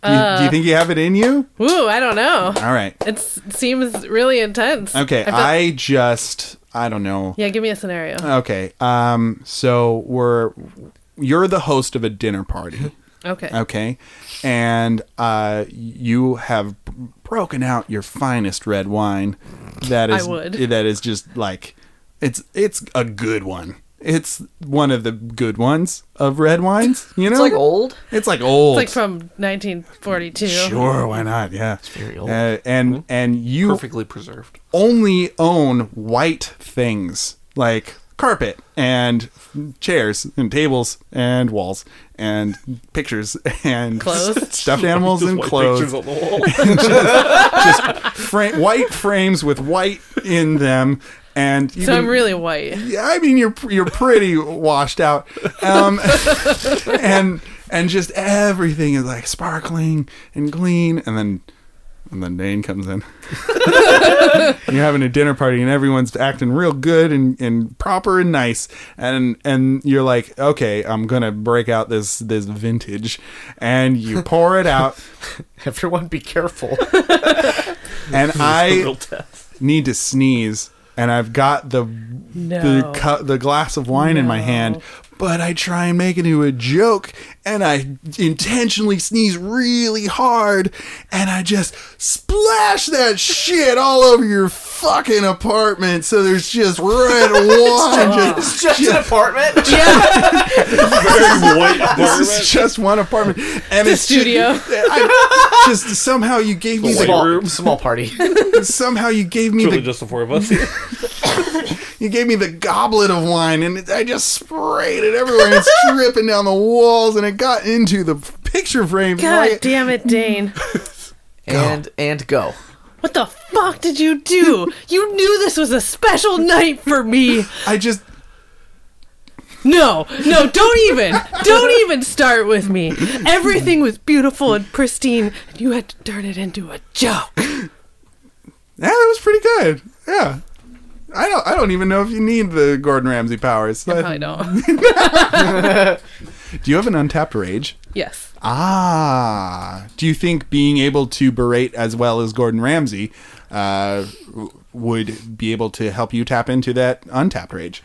Speaker 3: Do you,
Speaker 1: Uh.
Speaker 3: do you think you have it in you?
Speaker 1: Ooh, I don't know.
Speaker 3: All right.
Speaker 1: It's, it seems really intense.
Speaker 3: Okay, I, Uh,
Speaker 1: felt-
Speaker 3: just I don't know.
Speaker 1: yeah, give me a scenario.
Speaker 3: Okay. Um so we're you're the host of a dinner party
Speaker 1: Okay.
Speaker 3: Okay. And uh, you have b- broken out your finest red wine. That
Speaker 1: I
Speaker 3: is
Speaker 1: would.
Speaker 3: that is just like it's it's a good one. It's one of the good ones of red wines. You know,
Speaker 2: It's like old.
Speaker 3: It's like old.
Speaker 1: It's like from 1942.
Speaker 3: sure, why not? Yeah, it's
Speaker 2: very old. Mm-hmm.
Speaker 3: and and you
Speaker 4: Perfectly preserved.
Speaker 3: only own white things like carpet and chairs and tables and walls and pictures and
Speaker 1: Clothes?
Speaker 3: stuffed animals and
Speaker 4: White
Speaker 3: clothes
Speaker 4: pictures on the wall.
Speaker 3: fra- white frames with white in them and you
Speaker 1: So I'm
Speaker 3: can-
Speaker 1: really white.
Speaker 3: yeah, I mean you're you're pretty washed out, um, and and just everything is like sparkling and clean, and then and then Dane comes in. And you're having a dinner party and everyone's acting real good and, and proper and nice, and and you're like, okay, I'm gonna break out this this vintage, and you pour it out,
Speaker 2: Everyone, be careful.
Speaker 3: and I
Speaker 4: Real test.
Speaker 3: need to sneeze, and I've got the
Speaker 1: No.
Speaker 3: the cu- the glass of wine in my
Speaker 1: No.
Speaker 3: hand, but I try and make it into a joke, and I intentionally sneeze really hard, and I just splash that shit all over your fucking apartment. So there's just red wine. just,
Speaker 2: it's just an apartment.
Speaker 4: Very white
Speaker 3: this is just one apartment, and
Speaker 1: The
Speaker 3: it's
Speaker 1: studio.
Speaker 3: Just, I- just somehow you gave me
Speaker 4: White
Speaker 3: the,
Speaker 2: small,
Speaker 4: room.
Speaker 2: small party.
Speaker 3: somehow you gave me
Speaker 4: Really,
Speaker 3: the
Speaker 4: just the four of us here.
Speaker 3: You gave me the goblet of wine, and it- I just sprayed it everywhere. and It's dripping down the walls, and it got into the picture frame.
Speaker 1: God
Speaker 3: right-
Speaker 1: damn it, Dane.
Speaker 2: and and go.
Speaker 1: What the fuck did you do? You knew this was a special night for me.
Speaker 3: I just
Speaker 1: No, no, don't even. Don't even start with me. Everything was beautiful and pristine, and you had to turn it into a joke.
Speaker 3: yeah, that was pretty good. Yeah, I don't. I don't even know if you need the Gordon Ramsay powers.
Speaker 1: I
Speaker 3: But-
Speaker 1: probably don't.
Speaker 3: do you have an untapped rage?
Speaker 1: Yes.
Speaker 3: Ah, do you think being able to berate as well as Gordon Ramsay uh, w- would be able to help you tap into that untapped rage?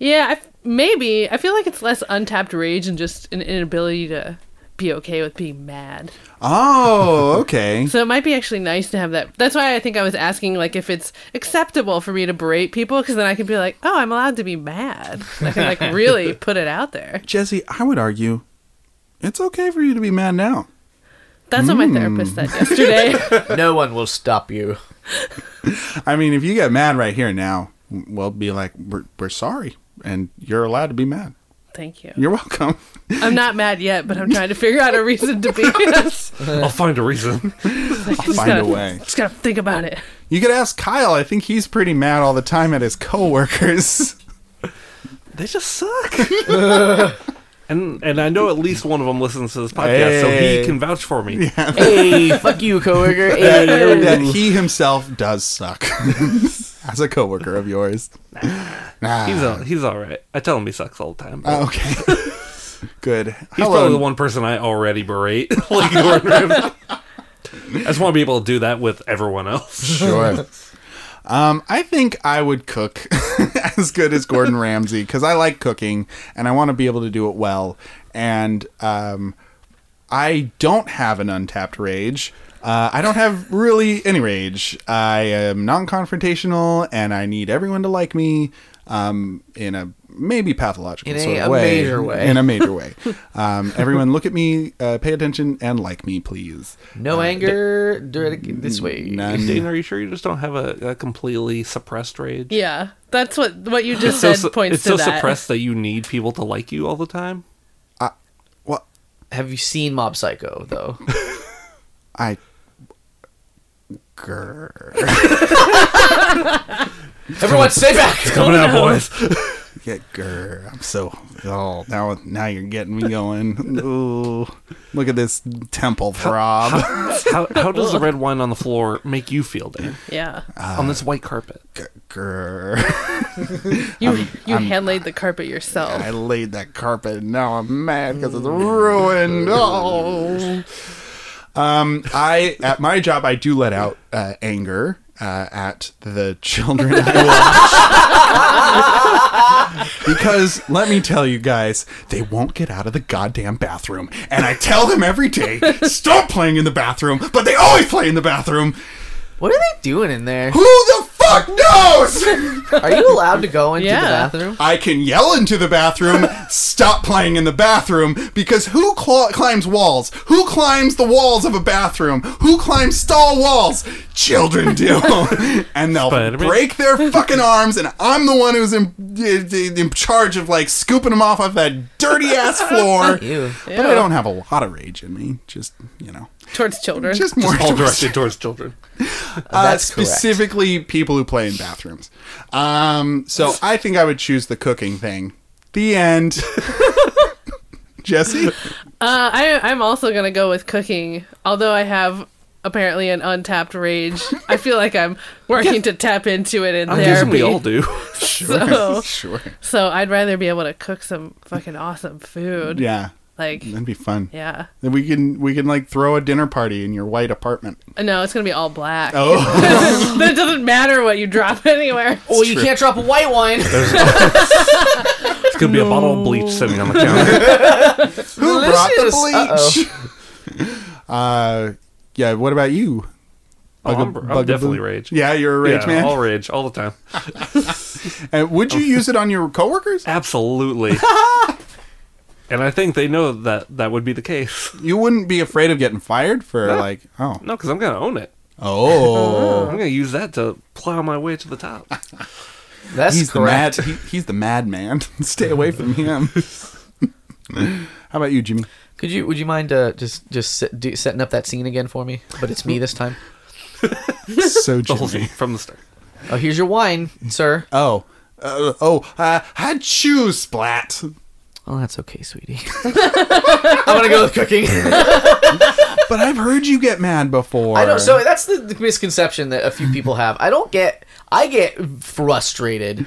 Speaker 1: Yeah, I f maybe. I feel like it's less untapped rage and just an inability to be okay with being mad.
Speaker 3: Oh, okay.
Speaker 1: So it might be actually nice to have that. That's why I think I was asking, like, if it's acceptable for me to berate people, because then I could be like, oh, I'm allowed to be mad. And I can, like, really put it out there.
Speaker 3: Jesse, I would argue it's okay for you to be mad now.
Speaker 1: That's what my therapist
Speaker 4: Hmm.
Speaker 1: said yesterday.
Speaker 2: No one will stop you.
Speaker 3: I mean, if you get mad right here now, we'll be like, we're, we're sorry. And you're allowed to be mad.
Speaker 1: Thank you.
Speaker 3: You're welcome.
Speaker 1: I'm not mad yet, but I'm trying to figure out a reason to be. Yes.
Speaker 4: I'll find a reason.
Speaker 3: I'll find a way.
Speaker 1: Just gotta think about it.
Speaker 3: You could ask Kyle. I think he's pretty mad all the time at his coworkers.
Speaker 4: They just suck. and and I know at least one of them listens to this podcast, so
Speaker 3: Hey.
Speaker 4: he can vouch for me.
Speaker 2: Hey, fuck you, coworker.
Speaker 3: that,
Speaker 2: Hey,
Speaker 3: that he himself does suck as a coworker of yours. Nah.
Speaker 4: He's all, he's all right. I tell him he sucks all the time.
Speaker 3: Oh, okay. Good.
Speaker 4: He's probably the one person I already berate. like Gordon Ramsay. I just want to be able to do that with everyone else.
Speaker 3: Sure. Um, I think I would cook as good as Gordon Ramsay because I like cooking and I want to be able to do it well. And um, I don't have an untapped rage. Uh, I don't have really any rage. I am non confrontational and I need everyone to like me um, in a maybe pathological
Speaker 2: In
Speaker 3: sort
Speaker 2: a-
Speaker 3: of
Speaker 2: a
Speaker 3: way.
Speaker 2: major way.
Speaker 3: In a major way. um, everyone, look at me, uh, pay attention, and like me, please.
Speaker 2: no anger. Do it this way.
Speaker 3: None.
Speaker 4: Dane, are you sure you just don't have a, a completely suppressed rage?
Speaker 1: Yeah, that's what what you just said
Speaker 4: It's su-
Speaker 1: points
Speaker 4: it's
Speaker 1: to
Speaker 4: so
Speaker 1: that.
Speaker 4: suppressed that you need people to like you all the time.
Speaker 3: Well,
Speaker 2: Have you seen Mob Psycho though?
Speaker 3: I. Grr.
Speaker 2: Everyone, stay back.
Speaker 1: Oh,
Speaker 4: Coming out, boys.
Speaker 3: Get grr. I'm so oh now now you're getting me going. Ooh, look at this temple throb.
Speaker 4: How, how does the red wine on the floor make you feel, Dane?
Speaker 1: Yeah,
Speaker 4: on this white carpet.
Speaker 3: G- grr.
Speaker 1: you you hand laid the carpet yourself.
Speaker 3: I laid that carpet and now I'm mad because it's ruined. Oh. Um, I at my job I do let out uh, anger uh, at the children I watch. Because let me tell you guys, they won't get out of the goddamn bathroom. And I tell them every day, stop playing in the bathroom, but they always play in the bathroom.
Speaker 2: What are they doing in there?
Speaker 3: Who the fuck knows?
Speaker 2: Are you allowed to go into
Speaker 1: Yeah.
Speaker 2: the bathroom?
Speaker 3: I can yell into the bathroom, stop playing in the bathroom, because who cl- climbs walls? Who climbs the walls of a bathroom? Who climbs stall walls? Children do. and they'll
Speaker 4: Spider-Man.
Speaker 3: break their fucking arms, and I'm the one who's in, in, in charge of like scooping them off of that dirty ass floor.
Speaker 2: Ew.
Speaker 3: But I don't have a lot of rage in me. Just, you know,
Speaker 1: towards children.
Speaker 3: just more
Speaker 4: all
Speaker 3: towards-
Speaker 4: directed towards children.
Speaker 3: uh,
Speaker 2: That's correct.
Speaker 3: specifically people who play in bathrooms. Um, so I think I would choose the cooking thing. The end. Jesse,
Speaker 1: Uh, I, I'm also gonna go with cooking, although I have apparently an untapped rage. I feel like I'm working to tap into it in
Speaker 4: I'm
Speaker 1: therapy.
Speaker 4: guessing we all do.
Speaker 1: So,
Speaker 3: sure,
Speaker 1: so I'd rather be able to cook some fucking awesome food.
Speaker 3: yeah,
Speaker 1: Like,
Speaker 3: that'd be fun.
Speaker 1: yeah.
Speaker 3: Then we can we can like throw a dinner party in your white apartment.
Speaker 1: Uh, No, it's gonna be all black.
Speaker 3: Oh,
Speaker 1: then it doesn't matter what you drop anywhere.
Speaker 2: Well, you can't drop a white wine.
Speaker 4: It's gonna be a bottle of bleach sitting on the counter.
Speaker 3: who brought the
Speaker 2: Delicious.
Speaker 3: bleach? Uh, yeah. What about you?
Speaker 4: Oh, I'm-
Speaker 3: Bugab-
Speaker 4: I'm
Speaker 3: bugaboo?
Speaker 4: definitely rage.
Speaker 3: Yeah, you're a rage
Speaker 4: yeah,
Speaker 3: man.
Speaker 4: all rage all the time.
Speaker 3: And would you use it on your coworkers?
Speaker 4: Absolutely. and I think they know that that would be the case.
Speaker 3: You wouldn't be afraid of getting fired for like oh
Speaker 4: No, because I'm gonna own it.
Speaker 3: oh.
Speaker 4: I'm gonna use that to plow my way to the top.
Speaker 2: That's
Speaker 3: he's
Speaker 2: correct.
Speaker 3: the mad. He, he's the madman. Stay away from him. How about you, Jimmy?
Speaker 2: Could you? Would you mind uh, just just set, do, setting up that scene again for me? But it's me this time.
Speaker 3: So
Speaker 4: The whole thing
Speaker 3: Jimmy.
Speaker 4: from the start.
Speaker 2: Oh, here's your wine, sir.
Speaker 3: Oh, uh, oh, uh, had shoe splat.
Speaker 2: Well, Oh, that's okay, sweetie. I'm gonna go with cooking.
Speaker 3: But I've heard you get mad before.
Speaker 2: I don't. So that's the, the misconception that a few people have. I don't get. I get frustrated,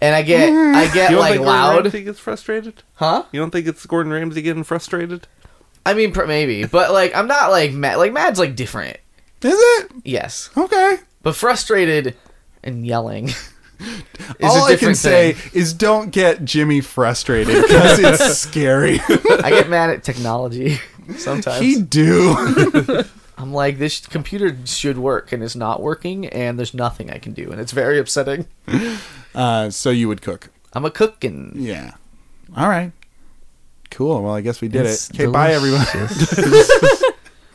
Speaker 2: and I get. I get
Speaker 4: You don't
Speaker 2: like
Speaker 4: think Gordon
Speaker 2: loud,
Speaker 4: Ramsay gets frustrated?
Speaker 2: huh?
Speaker 4: You don't think it's Gordon Ramsay getting frustrated?
Speaker 2: I mean, pr- maybe, but like I'm not like mad. Like mad's like different.
Speaker 3: Is it
Speaker 2: Yes,
Speaker 3: okay?
Speaker 2: but frustrated and yelling is
Speaker 3: All
Speaker 2: a
Speaker 3: I can
Speaker 2: different
Speaker 3: say
Speaker 2: thing.
Speaker 3: is don't get Jimmy frustrated because it's scary.
Speaker 2: I get mad at technology sometimes.
Speaker 3: he do.
Speaker 2: I'm like, this computer should work and it's not working, and there's nothing I can do, and it's very upsetting.
Speaker 3: Uh, so you would cook.
Speaker 2: I'm a cook and
Speaker 3: Yeah. All right. Cool. Well, I guess we did
Speaker 2: It's
Speaker 3: it. Okay. Bye, everyone.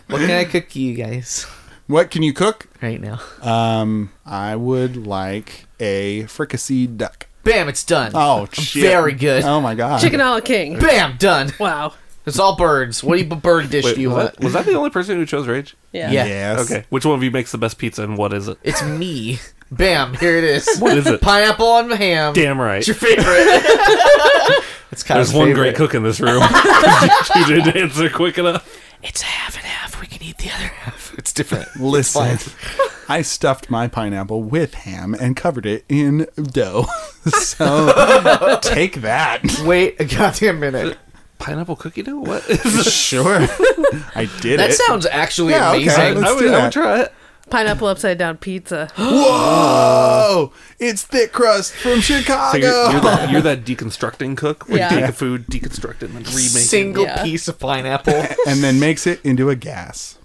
Speaker 2: what can I cook you guys
Speaker 3: what can you cook?
Speaker 2: right now?
Speaker 3: Um, I would like a fricasseed duck.
Speaker 2: Bam, it's done.
Speaker 3: Oh, shit.
Speaker 2: very good.
Speaker 3: Oh my god.
Speaker 1: Chicken a la king.
Speaker 2: Bam, done.
Speaker 1: Wow.
Speaker 2: It's all birds. What do you, bird dish
Speaker 4: Wait,
Speaker 2: do you
Speaker 4: was,
Speaker 2: want?
Speaker 4: that, was that the only person who chose rage?
Speaker 1: Yeah.
Speaker 2: Yeah.
Speaker 3: Yes.
Speaker 4: Okay. Which one of you makes the best pizza and what is it?
Speaker 2: It's me. Bam, here it is.
Speaker 4: What is it?
Speaker 2: Pineapple and ham.
Speaker 4: Damn right.
Speaker 2: It's your favorite. it's kind
Speaker 4: There's
Speaker 2: of
Speaker 4: one great cook in this room. you didn't answer quick enough.
Speaker 2: It's half and half. We can eat the other half. It's different.
Speaker 3: Listen, I stuffed my pineapple with ham and covered it in dough. so take that.
Speaker 2: Wait a goddamn minute.
Speaker 4: Pineapple cookie dough? What is this?
Speaker 3: Sure. I did
Speaker 2: That
Speaker 3: it.
Speaker 2: sounds actually
Speaker 3: Yeah, okay.
Speaker 2: amazing.
Speaker 3: Let's
Speaker 4: I
Speaker 3: do
Speaker 4: would, I
Speaker 3: that.
Speaker 4: would try it.
Speaker 1: Pineapple upside down pizza.
Speaker 3: Whoa! Oh, It's thick crust from
Speaker 4: So
Speaker 3: Chicago.
Speaker 4: you're, you're, that, you're that deconstructing cook where
Speaker 1: Yeah.
Speaker 4: you take a food, deconstruct it, and then remake
Speaker 2: Single
Speaker 1: Yeah.
Speaker 2: piece of pineapple.
Speaker 3: and then makes it into a gas.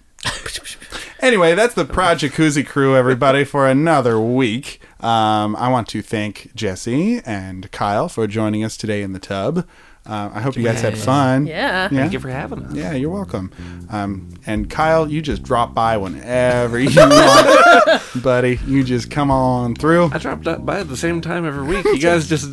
Speaker 3: anyway, that's the Project Jacuzzi crew, everybody, for another week. Um, I want to thank Jesse and Kyle for joining us today in the tub. Uh, I hope you guys had fun.
Speaker 1: Yeah.
Speaker 4: it.
Speaker 3: Yeah.
Speaker 4: Thank you for having us.
Speaker 3: Yeah, you're welcome. Um, and Kyle, you just drop by whenever you want, buddy. You just come on through.
Speaker 4: I dropped that by at the same time every week. You guys just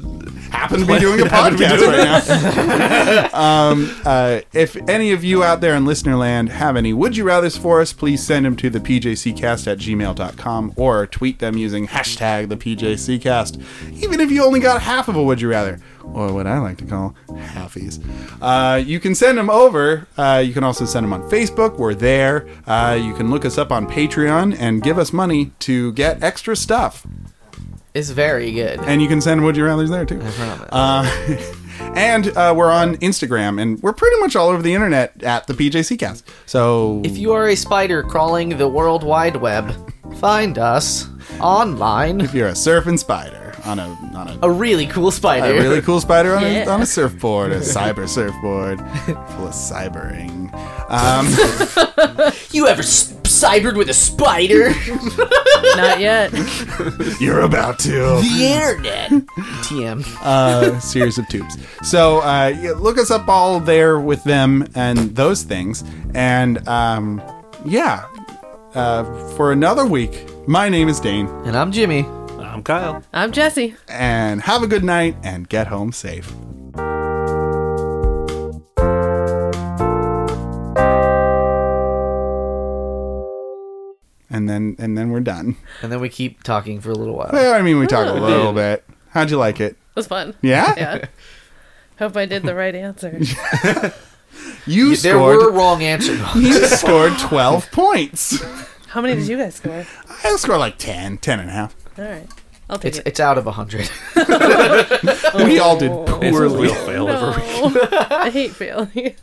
Speaker 3: happen to be doing a
Speaker 4: Happen to be
Speaker 3: podcast
Speaker 4: doing
Speaker 3: right now. um, uh, if any of you out there in listener land have any would you rathers for us, please send them to the PJCcast at gmail.com or tweet them using hashtag the PJCcast. Even if you only got half of a would you rather, or what I like to call halfies, uh, you can send them over. Uh, you can also send them on Facebook. We're there. Uh, you can look us up on Patreon and give us money to get extra stuff
Speaker 2: It's very good.
Speaker 3: and you can send would you rather's there too. Uh, and uh, we're on Instagram, and we're pretty much all over the internet at the PJCcast. So
Speaker 2: If you are a spider crawling the World Wide Web, find us online.
Speaker 3: if you're a surfing spider on a on a,
Speaker 2: A really cool spider.
Speaker 3: a really cool spider on,
Speaker 1: Yeah.
Speaker 3: a, on a surfboard, a cyber surfboard full of cybering. Um,
Speaker 2: You ever s- cybered with a spider?
Speaker 1: Not yet.
Speaker 3: you're about to.
Speaker 2: the internet. TM.
Speaker 3: uh, series of tubes. So uh, yeah, look us up all there with them and those things. And um, yeah, uh, for another week, my name is Dane.
Speaker 2: And I'm Jimmy.
Speaker 4: I'm Kyle.
Speaker 1: I'm Jesse.
Speaker 3: And have a good night and get home safe. And then and then we're done.
Speaker 2: And then we keep talking for a little while.
Speaker 3: Well, I mean, we talked a little bit. How'd you like it?
Speaker 1: It was fun.
Speaker 3: Yeah,
Speaker 1: Yeah. Hope I did the right answer.
Speaker 3: you
Speaker 2: There
Speaker 3: scored.
Speaker 2: were wrong answers.
Speaker 3: You scored twelve points.
Speaker 1: How many did you guys score?
Speaker 3: I'll score like 10, 10 and a half.
Speaker 1: All right. I'll take
Speaker 2: It's,
Speaker 1: it.
Speaker 2: it's out of 100.
Speaker 3: We all did
Speaker 1: Oh.
Speaker 4: It's a
Speaker 3: poorly.
Speaker 4: real fail every
Speaker 1: No. I hate failing.